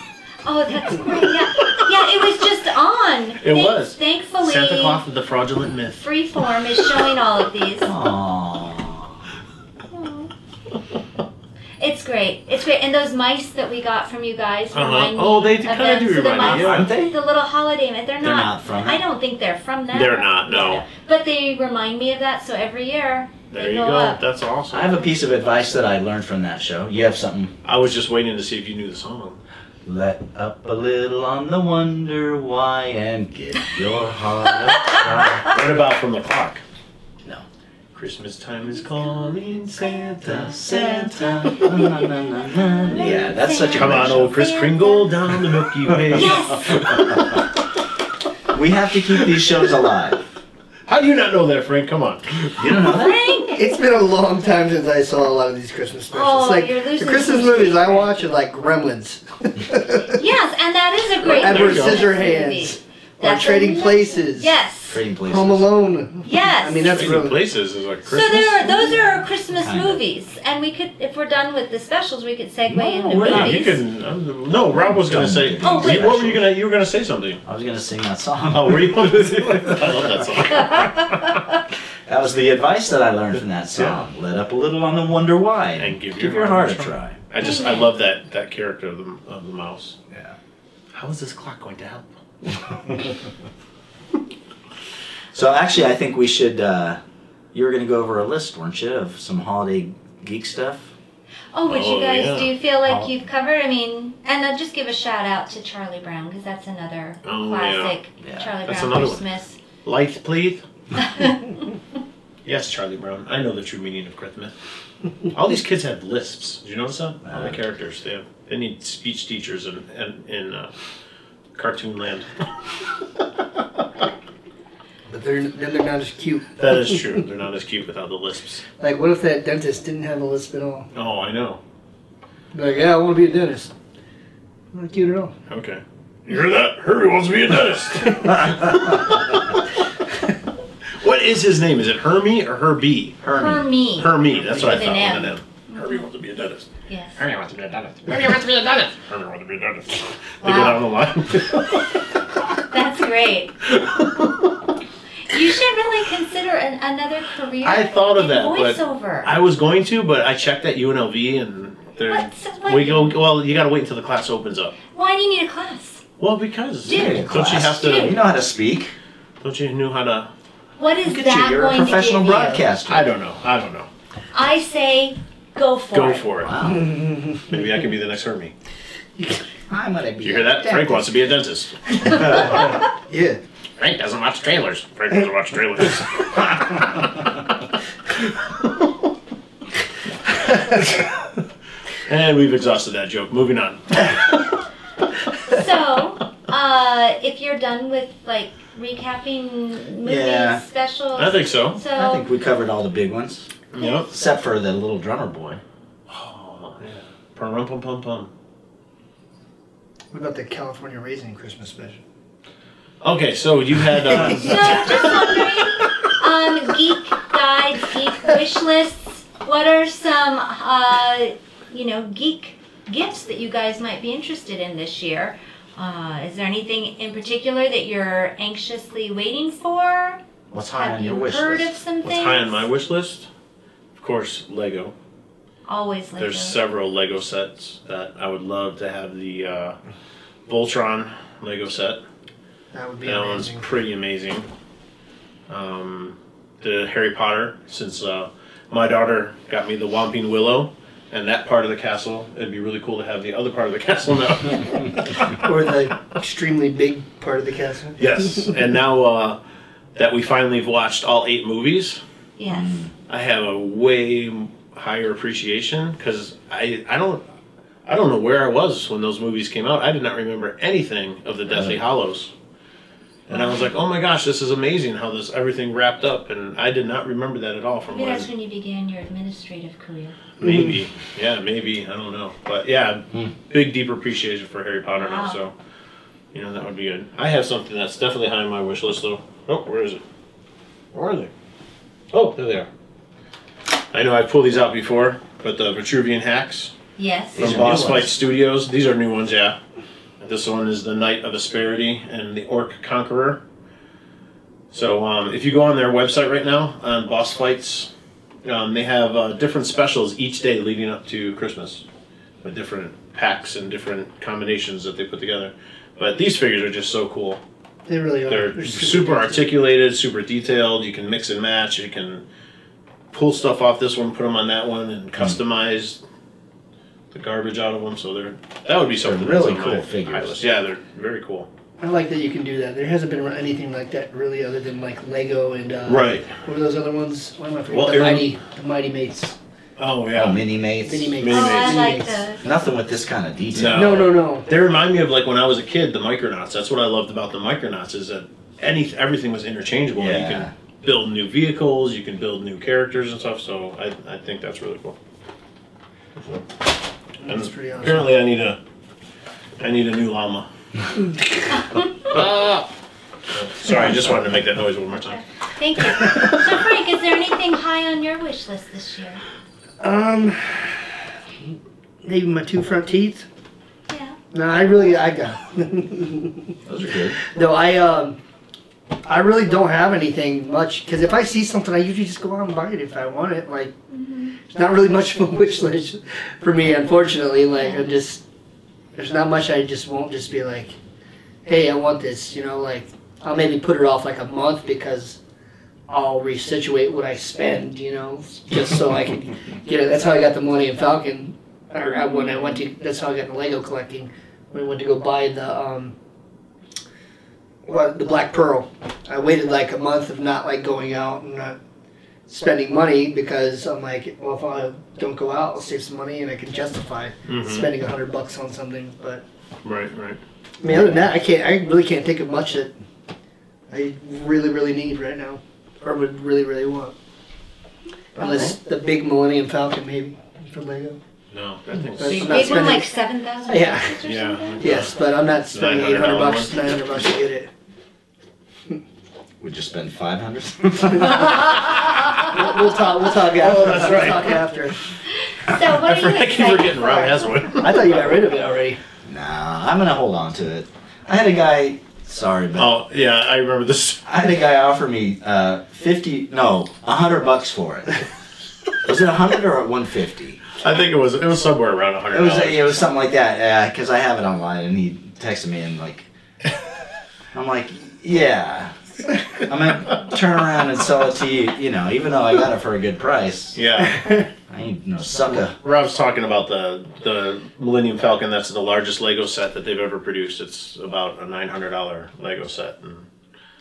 Speaker 3: Oh, that's great. Yeah, yeah. It was just on.
Speaker 2: It was.
Speaker 3: Thankfully,
Speaker 2: Santa Claus of the fraudulent myth.
Speaker 3: Freeform is showing all of these.
Speaker 5: Aww.
Speaker 3: It's great. It's great. And those mice that we got from you guys
Speaker 2: Uh-huh.
Speaker 3: remind me
Speaker 2: Oh, they
Speaker 3: of
Speaker 2: kinda
Speaker 3: them.
Speaker 2: do
Speaker 3: So the
Speaker 2: remind me,
Speaker 3: mice-
Speaker 2: yeah.
Speaker 5: Aren't they?
Speaker 3: The little holiday, but they're not.
Speaker 5: They're not from
Speaker 3: I
Speaker 5: it?
Speaker 3: don't think they're from that.
Speaker 2: They're not, no.
Speaker 3: But they remind me of that. So every year
Speaker 2: There
Speaker 3: they
Speaker 2: you
Speaker 3: go,
Speaker 2: go.
Speaker 3: up.
Speaker 2: That's awesome.
Speaker 5: I have a piece of advice that I learned from that show. You have something?
Speaker 2: I was just waiting to see if you knew the song.
Speaker 5: Let up a little on the wonder why and get your heart up.
Speaker 2: What about from the clock?
Speaker 5: Ah. No.
Speaker 2: Christmas time is calling, Santa,
Speaker 5: Santa. na, na, na, na, na. Yeah, that's such a
Speaker 2: Come
Speaker 5: great
Speaker 2: on,
Speaker 5: show.
Speaker 2: old Chris Kringle, down the Milky Way.
Speaker 3: Yes.
Speaker 5: We have to keep these shows alive.
Speaker 2: How do you not know that, Frank? Come on.
Speaker 5: You don't know that?
Speaker 3: Frank.
Speaker 4: It's been a long time since I saw a lot of these Christmas specials.
Speaker 3: Oh,
Speaker 4: like
Speaker 3: you're losing
Speaker 4: the Christmas
Speaker 3: some
Speaker 4: movies I
Speaker 3: sleep.
Speaker 4: watch are like Gremlins,
Speaker 3: Yes, and that is a great.
Speaker 4: Edward
Speaker 2: There you go.
Speaker 3: Christmas
Speaker 4: Scissorhands,
Speaker 3: movie.
Speaker 4: or
Speaker 3: That's
Speaker 4: Trading
Speaker 3: a-
Speaker 4: Places.
Speaker 3: Yes.
Speaker 5: Trading Places.
Speaker 4: Home Alone.
Speaker 3: Yes.
Speaker 4: I mean, that's
Speaker 2: Trading
Speaker 4: really.
Speaker 2: places is like
Speaker 3: so
Speaker 2: Christmas.
Speaker 3: there are those are our Christmas
Speaker 5: Kinda.
Speaker 3: movies, and we could, if we're done with the specials, we could segue
Speaker 2: No,
Speaker 3: into
Speaker 2: wait, you
Speaker 3: movies.
Speaker 2: can. um, no, Rob was gonna say.
Speaker 5: Oh,
Speaker 3: wait.
Speaker 2: What were you gonna? You were gonna say something.
Speaker 5: I was gonna sing that song.
Speaker 2: Oh, were you? I love that song.
Speaker 5: That was the advice that I learned from that song. Let up a little on the wonder why,
Speaker 2: And give your
Speaker 5: your
Speaker 2: heart
Speaker 5: heart
Speaker 2: a
Speaker 5: a try.
Speaker 2: I just I love that that character of the of the mouse.
Speaker 5: Yeah.
Speaker 2: How is this clock going to help?
Speaker 5: So actually, I think we should. Uh, you were gonna go over a list, weren't you, of some holiday geek stuff?
Speaker 3: Oh, would
Speaker 2: Oh,
Speaker 3: you guys?
Speaker 2: yeah.
Speaker 3: Do you feel like
Speaker 5: Oh.
Speaker 3: you've covered? I mean, and uh, just give a shout out to Charlie Brown because that's another
Speaker 2: Oh, yeah.
Speaker 3: classic
Speaker 5: Yeah,
Speaker 3: Charlie
Speaker 2: that's
Speaker 3: Brown
Speaker 2: another one.
Speaker 3: Christmas.
Speaker 2: Life, please. Yes, Charlie Brown. I know the true meaning of Christmas. All these kids have lisps. Did you notice that? All the characters they have. They need speech teachers and and in uh, cartoon land.
Speaker 4: But they're, then they're not as cute.
Speaker 2: That is true. They're not as cute without the lisps.
Speaker 4: Like, what if that dentist didn't have a lisp at all?
Speaker 2: Oh, I know.
Speaker 4: Be Like, yeah, I want to be a dentist. Not cute at all.
Speaker 2: Okay. You hear that? Herbie wants to be a dentist. what is his name? Is it Hermie or Herbie?
Speaker 3: For me.
Speaker 2: Hermie. That's what I
Speaker 3: With
Speaker 2: thought.
Speaker 3: an
Speaker 2: with
Speaker 3: M.
Speaker 2: an M. Herbie wants to be a dentist.
Speaker 3: Yes.
Speaker 2: Hermie wants to be a dentist.
Speaker 7: Maybe I want to be a dentist.
Speaker 2: Hermie wants to be a dentist. They go
Speaker 3: Wow.
Speaker 2: down the line.
Speaker 3: That's great. You should really consider an, another career.
Speaker 2: I thought of
Speaker 3: in
Speaker 2: that, but
Speaker 3: voiceover.
Speaker 2: I was going to, but I checked at UNLV and they're.
Speaker 3: What's- what-
Speaker 2: We go. Well, you got to wait until the class opens up.
Speaker 3: Why do you need a class?
Speaker 2: Well, because
Speaker 3: Dude.
Speaker 2: don't you have
Speaker 5: You
Speaker 2: to?
Speaker 5: know how to speak.
Speaker 2: Don't you know how to?
Speaker 3: What is
Speaker 5: Look at
Speaker 3: that
Speaker 5: you. You're a
Speaker 3: going
Speaker 5: professional
Speaker 3: to give
Speaker 5: broadcaster.
Speaker 2: I don't know. I don't know.
Speaker 3: you? I say, go for
Speaker 2: Go
Speaker 3: it.
Speaker 2: for it.
Speaker 5: Wow.
Speaker 2: Maybe I can be the next Hermie.
Speaker 5: I'm gonna be.
Speaker 2: You hear that? Frank wants to be a dentist.
Speaker 4: Yeah.
Speaker 2: Frank doesn't watch trailers. Frank doesn't watch trailers. and we've exhausted that joke. Moving on.
Speaker 3: So, uh, if you're done with like recapping movies,
Speaker 5: Yeah.
Speaker 3: specials,
Speaker 2: I think so.
Speaker 3: so.
Speaker 5: I think we covered all the big ones,
Speaker 2: Yep.
Speaker 5: except for the little drummer boy.
Speaker 2: Oh, yeah. Pum pum pum pum.
Speaker 4: What about the California Raisin Christmas special?
Speaker 2: Okay, so you had
Speaker 3: so
Speaker 2: uh,
Speaker 3: just wondering, um, geek guides, geek wish lists. What are some, uh, you know, geek gifts that you guys might be interested in this year? Uh, is there anything in particular that you're anxiously waiting for?
Speaker 5: What's high
Speaker 3: Have
Speaker 5: on your
Speaker 3: you
Speaker 5: wish
Speaker 3: heard
Speaker 5: list?
Speaker 3: of some
Speaker 2: what's
Speaker 3: things?
Speaker 2: high on my wish list? Of course, Lego.
Speaker 3: Always like
Speaker 2: There's several Lego sets that I would love to have the uh, Voltron Lego set.
Speaker 4: That would be
Speaker 2: That one's
Speaker 4: amazing.
Speaker 2: pretty amazing. Um, the Harry Potter, since uh, my daughter got me the Whomping Willow and that part of the castle, it'd be really cool to have the other part of the castle now.
Speaker 4: or the extremely big part of the castle.
Speaker 2: yes, and now uh, that we finally have watched all eight movies,
Speaker 3: Yes.
Speaker 5: Mm.
Speaker 2: I have a way higher appreciation because I I don't I don't know where I was when those movies came out. I did not remember anything of the Deathly Hollows, and I was like, oh my gosh, this is amazing how this everything wrapped up, and I did not remember that at all from
Speaker 3: Maybe
Speaker 2: when
Speaker 3: that's when you began your administrative career.
Speaker 2: maybe yeah maybe I don't know, but yeah, big deep appreciation for Harry Potter now.
Speaker 3: Wow.
Speaker 2: So you know that would be good. I have something that's definitely high on my wish list though. Oh, where is it? Where are they? Oh, there they are. I know I've pulled these out before, but the Vitruvian Hacks
Speaker 3: Yes.
Speaker 2: from
Speaker 5: are new
Speaker 2: Boss Fight
Speaker 5: ones.
Speaker 2: Studios. These are new ones, yeah. This one is the Knight of Asperity and the Orc Conqueror. So um, if you go on their website right now on Boss Fights, um, they have uh, different specials each day leading up to Christmas, with different packs and different combinations that they put together. But these figures are just so cool
Speaker 4: They really are.
Speaker 2: they're super articulated, super detailed. You can mix and match. You can pull stuff off this one, put them on that one,
Speaker 5: Hmm.
Speaker 2: and customize the garbage out of them. So they're that would be something that's
Speaker 5: really
Speaker 2: on
Speaker 5: cool
Speaker 2: my
Speaker 5: figures.
Speaker 2: high list. Yeah, they're very cool.
Speaker 4: I like that you can do that. There hasn't been anything like that really, other than like Lego and uh,
Speaker 2: Right.
Speaker 4: What were those other ones? Why am I forgetting?
Speaker 2: Well,
Speaker 4: the
Speaker 2: Aaron-
Speaker 4: mighty, the mighty mates,
Speaker 2: Oh
Speaker 5: Oh,
Speaker 2: yeah,
Speaker 5: mini mates.
Speaker 4: mini mates.
Speaker 2: Mini
Speaker 3: Oh, I
Speaker 2: Mates.
Speaker 3: like
Speaker 4: Mini
Speaker 3: those.
Speaker 5: Nothing with this kind of detail.
Speaker 4: No, no, no.
Speaker 2: they remind me of like when I was a kid, the Micronauts. That's what I loved about the Micronauts is that any everything was interchangeable. You
Speaker 5: Yeah.
Speaker 2: can build new vehicles, you can build new characters and stuff. So I, I think that's really cool.
Speaker 4: That's pretty awesome.
Speaker 2: Apparently, I need a I need a new llama. Sorry, I just wanted to make that noise one more time.
Speaker 3: Thank you. So, Frank, is there anything high on your wish list this year?
Speaker 4: Um, maybe my two front teeth.
Speaker 3: Yeah.
Speaker 4: No, I really, I got.
Speaker 5: Those are good.
Speaker 4: no, I um, I really don't have anything much because if I see something, I usually just go out and buy it if I want it. Like, it's not really much of a wish list for me, unfortunately. Like, I'm just there's not much I just won't just be like, hey, I want this. You know, like I'll maybe put it off like a month because I'll resituate what I spend. You know, just so I can get it. That's how I got the money in Falcon, or uh, when I went to. That's how I got the Lego collecting. When I went to go buy the um, well, the Black Pearl. I waited like a month of not like going out and not spending money because I'm like, well, if I don't go out, I'll save some money and I can justify spending a hundred bucks on something. But
Speaker 2: Mm-hmm. Right, right.
Speaker 4: I mean, other than that, I can't. I really can't think of much that I really, really need right now, or would really, really want. Unless the big Millennium Falcon, maybe for Lego.
Speaker 2: No, that thing's
Speaker 4: That's
Speaker 3: Big
Speaker 4: not
Speaker 3: one
Speaker 4: spending-
Speaker 3: like seven thousand
Speaker 4: Yeah.
Speaker 3: dollars or
Speaker 2: Yeah.
Speaker 3: something.
Speaker 4: Yes, but I'm not spending eight hundred
Speaker 2: $900
Speaker 4: bucks, nine hundred bucks to get it.
Speaker 5: Would you spend 500?
Speaker 4: We'll, we'll talk. We'll talk after.
Speaker 2: that's
Speaker 4: we'll
Speaker 2: right.
Speaker 4: Talk after.
Speaker 3: So, what
Speaker 2: I,
Speaker 3: are
Speaker 2: for,
Speaker 3: you
Speaker 2: I keep
Speaker 3: excited
Speaker 2: forgetting
Speaker 3: for?
Speaker 2: Rob has one.
Speaker 4: I thought you got rid of it already.
Speaker 5: nah, I'm gonna hold on to it. I had a guy. Sorry, but
Speaker 2: Oh, yeah, I remember this.
Speaker 5: I had a guy offer me uh, 50, no, 100 bucks for it. was it 100 or 150?
Speaker 2: I think it was it was somewhere around a hundred
Speaker 5: It was
Speaker 2: dollars.
Speaker 5: it was something like that because I have it online and he texted me and like I'm like yeah I'm gonna turn around and sell it to you you know even though I got it for a good price
Speaker 2: yeah,
Speaker 5: I ain't no sucker
Speaker 2: Rob's talking about the the Millennium Falcon. That's the largest Lego set that they've ever produced. It's about a nine hundred dollar Lego set. And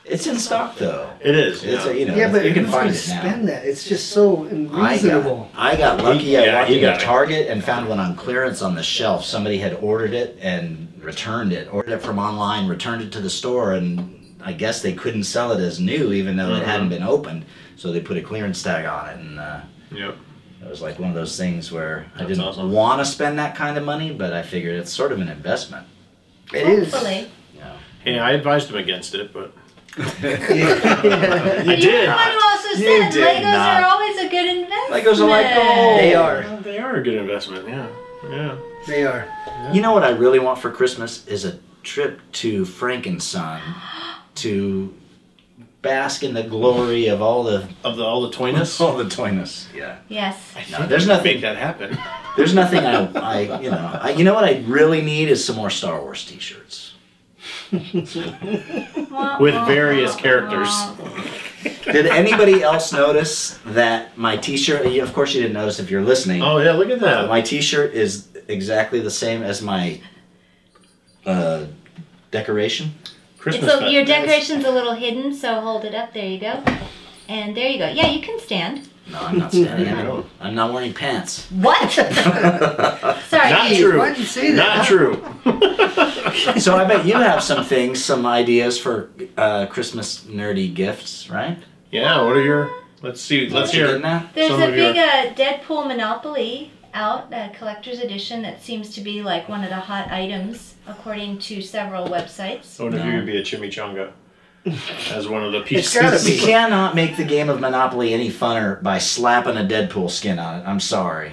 Speaker 5: it's in stock though
Speaker 2: it is.
Speaker 5: it's
Speaker 2: yeah.
Speaker 5: a, you know
Speaker 4: Yeah, but
Speaker 5: you can
Speaker 4: who's
Speaker 5: find
Speaker 4: gonna
Speaker 5: it now
Speaker 4: spend that? It's just so
Speaker 5: I
Speaker 4: unreasonable.
Speaker 5: got, I got lucky I
Speaker 2: yeah,
Speaker 5: walked
Speaker 2: he
Speaker 5: into
Speaker 2: got it.
Speaker 5: Target and found one on clearance on the shelf somebody had ordered it and returned it ordered it from online returned it to the store and I guess they couldn't sell it as new even though
Speaker 2: Mm-hmm.
Speaker 5: it hadn't been opened so they put a clearance tag on it and uh,
Speaker 2: Yep.
Speaker 5: It was like one of those things where I
Speaker 2: That's
Speaker 5: didn't
Speaker 2: awesome.
Speaker 5: want to spend that kind of money, but I figured it's sort of an investment.
Speaker 4: It is.
Speaker 3: Hopefully.
Speaker 5: You know.
Speaker 2: Yeah, I advised him against it, but
Speaker 4: Yeah.
Speaker 2: you
Speaker 3: You're the one who also
Speaker 5: You
Speaker 3: said
Speaker 5: did
Speaker 3: Legos
Speaker 5: not.
Speaker 3: are always a good investment.
Speaker 5: Legos are like oh. gold.
Speaker 4: They are.
Speaker 2: Well, they are a good investment. Yeah, yeah.
Speaker 4: They are.
Speaker 5: You know what I really want for Christmas is a trip to Frankenstein to bask in the glory of all the
Speaker 2: Of the all the toyness,
Speaker 5: all the toyness. Yeah.
Speaker 3: Yes.
Speaker 5: No, Oh, there's
Speaker 2: make
Speaker 5: nothing.
Speaker 2: that happen.
Speaker 5: There's nothing I, I you know I, you know what I really need is some more Star Wars T-shirts.
Speaker 2: With various characters.
Speaker 5: Did anybody else notice that my T-shirt? Of course you didn't notice if you're listening.
Speaker 2: Oh yeah, look at
Speaker 5: Uh,
Speaker 2: that.
Speaker 5: my T-shirt is exactly the same as my uh, decoration.
Speaker 3: It's
Speaker 2: Christmas.
Speaker 3: a,
Speaker 2: fest.
Speaker 3: your decoration's a little hidden, so hold it up. There you go. And there you go. Yeah, you can stand.
Speaker 5: No, I'm not standing. I'm, I'm not wearing pants.
Speaker 3: What? Sorry.
Speaker 2: Not
Speaker 4: Hey,
Speaker 2: true.
Speaker 4: why'd you say that?
Speaker 2: Not true.
Speaker 5: So I bet you have some things, some ideas for uh, Christmas nerdy gifts, right?
Speaker 2: Yeah. What are your? Let's see. Let's
Speaker 5: You
Speaker 2: hear.
Speaker 5: did that?
Speaker 3: There's
Speaker 2: Some
Speaker 3: a
Speaker 2: of your-
Speaker 3: big uh, Deadpool Monopoly out, a collector's edition that seems to be like one of the hot items, according to several websites.
Speaker 2: I wonder if
Speaker 5: No.
Speaker 2: you could be a chimichanga as one of the
Speaker 4: It's
Speaker 2: pieces.
Speaker 4: gotta
Speaker 5: You
Speaker 4: be.
Speaker 5: cannot make the game of Monopoly any funner by slapping a Deadpool skin on it. I'm sorry.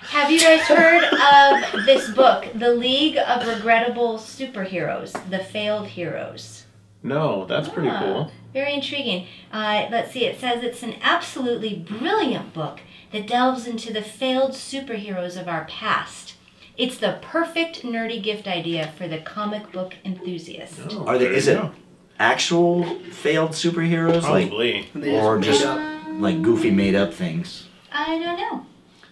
Speaker 3: Have you guys heard of this book, The League of Regrettable Superheroes, The Failed Heroes?
Speaker 2: No, that's pretty
Speaker 3: Ah.
Speaker 2: cool.
Speaker 3: Very intriguing. Uh, let's see, it says it's an absolutely brilliant book that delves into the failed superheroes of our past. It's the perfect nerdy gift idea for the comic book enthusiast.
Speaker 2: Oh,
Speaker 5: Are there?
Speaker 2: there
Speaker 5: Is
Speaker 2: you
Speaker 5: it
Speaker 2: go.
Speaker 5: actual failed superheroes like,
Speaker 2: Probably.
Speaker 4: They
Speaker 5: or
Speaker 4: made
Speaker 5: just
Speaker 4: up.
Speaker 5: like goofy made up things?
Speaker 3: I don't know,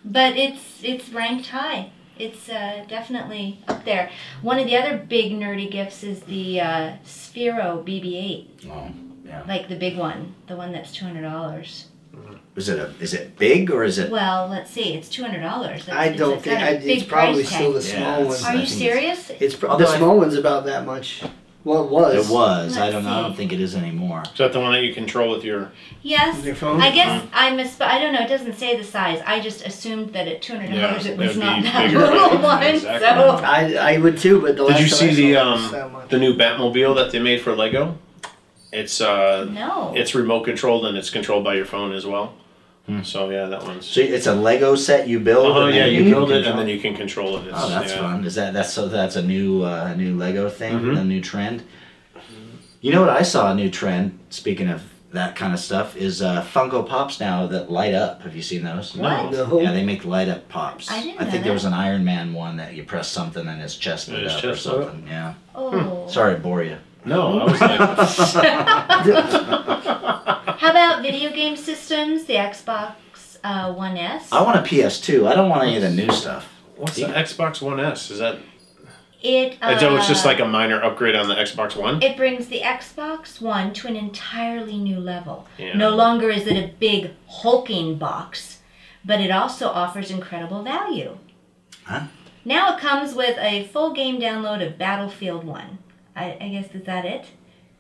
Speaker 3: but it's it's ranked high. It's uh, definitely up there. One of the other big nerdy gifts is the uh, Sphero BB-8,
Speaker 5: Oh, yeah.
Speaker 3: like the big one, the one that's two hundred dollars.
Speaker 5: Is it a? Is it big or is it?
Speaker 3: Well, let's see, it's two hundred dollars.
Speaker 4: I don't think. I, it's probably still the
Speaker 5: Yeah,
Speaker 4: small
Speaker 5: it's-
Speaker 4: one.
Speaker 3: Are
Speaker 5: I
Speaker 3: you
Speaker 5: think it's-
Speaker 3: serious?
Speaker 4: It's pro-
Speaker 5: Although
Speaker 4: the
Speaker 5: I-
Speaker 4: small one's about that much. Well, it was.
Speaker 5: It was. I
Speaker 3: Let's
Speaker 5: don't know. I don't
Speaker 3: see.
Speaker 5: think it is anymore.
Speaker 2: Is that the one that you control with your?
Speaker 3: Yes.
Speaker 4: With your phone?
Speaker 3: I guess I miss. I don't know. It doesn't say the size. I just assumed that at two hundred dollars
Speaker 2: Yeah,
Speaker 3: it was
Speaker 2: that'd
Speaker 3: not
Speaker 2: be
Speaker 3: that
Speaker 2: bigger.
Speaker 3: little
Speaker 2: Yeah,
Speaker 3: one.
Speaker 2: exactly.
Speaker 3: So
Speaker 4: I, I would too, but the
Speaker 2: Did
Speaker 4: last
Speaker 2: you
Speaker 4: time
Speaker 2: see
Speaker 4: I
Speaker 2: the
Speaker 4: saw it was
Speaker 2: um
Speaker 4: that much.
Speaker 2: the new Batmobile that they made for Lego? It's uh,
Speaker 3: no.
Speaker 2: it's remote controlled and it's controlled by your phone as well. So yeah, that one's.
Speaker 5: So it's a Lego set you build.
Speaker 2: Oh
Speaker 5: and
Speaker 2: yeah,
Speaker 5: then
Speaker 2: you
Speaker 5: can
Speaker 2: build it
Speaker 5: control-
Speaker 2: and then you can control it. It's,
Speaker 5: Oh, that's
Speaker 2: yeah.
Speaker 5: fun. Is that that's so that's a new uh, new Lego thing,
Speaker 2: Mhm.
Speaker 5: a new trend. You know what I saw a new trend. Speaking of that kind of stuff, is uh, Funko Pops now that light up. Have you seen those?
Speaker 3: What?
Speaker 4: No.
Speaker 5: Yeah, they make light up pops.
Speaker 3: I didn't
Speaker 5: think
Speaker 3: know
Speaker 5: there was
Speaker 3: that.
Speaker 5: an Iron Man one that you press something and his chest
Speaker 2: And
Speaker 5: lit
Speaker 2: his
Speaker 5: up or
Speaker 2: chest lit up.
Speaker 5: something. Yeah.
Speaker 3: Oh.
Speaker 5: Sorry, to bore you.
Speaker 2: No, I was like,
Speaker 3: How about video game systems? The Xbox uh, One S.
Speaker 5: I want a PS2. I don't want any of the new stuff.
Speaker 2: what's the Xbox One S? Is that?
Speaker 3: It. Uh,
Speaker 2: so it's just like a minor upgrade on the Xbox One.
Speaker 3: It brings the Xbox One to an entirely new level.
Speaker 2: Yeah.
Speaker 3: No longer is it a big hulking box, but it also offers incredible value.
Speaker 5: Huh?
Speaker 3: Now it comes with a full game download of Battlefield 1. I, I guess is that it?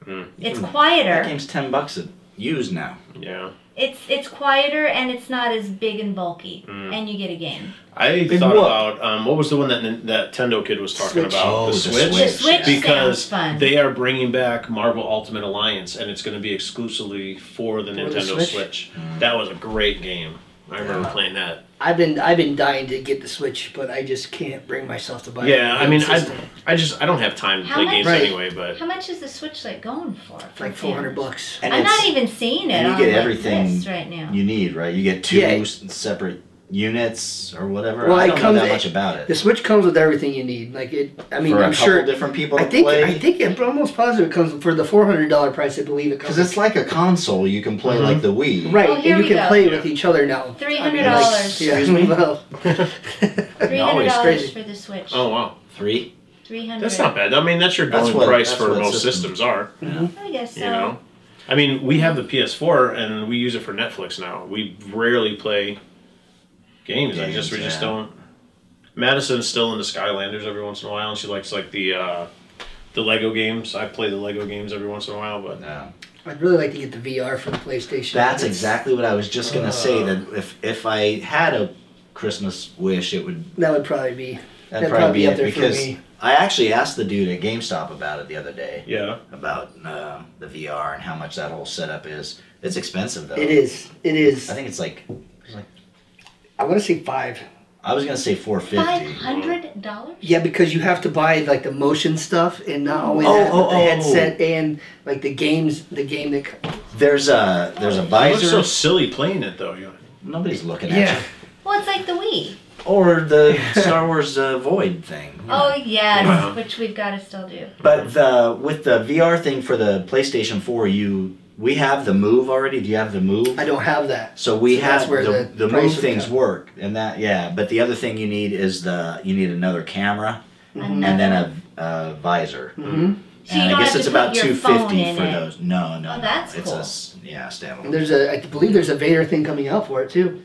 Speaker 2: Hmm.
Speaker 3: It's
Speaker 5: That
Speaker 3: quieter.
Speaker 5: game's ten bucks a used now.
Speaker 2: Yeah,
Speaker 3: It's it's quieter and it's not as big and bulky.
Speaker 2: Hmm.
Speaker 3: And you get a game.
Speaker 2: I
Speaker 5: Big
Speaker 2: thought
Speaker 5: what?
Speaker 2: about um, what was the one that Nin- that Tendo kid was talking
Speaker 4: Switch.
Speaker 2: about?
Speaker 5: Oh, the Switch.
Speaker 3: The Switch
Speaker 2: because
Speaker 3: sounds fun.
Speaker 2: they are bringing back Marvel Ultimate Alliance, and it's going to be exclusively for the
Speaker 4: the
Speaker 2: Nintendo
Speaker 4: Switch?
Speaker 2: Switch. That was a great game. I remember playing that.
Speaker 4: I've been I've been dying to get the Switch, but I just can't bring myself to buy.
Speaker 2: Yeah,
Speaker 4: the
Speaker 2: I mean,
Speaker 4: system.
Speaker 2: I, I just I don't have time to
Speaker 3: How
Speaker 2: play
Speaker 3: much-
Speaker 2: games
Speaker 4: Right.
Speaker 2: anyway. But
Speaker 3: How much is the Switch like going for?
Speaker 4: It's
Speaker 3: for
Speaker 4: like four hundred
Speaker 3: fans?
Speaker 4: bucks.
Speaker 5: And
Speaker 3: I'm
Speaker 5: it's-
Speaker 3: not even seeing it
Speaker 5: and you
Speaker 3: on
Speaker 5: get
Speaker 3: my
Speaker 5: everything
Speaker 3: list right now.
Speaker 5: you need, right? You get two
Speaker 4: Yeah.
Speaker 5: s- separate units or whatever.
Speaker 4: Well,
Speaker 5: I
Speaker 4: it
Speaker 5: don't know
Speaker 4: comes-
Speaker 5: that much about it.
Speaker 4: The Switch comes with everything you need. Like it, I mean,
Speaker 5: For a
Speaker 4: I'm
Speaker 5: couple
Speaker 4: sure.
Speaker 5: different people to
Speaker 4: I think
Speaker 5: play.
Speaker 4: I think I'm almost positive it comes for the four hundred dollar price. I believe it comes.
Speaker 5: because it's like a console, you can play like the Wii.
Speaker 4: Mm-hmm. right,
Speaker 3: Oh,
Speaker 4: and
Speaker 3: here
Speaker 4: you
Speaker 3: we
Speaker 4: can
Speaker 3: go.
Speaker 4: play with each other now.
Speaker 3: Three hundred dollars.
Speaker 4: Yeah,
Speaker 5: Excuse me?
Speaker 4: well,
Speaker 3: Three hundred
Speaker 5: it's
Speaker 3: dollars
Speaker 4: crazy.
Speaker 3: for the Switch.
Speaker 2: oh wow,
Speaker 5: Three.
Speaker 3: Three hundred.
Speaker 2: that's not bad. I mean, that's your
Speaker 5: That's
Speaker 2: going
Speaker 5: what-
Speaker 2: price
Speaker 5: that's
Speaker 2: for
Speaker 5: what
Speaker 2: most
Speaker 5: system-
Speaker 2: systems are.
Speaker 3: I guess so.
Speaker 2: You know, I mean, we have the PS4 and we use it for Netflix now. We rarely play games. I just we
Speaker 5: Games,
Speaker 2: just
Speaker 5: yeah.
Speaker 2: don't. Madison's still into Skylanders every once in a while, and she likes like the uh, the Lego games. I play the Lego games every once in a while, but
Speaker 5: No.
Speaker 4: I'd really like to get the VR for the PlayStation.
Speaker 5: That's
Speaker 4: It's-
Speaker 5: exactly what I was just gonna say. That if if I had a Christmas wish, it would
Speaker 4: That would probably be.
Speaker 5: that'd probably, be, it because I actually asked the dude at GameStop about it the other day
Speaker 2: yeah,
Speaker 5: about uh, the VR and how much that whole setup is. It's expensive though.
Speaker 4: It is. It is.
Speaker 5: uh, I think it's like
Speaker 4: I want to say five.
Speaker 5: I was gonna say four
Speaker 3: Five
Speaker 5: fifty.
Speaker 3: hundred dollars.
Speaker 4: Yeah, because you have to buy like the motion stuff, and not only
Speaker 5: Oh,
Speaker 4: that,
Speaker 5: oh,
Speaker 4: but the
Speaker 5: oh.
Speaker 4: headset and like the games, the game that. co-
Speaker 5: There's a there's a
Speaker 2: I look so
Speaker 5: visor.
Speaker 2: silly playing it though. You
Speaker 5: Nobody's looking at you.
Speaker 4: Yeah,
Speaker 3: Well, it's like the Wii.
Speaker 5: or the Star Wars uh, Void thing. you know.
Speaker 3: Oh yes,
Speaker 2: Wow.
Speaker 3: which we've got to still do.
Speaker 5: But the with the VR thing for the PlayStation 4, you we have the Move already. Do you have the Move?
Speaker 4: I don't have that.
Speaker 5: So we
Speaker 4: So that's
Speaker 5: have
Speaker 4: where
Speaker 5: the,
Speaker 4: the
Speaker 5: the,
Speaker 4: price
Speaker 5: Move
Speaker 4: would
Speaker 5: things
Speaker 4: come.
Speaker 5: work and that yeah. But the other thing you need is the you need another camera
Speaker 3: Another-
Speaker 5: Mm-hmm. and then a, a visor.
Speaker 4: hmm
Speaker 3: So you
Speaker 5: and
Speaker 3: don't
Speaker 5: I guess
Speaker 3: have to
Speaker 5: it's
Speaker 3: put
Speaker 5: about
Speaker 3: your
Speaker 5: 250
Speaker 3: phone in
Speaker 5: for
Speaker 3: it.
Speaker 5: those. No, no,
Speaker 3: Oh,
Speaker 5: no.
Speaker 3: that's
Speaker 5: it's
Speaker 3: cool.
Speaker 5: a s- yeah
Speaker 4: And
Speaker 5: standalone.
Speaker 4: there's a, I believe there's a Vader thing coming out for it too,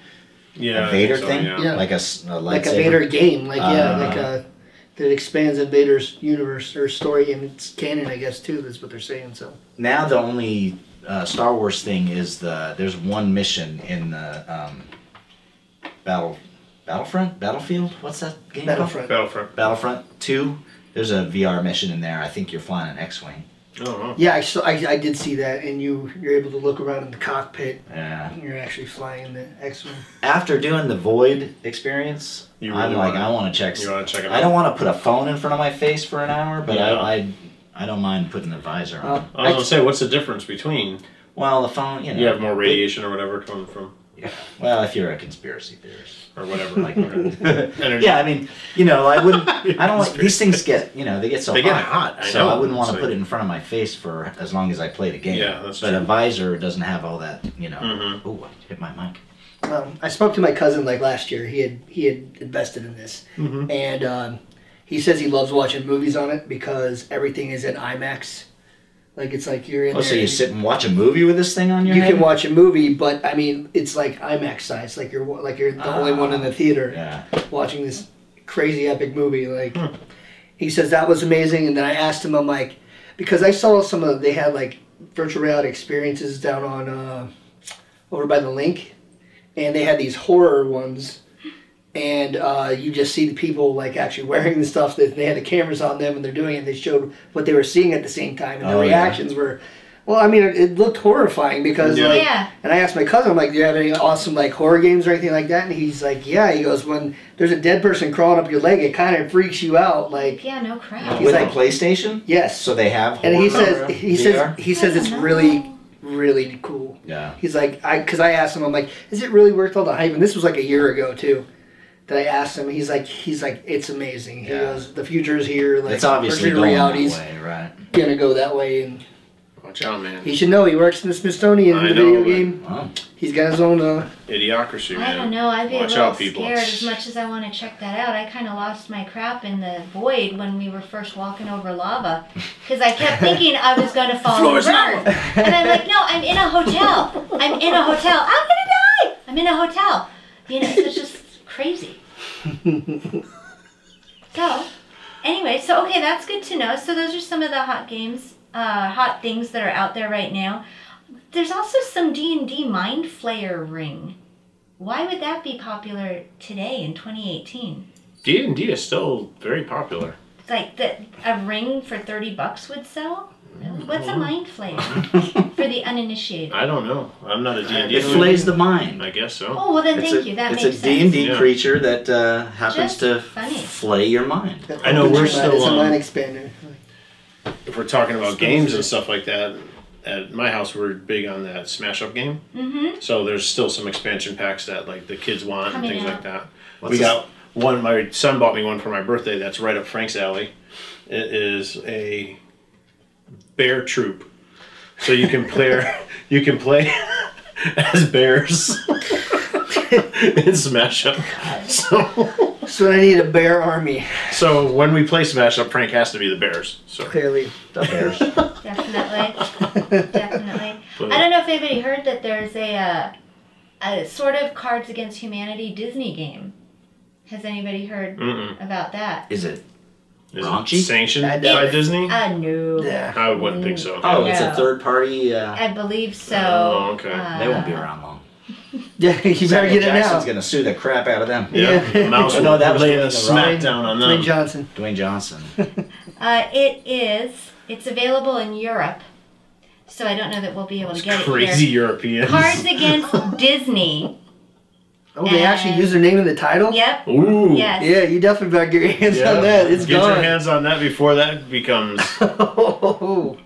Speaker 2: yeah,
Speaker 5: a Vader
Speaker 2: I think so,
Speaker 5: thing,
Speaker 2: Yeah.
Speaker 4: Yeah.
Speaker 5: like a, s- a lightsaber.
Speaker 4: like a Vader game, like yeah,
Speaker 5: Uh,
Speaker 4: like a that expands in Vader's universe or story, and it's canon, I guess too. That's what they're saying. So
Speaker 5: now the only uh, Star Wars thing is the there's one mission in the um, battle battlefront battlefield. What's that game? called?
Speaker 4: Battlefront.
Speaker 2: Battlefront.
Speaker 5: Battlefront Two. There's a VR mission in there. I think you're flying an X-wing.
Speaker 2: I don't know.
Speaker 4: Yeah, I, saw, I, I did see that, and you you're able to look around in the cockpit.
Speaker 5: Yeah.
Speaker 4: and You're actually flying the X-wing.
Speaker 5: After doing the Void experience,
Speaker 2: You
Speaker 5: I'm
Speaker 2: really
Speaker 5: like,
Speaker 2: wanna-
Speaker 5: I want to check.
Speaker 2: you wanna check it
Speaker 5: I
Speaker 2: out?
Speaker 5: don't want to put a phone in front of my face for an hour, but
Speaker 2: Yeah.
Speaker 5: I, I, I don't mind putting the visor on.
Speaker 4: Um,
Speaker 2: I was
Speaker 4: I-
Speaker 2: gonna say, what's the difference between
Speaker 5: well, the phone, you know.
Speaker 2: you have more radiation or whatever coming from
Speaker 5: Well, if you're a conspiracy theorist.
Speaker 2: or whatever, like energy?
Speaker 5: Yeah, I mean, you know, I wouldn't. I don't. like These things get, you know, they get so
Speaker 2: They
Speaker 5: hot.
Speaker 2: get hot, I
Speaker 5: so
Speaker 2: know.
Speaker 5: I wouldn't want
Speaker 2: It's
Speaker 5: to
Speaker 2: like-
Speaker 5: put it in front of my face for as long as I play the game.
Speaker 2: Yeah, that's
Speaker 5: But
Speaker 2: true.
Speaker 5: a visor doesn't have all that, you know.
Speaker 2: Mhm.
Speaker 5: Ooh, I hit my mic.
Speaker 4: um, I spoke to my cousin like last year. He had he had invested in this,
Speaker 5: Mm-hmm.
Speaker 4: and um, he says he loves watching movies on it because everything is in IMAX. Like it's like you're in
Speaker 5: Oh,
Speaker 4: there.
Speaker 5: so you sit and watch a movie with this thing on your
Speaker 4: you
Speaker 5: head?
Speaker 4: can watch a movie, but I mean it's like IMAX size. Like you're wa- like you're the only
Speaker 5: Ah.
Speaker 4: one in the theater
Speaker 5: Yeah.
Speaker 4: watching
Speaker 5: Hmm.
Speaker 4: this crazy epic movie. Like he says that was amazing, and then I asked him, I'm like, because I saw some of they had like virtual reality experiences down on uh, over by the link, and they had these horror ones, and uh, you just see the people like actually wearing the stuff that they had the cameras on them and they're doing it. And they showed what they were seeing at the same time, and the
Speaker 5: Oh, yeah.
Speaker 4: reactions were. Well, I mean, it, it looked horrifying because
Speaker 2: Yeah.
Speaker 4: like,
Speaker 3: Yeah.
Speaker 4: and I asked my cousin, I'm like, "Do you have any awesome like horror games or anything like that?" And he's like, "Yeah." He goes, "When there's a dead person crawling up your leg, it kind of freaks you out." Like,
Speaker 3: Yeah, no crap.
Speaker 5: With
Speaker 4: like-
Speaker 5: the PlayStation?
Speaker 4: yes.
Speaker 5: So they have.
Speaker 4: and he
Speaker 5: horror
Speaker 4: says, he
Speaker 5: VR?
Speaker 4: says, he says it's really, really cool.
Speaker 5: Yeah.
Speaker 4: He's like, I, because I asked him, I'm like, is it really worth all the hype? And this was like a year ago too, that I asked him. He's like, he's like, it's amazing. He
Speaker 5: Yeah.
Speaker 4: goes, the future is here. Like,
Speaker 5: It's obviously
Speaker 4: virtual
Speaker 5: going
Speaker 4: reality's
Speaker 5: that way, right?
Speaker 4: gonna go that way, and
Speaker 2: Watch out, man.
Speaker 4: he should know. He works in the Smithsonian
Speaker 2: I
Speaker 4: in the
Speaker 2: know,
Speaker 4: video
Speaker 2: but-
Speaker 4: game.
Speaker 5: Wow.
Speaker 4: He's got his own. Uh,
Speaker 2: Idiocracy, man.
Speaker 3: I don't know. I'd be
Speaker 2: Watch
Speaker 3: a little
Speaker 2: out, people.
Speaker 3: scared as much as I want to check that out. I kind of lost my crap in the void when we were first walking over lava because I kept thinking I was going to fall
Speaker 2: Floor
Speaker 3: and
Speaker 2: is
Speaker 3: burn. And I'm like, no, I'm in a hotel. I'm in a hotel. I'm going to die. I'm in a hotel. You know, it's just crazy. So, anyway, so okay, that's good to know. So those are some of the hot games, uh, hot things that are out there right now. There's also some D and D Mind Flayer Ring. Why would that be popular today in 2018?
Speaker 2: D and D is still very popular.
Speaker 3: It's Like that, a ring for 30 bucks would sell. Really?
Speaker 5: Mm-hmm.
Speaker 3: What's a mind flayer for the uninitiated?
Speaker 2: I don't know. I'm not a D and D.
Speaker 5: It flays the mind.
Speaker 2: I guess so.
Speaker 3: Oh well, then
Speaker 5: it's
Speaker 3: thank
Speaker 5: a,
Speaker 3: you. That
Speaker 5: it's
Speaker 3: makes
Speaker 5: a
Speaker 3: sense.
Speaker 5: D&D
Speaker 2: Yeah.
Speaker 5: creature that uh, happens
Speaker 3: Just
Speaker 5: to
Speaker 3: funny.
Speaker 5: flay your mind.
Speaker 2: I know, we're
Speaker 4: It's a-
Speaker 2: still,
Speaker 4: It's a
Speaker 2: um,
Speaker 4: line expander.
Speaker 2: If we're talking about games and stuff like that, at my house we're big on that smash up game.
Speaker 3: Mm-hmm.
Speaker 2: So there's still some expansion packs that like the kids want
Speaker 3: Coming
Speaker 2: and things
Speaker 3: out.
Speaker 2: like that.
Speaker 5: What's
Speaker 2: we
Speaker 5: this-
Speaker 2: got one. My son bought me one for my birthday. That's right up Frank's alley. It is a bear troop. So you can play. you can play as bears in Smash Up. So,
Speaker 4: So I need a bear army,
Speaker 2: so when we play Smash Up, Frank has to be the bears. So
Speaker 4: clearly.
Speaker 5: The bears.
Speaker 3: Mm-hmm. Definitely, definitely.
Speaker 2: but
Speaker 3: I don't know if anybody heard that there's a, uh, a sort of Cards Against Humanity Disney game. Has anybody heard
Speaker 2: Mm-mm.
Speaker 5: Mm.
Speaker 3: about that?
Speaker 5: Is it?
Speaker 2: Is
Speaker 5: Raunchy?
Speaker 2: it sanctioned
Speaker 4: I doubt
Speaker 2: by
Speaker 3: it.
Speaker 5: Mm.
Speaker 2: Disney?
Speaker 3: Uh, no.
Speaker 4: Yeah.
Speaker 2: I wouldn't think so.
Speaker 5: Oh, it's a
Speaker 3: No.
Speaker 5: third party. Uh,
Speaker 3: I believe so.
Speaker 2: Oh, okay.
Speaker 5: they won't be around long.
Speaker 4: Yeah, you better
Speaker 5: Samuel
Speaker 4: get it
Speaker 5: Jackson's
Speaker 4: now.
Speaker 5: gonna sue the crap out of them.
Speaker 2: yeah,
Speaker 4: Yeah.
Speaker 2: mouse
Speaker 5: Oh, no,
Speaker 2: will
Speaker 5: that was
Speaker 2: lay
Speaker 5: Dwayne
Speaker 2: a
Speaker 5: The
Speaker 2: smack
Speaker 5: Rock.
Speaker 2: down on
Speaker 4: Dwayne
Speaker 2: them.
Speaker 4: Johnson.
Speaker 5: Dwayne Johnson.
Speaker 3: Uh, it is. It's available in Europe, so I don't know that we'll be able to get
Speaker 2: Crazy
Speaker 3: it
Speaker 2: Europeans.
Speaker 3: here. Cards Against Disney.
Speaker 4: Oh, they actually
Speaker 3: And-
Speaker 4: use their name in the title?
Speaker 3: Yep.
Speaker 2: Ooh.
Speaker 3: Yes.
Speaker 4: Yeah, you definitely better get your hands
Speaker 2: Yeah.
Speaker 4: on that. It's
Speaker 2: Get your
Speaker 4: gone.
Speaker 2: hands on that before that becomes.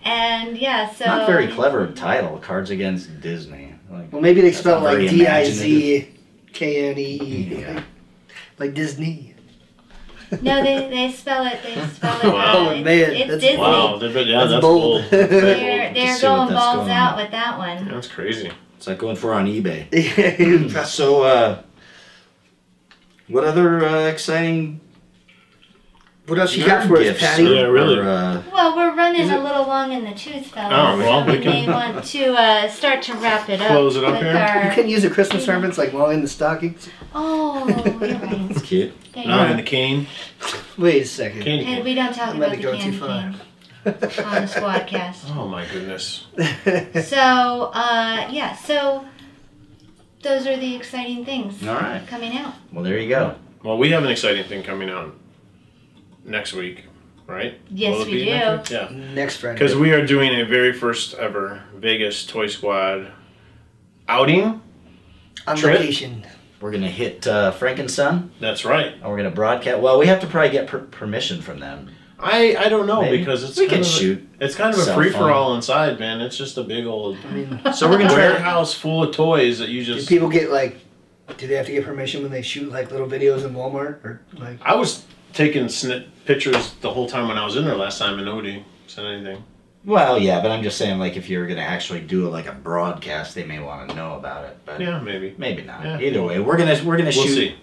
Speaker 3: And yeah, so
Speaker 5: Not very clever title. Cards Against Disney. Like,
Speaker 4: well, maybe they
Speaker 5: That's
Speaker 4: spell
Speaker 5: not very
Speaker 4: like D I Z K N E E.
Speaker 5: Yeah.
Speaker 4: Like Disney.
Speaker 3: no, they, they spell it. They spell it.
Speaker 2: Wow.
Speaker 3: uh,
Speaker 4: Oh, man,
Speaker 3: it's
Speaker 4: that's-
Speaker 3: Disney.
Speaker 2: wow, that- but yeah,
Speaker 4: That's
Speaker 2: that's,
Speaker 4: bold.
Speaker 2: bold. That's very
Speaker 3: They're
Speaker 2: bold.
Speaker 3: they're
Speaker 5: see what
Speaker 3: going
Speaker 5: that's
Speaker 3: balls
Speaker 5: going
Speaker 3: out
Speaker 5: on.
Speaker 3: with that one.
Speaker 2: That's crazy.
Speaker 5: it's like going for on eBay.
Speaker 2: Hmm.
Speaker 4: yeah,
Speaker 5: So, uh, what other uh, exciting
Speaker 4: what else you got for us,
Speaker 5: gifts
Speaker 4: Patty?
Speaker 5: or-
Speaker 2: Yeah, really.
Speaker 5: or, uh,
Speaker 3: Well, we're running
Speaker 4: Is
Speaker 3: a
Speaker 4: it-
Speaker 3: little long in the tooth, fellas.
Speaker 2: Oh, well,
Speaker 3: so
Speaker 2: we
Speaker 3: we
Speaker 2: can-
Speaker 3: may want to uh, start to wrap it up.
Speaker 2: Close it up
Speaker 3: with
Speaker 2: here?
Speaker 4: You
Speaker 3: Our...
Speaker 4: couldn't use a Christmas ornaments like long in the stockings?
Speaker 3: Oh, you're right.
Speaker 5: it's cute.
Speaker 3: There you
Speaker 2: Not
Speaker 3: go.
Speaker 2: in the cane.
Speaker 4: Wait a second.
Speaker 2: Candy
Speaker 3: And
Speaker 2: cane.
Speaker 3: we don't talk
Speaker 4: I'm
Speaker 3: about
Speaker 4: gonna
Speaker 3: the
Speaker 4: go too
Speaker 3: candy cane
Speaker 4: far.
Speaker 3: on the squadcast.
Speaker 2: Oh my goodness.
Speaker 3: So, uh, yeah, so those are the exciting things
Speaker 5: All right.
Speaker 3: coming out.
Speaker 5: Well, there you go.
Speaker 2: Well, we have an exciting thing coming out next week, right?
Speaker 3: Yes,
Speaker 2: Will it
Speaker 3: we
Speaker 2: be
Speaker 3: do.
Speaker 2: next week? Yeah.
Speaker 4: Next
Speaker 2: Because
Speaker 4: Friday.
Speaker 2: we are doing a very first ever Vegas Toy Squad outing.
Speaker 4: On
Speaker 2: Trip?
Speaker 4: vacation.
Speaker 5: We're gonna hit uh, Frank and Son,
Speaker 2: That's right.
Speaker 5: and we're gonna broadcast. Well, we have to probably get per- permission from them.
Speaker 2: I I don't know
Speaker 5: Maybe.
Speaker 2: because it's
Speaker 5: we can
Speaker 2: kind of a-
Speaker 5: shoot.
Speaker 2: it's kind of a
Speaker 5: Cell
Speaker 2: free for all inside, man. It's just a big old
Speaker 4: I mean,
Speaker 5: So we're gonna try.
Speaker 2: warehouse full of toys that you
Speaker 4: do
Speaker 2: just.
Speaker 4: people get like, do they have to get permission when they shoot like little videos in Walmart? Or like,
Speaker 2: I was taking snip pictures the whole time when I was in there last time, and nobody said anything.
Speaker 5: Well, yeah, but I'm just saying, like, if you're gonna actually do it like a broadcast, they may want to know about it. But
Speaker 2: Yeah, maybe.
Speaker 5: maybe not.
Speaker 2: Yeah.
Speaker 5: Either way, we're gonna we're gonna
Speaker 2: We'll
Speaker 5: shoot
Speaker 2: see.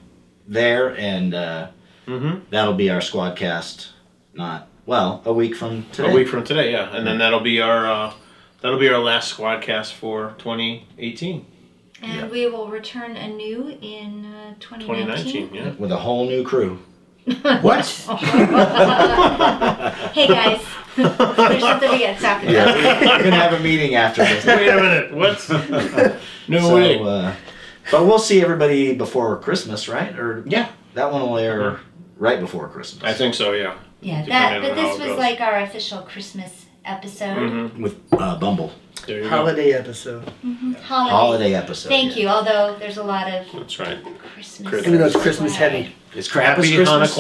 Speaker 5: there, and uh,
Speaker 2: Mm-hmm.
Speaker 5: that'll be our squad cast. Not well, a week from today. Mm-hmm.
Speaker 2: A week from today, yeah, and then that'll be our uh, that'll be our last squad cast for 2018,
Speaker 3: And
Speaker 5: Yeah.
Speaker 3: we will return anew in uh, 2019.
Speaker 2: 2019. Yeah.
Speaker 5: with a whole new crew.
Speaker 4: what?
Speaker 3: hey, guys, There's something we gotta talk about.
Speaker 5: Yeah, we- we're gonna have a meeting after this.
Speaker 2: Wait a minute. What? No
Speaker 5: So,
Speaker 2: way.
Speaker 5: Uh, but we'll see everybody before Christmas, right? Or yeah, that one will air right before Christmas.
Speaker 2: Uh-huh. I think so. Yeah.
Speaker 3: Yeah, that.
Speaker 2: Depending
Speaker 3: But
Speaker 2: on how
Speaker 3: this
Speaker 2: it
Speaker 3: was
Speaker 2: goes.
Speaker 3: like our official Christmas episode,
Speaker 2: Mm-hmm.
Speaker 5: with uh, Bumble
Speaker 2: There you go.
Speaker 4: Holiday episode.
Speaker 3: Mm-hmm. holiday.
Speaker 5: holiday episode.
Speaker 3: Thank
Speaker 5: yeah.
Speaker 3: you. Although there's a lot of
Speaker 2: That's right.
Speaker 3: Christmas.
Speaker 2: Christmas.
Speaker 4: Even though it's Christmas heavy.
Speaker 5: It's crap.
Speaker 2: Happy Hana
Speaker 5: Christmas.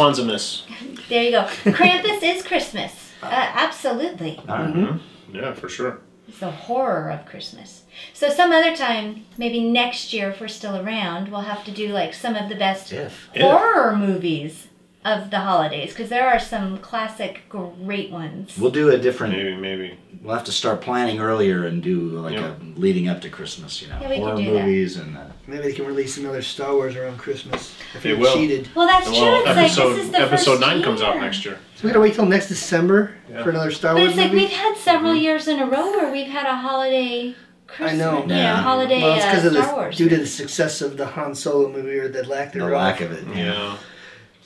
Speaker 2: Kwanzaamas.
Speaker 3: There you go. Krampus is Christmas. Uh, absolutely.
Speaker 5: All
Speaker 2: Mm-hmm.
Speaker 5: right.
Speaker 2: Yeah, for sure.
Speaker 3: It's the horror of Christmas. So some other time, maybe next year if we're still around, we'll have to do like some of the best
Speaker 5: If.
Speaker 2: If.
Speaker 3: horror movies of the holidays because there are some classic great ones.
Speaker 5: We'll do a different.
Speaker 2: Maybe, maybe.
Speaker 5: We'll have to start planning earlier and do like
Speaker 2: Yeah.
Speaker 5: a leading up to Christmas. You know,
Speaker 3: Yeah, we could
Speaker 5: horror
Speaker 3: do that.
Speaker 5: movies and uh,
Speaker 4: Maybe they can release another Star Wars around Christmas. If
Speaker 2: They
Speaker 4: they
Speaker 2: will.
Speaker 4: cheated.
Speaker 3: Well, that's
Speaker 2: Well,
Speaker 3: true. It's
Speaker 2: episode
Speaker 3: like this is the
Speaker 2: episode
Speaker 3: first
Speaker 2: nine comes out
Speaker 3: year.
Speaker 2: next year.
Speaker 4: So we gotta wait till next December
Speaker 2: Yeah.
Speaker 4: for another Star
Speaker 3: But
Speaker 4: Wars
Speaker 3: it's like
Speaker 4: movie.
Speaker 3: we've had several years in a row where we've had a holiday. Christmas,
Speaker 4: I know.
Speaker 3: Yeah,
Speaker 5: Yeah.
Speaker 3: holiday
Speaker 4: well, it's
Speaker 3: uh,
Speaker 4: because
Speaker 3: Star
Speaker 4: of the
Speaker 3: Wars.
Speaker 4: due to the success of the Han Solo movie or the lack
Speaker 5: the
Speaker 4: thereof.
Speaker 5: lack of it.
Speaker 2: Yeah.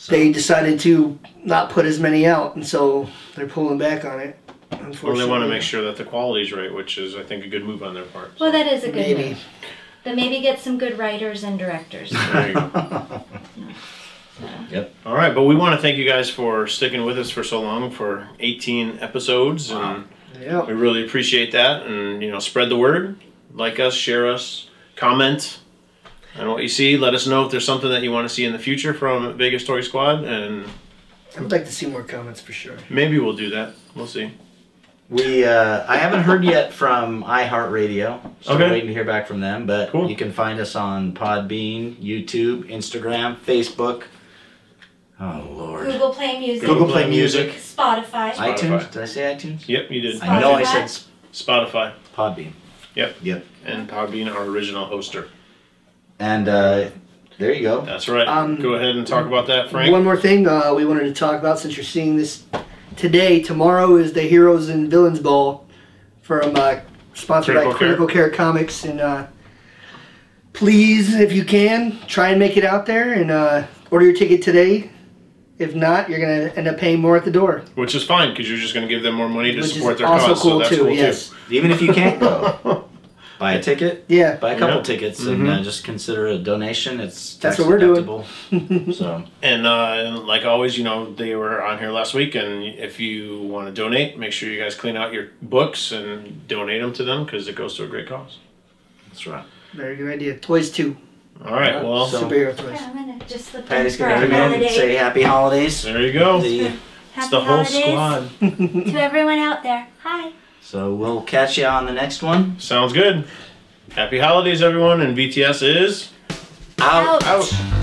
Speaker 4: They decided to not put as many out, and so they're pulling back on it.
Speaker 2: Well,
Speaker 4: Unfortunately,
Speaker 2: they want to make sure that the quality's right, which is, I think, a good move on their part.
Speaker 3: well, that is a good
Speaker 4: Maybe.
Speaker 3: move. But maybe get some good writers and directors.
Speaker 2: There you go.
Speaker 5: Yep.
Speaker 2: All right, but we want to thank you guys for sticking with us for so long for 18 episodes, and
Speaker 4: Yeah.
Speaker 2: we really appreciate that. And you know, spread the word, like us, share us, comment on what you see. Let us know if there's something that you want to see in the future from Vegas Story Squad, and
Speaker 4: I would like to see more comments for sure.
Speaker 2: maybe we'll do that. We'll see.
Speaker 5: We uh, I haven't heard yet from iHeartRadio. Still
Speaker 2: Okay.
Speaker 5: waiting to hear back from them, but
Speaker 2: Cool.
Speaker 5: you can find us on Podbean, YouTube, Instagram, Facebook. Oh Lord.
Speaker 3: Google Play Music,
Speaker 5: Google Play Music.
Speaker 3: Spotify.
Speaker 5: iTunes. Did I say iTunes?
Speaker 2: Yep, you did.
Speaker 5: I know I
Speaker 3: Spotify.
Speaker 5: said s-
Speaker 2: Spotify
Speaker 5: Podbean.
Speaker 2: Yep.
Speaker 5: Yep.
Speaker 2: and Podbean, our original hoster.
Speaker 5: And uh, there you go.
Speaker 2: That's right.
Speaker 4: Um,
Speaker 2: Go ahead and talk about that, Frank.
Speaker 4: One more thing uh, we wanted to talk about since you're seeing this today. Tomorrow is the Heroes and Villains Ball from uh, sponsored
Speaker 2: Critical
Speaker 4: by
Speaker 2: Care.
Speaker 4: Critical Care Comics. And uh, please, if you can, try and make it out there and uh, order your ticket today. If not, you're gonna end up paying more at the door,
Speaker 2: Which is fine because you're just going to give them more money to
Speaker 4: which is
Speaker 2: support their
Speaker 4: also
Speaker 2: cause.
Speaker 4: cool
Speaker 2: so that's
Speaker 4: too.
Speaker 2: cool
Speaker 4: yes,
Speaker 5: Even if you can't go, buy a ticket,
Speaker 4: yeah.
Speaker 5: buy a couple
Speaker 2: Yeah.
Speaker 5: tickets, and
Speaker 2: Mhm.
Speaker 5: uh, just consider it a donation. It's
Speaker 4: That's
Speaker 5: tax
Speaker 4: what we're doing.
Speaker 5: deductible. so
Speaker 2: And uh, like always, you know, they were on here last week. And if you want to donate, make sure you guys clean out your books and donate them to them because it goes to a great cause.
Speaker 5: that's right.
Speaker 4: Very good idea. Toys too.
Speaker 2: All right.
Speaker 5: Yeah.
Speaker 2: Well,
Speaker 5: So-
Speaker 4: Superhero toys.
Speaker 3: Yeah, I'm gonna just slip
Speaker 5: Patty's
Speaker 3: in for
Speaker 5: gonna
Speaker 3: a
Speaker 5: come in and
Speaker 3: holiday.
Speaker 5: say happy holidays.
Speaker 2: there you go.
Speaker 5: The-
Speaker 3: Happy
Speaker 2: it's the whole
Speaker 3: holidays
Speaker 2: squad.
Speaker 3: to everyone out there. Hi.
Speaker 5: So we'll catch you on the next one.
Speaker 2: Sounds good. Happy holidays, everyone. And BTS is.
Speaker 5: Out.
Speaker 3: Ouch.
Speaker 2: Out.